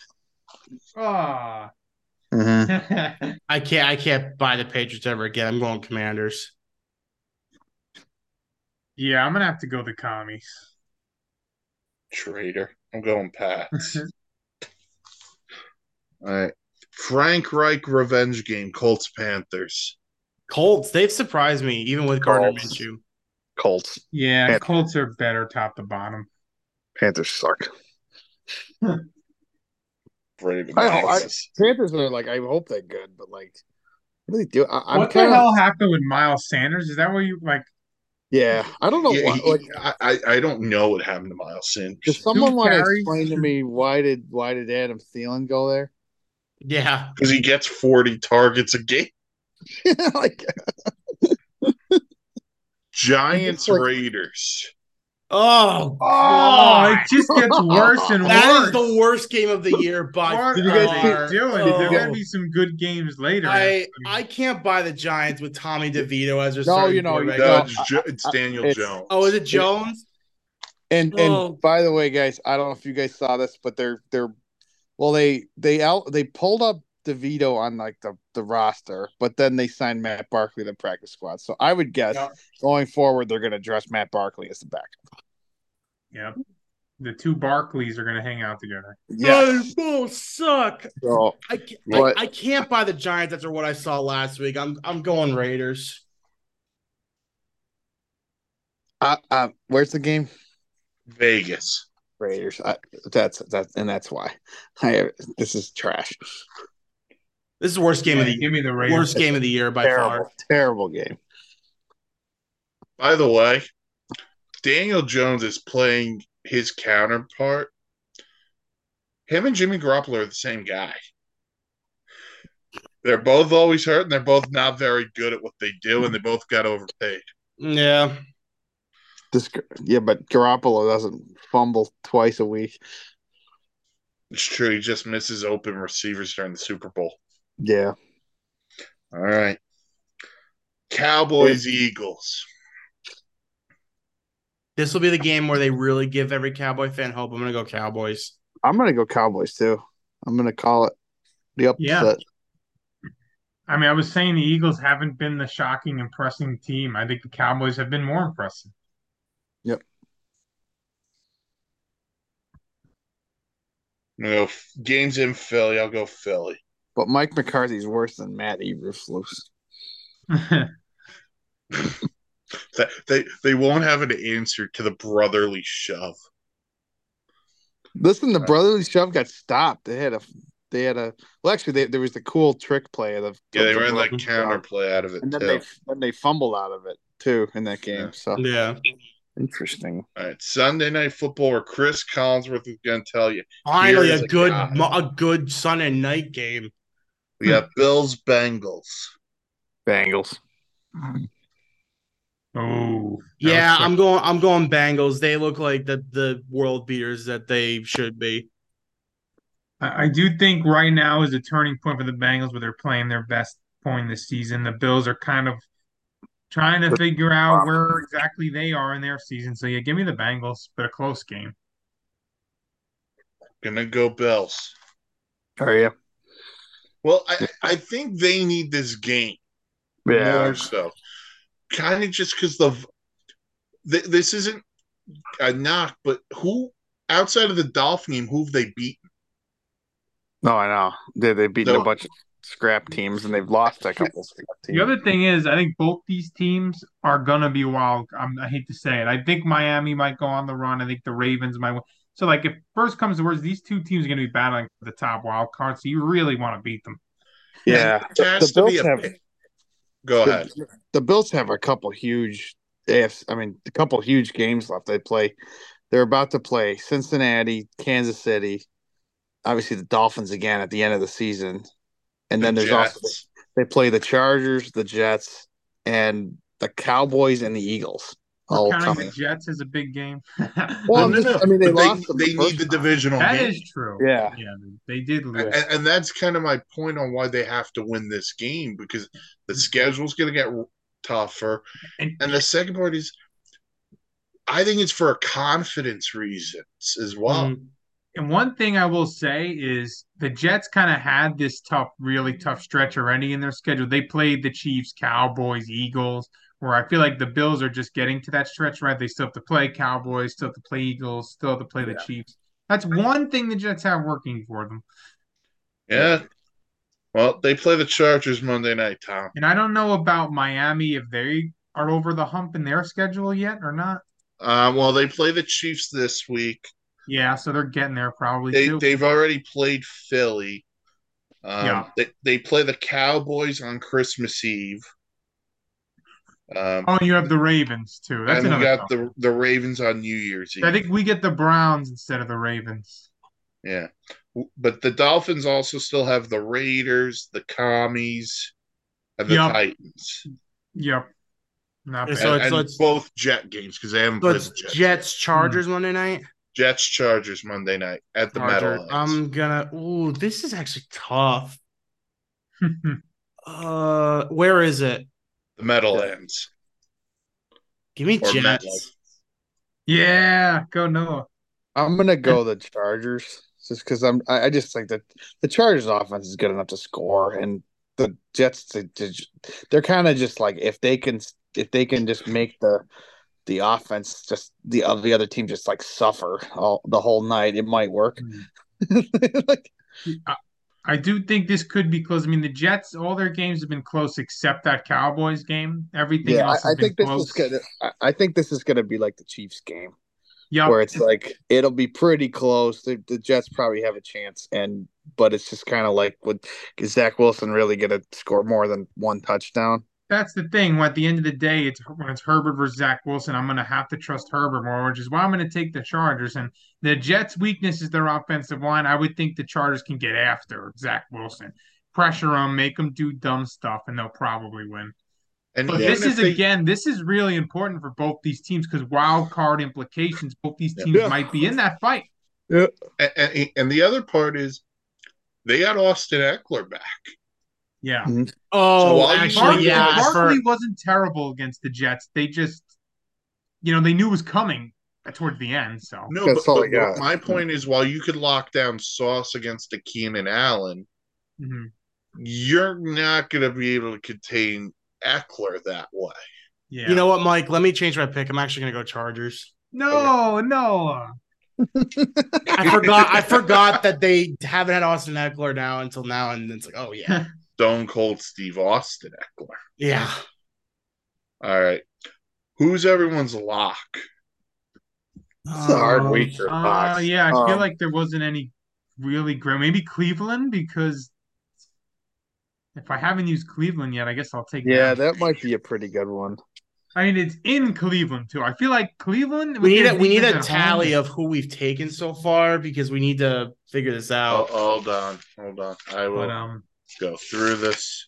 Speaker 3: Ah.
Speaker 2: Mm-hmm.
Speaker 4: I can't I can't buy the Patriots ever again. I'm going Commanders.
Speaker 3: yeah, I'm gonna have to go the commies.
Speaker 1: Traitor. I'm going Pats. All right. Frank Reich revenge game, Colts Panthers.
Speaker 4: Colts, they've surprised me, even with Gardner
Speaker 2: Colts.
Speaker 4: Minshew.
Speaker 2: Colts.
Speaker 3: yeah,
Speaker 2: Pan-
Speaker 3: Colts are better top to bottom.
Speaker 2: Panthers suck.
Speaker 1: Brave
Speaker 2: I- I-
Speaker 1: analysis.
Speaker 2: Panthers are like I hope they're good, but like what do they do? I, I'm
Speaker 3: what
Speaker 2: kinda,
Speaker 3: the hell happened with Miles Sanders? Is that where you like
Speaker 2: Yeah, I don't know
Speaker 1: Yeah,
Speaker 2: why.
Speaker 1: he-
Speaker 2: like,
Speaker 1: I, I- I don't know what happened to Miles
Speaker 2: does
Speaker 1: Sanders
Speaker 2: someone want to
Speaker 3: carries.
Speaker 2: explain to me why did why did Adam Thielen go there?
Speaker 4: Yeah.
Speaker 1: because he gets forty targets a game.
Speaker 2: like,
Speaker 1: Giants
Speaker 2: like-
Speaker 1: Raiders.
Speaker 3: Oh,
Speaker 4: Oh, God.
Speaker 3: it just gets worse and
Speaker 4: That
Speaker 3: worse.
Speaker 4: is the worst game of the year by
Speaker 3: What
Speaker 2: Did you guys
Speaker 3: are
Speaker 2: see-
Speaker 4: far.
Speaker 3: they doing?
Speaker 4: Oh.
Speaker 3: There gotta be some good games later.
Speaker 4: I I can't buy the Giants with Tommy DeVito as their
Speaker 2: No,
Speaker 4: starting
Speaker 2: you know,
Speaker 4: quarterback.
Speaker 2: you
Speaker 1: No,
Speaker 2: know,
Speaker 1: it's, Jo- it's Daniel
Speaker 2: it's-
Speaker 1: Jones.
Speaker 4: Oh, is it Jones?
Speaker 2: and
Speaker 4: Oh.
Speaker 2: and by the way, guys, I don't know if you guys saw this, but they're they're well, they they out they pulled up DeVito on like the the roster, but then they signed Matt Barkley to the practice squad. So I would guess
Speaker 4: Yeah.
Speaker 2: going forward, they're going to dress Matt Barkley as the backup.
Speaker 3: Yep. The two Barclays are gonna hang out together.
Speaker 2: Yes.
Speaker 4: They both Oh, suck.
Speaker 2: So
Speaker 4: I, ca- I,
Speaker 2: What?
Speaker 4: I can't buy the Giants after what I saw last week. I'm I'm going Raiders.
Speaker 2: uh, uh, where's the game?
Speaker 1: Vegas.
Speaker 2: Raiders. I, that's that's and that's why. I this is trash.
Speaker 4: This is the worst game of
Speaker 3: Yeah,
Speaker 4: the year.
Speaker 3: give me the Raiders.
Speaker 4: Worst game of the year by
Speaker 2: terrible,
Speaker 4: far.
Speaker 2: terrible game.
Speaker 1: By the way, Daniel Jones is playing his counterpart. Him and Jimmy Garoppolo are the same guy. They're both always hurt, and they're both not very good at what they do, and they both got overpaid.
Speaker 4: Yeah.
Speaker 2: This, yeah, but Garoppolo doesn't fumble twice a week.
Speaker 1: It's true. He just misses open receivers during the Super Bowl.
Speaker 2: Yeah,
Speaker 1: All right. Cowboys, Eagles.
Speaker 4: This will be the game where they really give every Cowboy fan hope. I'm gonna go Cowboys.
Speaker 2: I'm gonna go Cowboys too. I'm gonna call it the upset.
Speaker 3: Yeah. I mean, I was saying the Eagles haven't been the shocking, impressing team. I think the Cowboys have been more impressive.
Speaker 1: You know, f- games in Philly. I'll go Philly.
Speaker 2: But Mike McCarthy's worse than Matt Eberflus.
Speaker 3: Oh,
Speaker 1: They, they they won't have an answer to the brotherly shove.
Speaker 2: Listen, the
Speaker 1: Right.
Speaker 2: brotherly shove got stopped. They had a, they had a. Well, actually, they, there was the cool trick play of the.
Speaker 1: Yeah, they
Speaker 2: of the
Speaker 1: ran like
Speaker 2: brotherly shove.
Speaker 1: counterplay out of it
Speaker 2: and then
Speaker 1: too.
Speaker 2: they then they fumbled out of it too in that game.
Speaker 1: Yeah.
Speaker 2: So
Speaker 4: Yeah.
Speaker 2: interesting.
Speaker 1: All right, Sunday night football where Chris Collinsworth is going to tell you.
Speaker 4: Finally,
Speaker 1: Here's
Speaker 4: a
Speaker 1: a
Speaker 4: good
Speaker 1: guy.
Speaker 4: mo- a good Sunday night game.
Speaker 1: We got Bills Bengals.
Speaker 2: Bengals.
Speaker 3: oh. that
Speaker 4: Yeah,
Speaker 3: was
Speaker 4: I'm going. I'm going Bengals. They look like the the world beaters that they should be.
Speaker 3: I, I do think right now is a turning point for the Bengals where they're playing their best point this season. The Bills are kind of trying to figure out where exactly they are in their season. So yeah, give me the Bengals, but a close game.
Speaker 1: Gonna go Bills.
Speaker 2: Are you?
Speaker 1: Well, I I think they need this game more so, kind of just because the th- this isn't a knock, but who outside of the Dolphin game, who have they beaten?
Speaker 2: No, I know. They they've beaten
Speaker 1: No.
Speaker 2: a bunch of scrap teams and they've lost a couple scrap teams.
Speaker 3: The other thing is, I think both these teams are gonna be wild. I'm, I hate to say it. I think Miami might go on the run. I think the Ravens might. win. So like, if first comes to worst, these two teams are gonna be battling for the top wild card. So you really want to beat them.
Speaker 2: yeah.
Speaker 1: It has
Speaker 2: The
Speaker 1: to be
Speaker 2: Bills
Speaker 1: a
Speaker 2: have-
Speaker 1: pick. Go ahead.
Speaker 2: The, the Bills have a couple huge AFC, I mean a couple huge games left. They play they're about to play Cincinnati, Kansas City, obviously the Dolphins again at the end of the season. And then
Speaker 1: The
Speaker 2: there's also
Speaker 1: Jets.
Speaker 2: they play the Chargers, the Jets, and the Cowboys and the Eagles.
Speaker 3: We're
Speaker 2: All
Speaker 3: counting
Speaker 2: coming.
Speaker 3: the Jets as a big game.
Speaker 2: Well, I'm
Speaker 1: No,
Speaker 2: just-
Speaker 1: no, no.
Speaker 2: I mean, they
Speaker 1: But
Speaker 2: lost them
Speaker 1: They
Speaker 2: the first
Speaker 1: need the
Speaker 2: time.
Speaker 1: divisional
Speaker 3: That
Speaker 1: game.
Speaker 3: is true.
Speaker 2: Yeah.
Speaker 3: Yeah, they did lose.
Speaker 1: And, and that's kind of my point on why they have to win this game because the schedule's going to get tougher.
Speaker 3: And-
Speaker 1: And the second part is, I think it's for confidence reasons as well.
Speaker 4: Mm.
Speaker 3: And one thing I will say is the Jets kind of had this tough, really tough stretch already in their schedule. They played the Chiefs, Cowboys, Eagles, where I feel like the Bills are just getting to that stretch, right? They still have to play Cowboys, still have to play Eagles, still have to play the Chiefs. That's one thing the Jets have working for them. Mm-hmm.
Speaker 1: Yeah. Well, they play the Chargers Monday night, Tom.
Speaker 3: And I don't know about Miami if they are over the hump in their schedule yet or not.
Speaker 1: Um, well, they play the Chiefs this week.
Speaker 3: Yeah, so they're getting there probably
Speaker 1: They,
Speaker 3: too.
Speaker 1: they've already played Philly. Um,
Speaker 3: Yeah.
Speaker 1: they, they play the Cowboys on Christmas Eve. Um,
Speaker 3: Oh, and you have the Ravens too. Oh, That's
Speaker 1: and we
Speaker 3: another.
Speaker 1: got
Speaker 3: tough
Speaker 1: the the Ravens on New Year's Eve.
Speaker 3: one. I think we get the Browns instead of the Ravens.
Speaker 1: Yeah. W- But the Dolphins also still have the Raiders, the Commies, and the
Speaker 3: Yep.
Speaker 1: Titans.
Speaker 3: Yep. Not
Speaker 4: Yes,
Speaker 3: bad.
Speaker 4: So
Speaker 1: and,
Speaker 4: it's-
Speaker 1: and
Speaker 4: so it's-
Speaker 1: both Jet games because they haven't
Speaker 4: So
Speaker 1: played
Speaker 4: it's
Speaker 1: the Jets.
Speaker 4: Jets Hmm. Chargers Monday night.
Speaker 1: Jets Chargers Monday night at the
Speaker 4: Chargers. Um,
Speaker 1: Meadowlands.
Speaker 4: I'm gonna. Ooh, this is actually tough. Uh, where is it?
Speaker 1: the Meadowlands.
Speaker 4: Give me
Speaker 1: Or Matt
Speaker 4: Jets.
Speaker 3: yeah, go Noah.
Speaker 2: I'm gonna go the Chargers just because I'm. I, I just think that the Chargers offense is good enough to score, and the Jets they, they ju- they're kind of just like if they can if they can just make the the offense just the of the other team just like suffer all the whole night, it might work. like
Speaker 3: I do think this could be close. I mean, the Jets, all their games have been close except that Cowboys game. Everything
Speaker 2: yeah,
Speaker 3: else has
Speaker 2: I, I
Speaker 3: been
Speaker 2: think this
Speaker 3: close.
Speaker 2: is gonna. I, I think this is gonna be like the Chiefs game.
Speaker 3: Yep.
Speaker 2: where it's like it'll be pretty close. The, the Jets probably have a chance, and but it's just kind of like, would is Zach Wilson really going to score more than one touchdown?
Speaker 3: That's the thing. At the end of the day, it's when it's Herbert versus Zach Wilson, I'm going to have to trust Herbert more, which is why I'm going to take the Chargers. And the Jets' weakness is their offensive line. I would think the Chargers can get after Zach Wilson, pressure him, make him do dumb stuff, and they'll probably win.
Speaker 1: And
Speaker 3: But
Speaker 1: even
Speaker 3: this
Speaker 1: if
Speaker 3: is
Speaker 1: they-
Speaker 3: again, this is really important for both these teams because wild card implications. Both these
Speaker 1: Yeah.
Speaker 3: teams
Speaker 2: Yeah.
Speaker 3: might be in that fight.
Speaker 1: and, and, and the other part is they got Austin Eckler back.
Speaker 3: Yeah.
Speaker 1: So
Speaker 4: Oh,
Speaker 1: while you-
Speaker 4: actually,
Speaker 3: Barkley,
Speaker 4: yeah. I
Speaker 3: Barkley
Speaker 4: for-
Speaker 3: wasn't terrible against the Jets. They just, you know, they knew it was coming towards the end. So
Speaker 1: No,
Speaker 2: That's
Speaker 1: but,
Speaker 2: all
Speaker 1: but
Speaker 2: I got.
Speaker 1: my point is while you could lock down Sauce against the Keenan Allen,
Speaker 4: Mm-hmm.
Speaker 3: Mhm.
Speaker 1: you're not going to be able to contain Eckler that way.
Speaker 3: yeah,
Speaker 4: you know what, Mike? Let me change my pick. I'm actually gonna go Chargers.
Speaker 3: no, no,
Speaker 4: I forgot. I forgot that they haven't had Austin Eckler now until now, and it's like, oh yeah,
Speaker 1: Stone Cold Steve Austin Eckler.
Speaker 4: yeah.
Speaker 1: All right. Who's everyone's lock?
Speaker 2: It's a hard
Speaker 4: Um,
Speaker 2: week for
Speaker 3: uh,
Speaker 2: Fox.
Speaker 3: yeah. I feel
Speaker 2: Um,
Speaker 3: like there wasn't any really great. Maybe Cleveland because if I haven't used Cleveland yet, I guess I'll take.
Speaker 2: yeah,
Speaker 3: that.
Speaker 2: that might be a pretty good one.
Speaker 3: I mean, it's in Cleveland too. I feel like Cleveland.
Speaker 4: We need
Speaker 3: their
Speaker 4: a, we need a
Speaker 3: defense at home-
Speaker 4: tally of who we've taken so far because we need to figure this
Speaker 1: Oh,
Speaker 4: out.
Speaker 1: hold on, hold on. I will
Speaker 3: But um,
Speaker 1: go through this.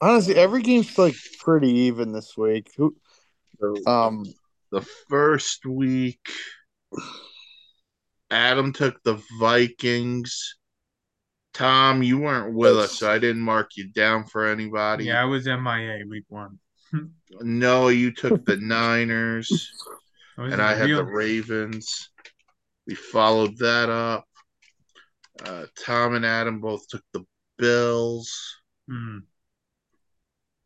Speaker 2: Honestly, every game's like pretty even this week. Who?
Speaker 1: So,
Speaker 2: Um,
Speaker 1: the first week, Adam took the Vikings. Tom, you weren't with us, so I didn't mark you down for anybody.
Speaker 3: yeah, I was MIA week one.
Speaker 1: Noah, you took the Niners,
Speaker 3: I was
Speaker 1: and I had
Speaker 3: real-
Speaker 1: the Ravens. We followed that up. Uh, Tom and Adam both took the Bills.
Speaker 3: Hmm.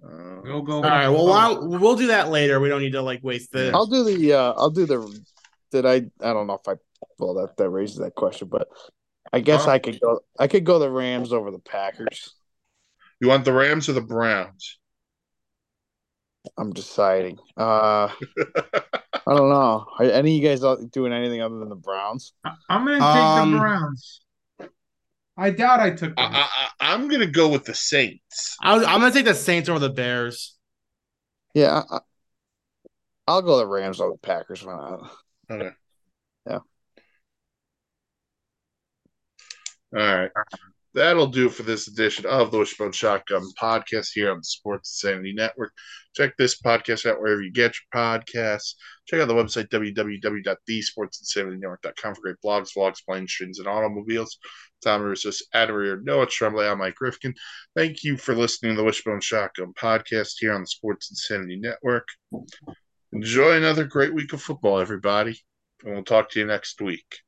Speaker 1: Uh,
Speaker 3: We'll go. Oh,
Speaker 4: All right. Well, I'll- we'll do that later. We don't need to like waste the.
Speaker 2: I'll do the. Uh, I'll do the. Did I? I don't know if I. Well, that that raises that question, but I guess I could go. I could go the Rams over the Packers.
Speaker 1: You want the Rams or the Browns?
Speaker 2: I'm deciding. Uh, I don't know. Are any of you guys out doing anything other than the Browns?
Speaker 3: I- I'm going to take
Speaker 4: Um,
Speaker 3: the Browns. I doubt I took
Speaker 1: I,
Speaker 3: them.
Speaker 1: I, I- I'm gonna go with the Saints.
Speaker 4: I was, I'm gonna take the Saints over the Bears.
Speaker 2: Yeah, I, I- I'll go the Rams over the Packers. Why not?
Speaker 1: All right, that'll do it for this edition of the Wishbone Shotgun podcast here on the Sports Sanity Network. Check this podcast out wherever you get your podcasts. Check out the website www.thesportsansanitynetwork.com for great blogs, vlogs, planes, trains, and automobiles. Tom Russos, Adam Rear, Noah Tremblay, I'm Mike Rifkin. Thank you for listening to the Wishbone Shotgun podcast here on the Sports Insanity Network. Enjoy another great week of football, everybody, and we'll talk to you next week.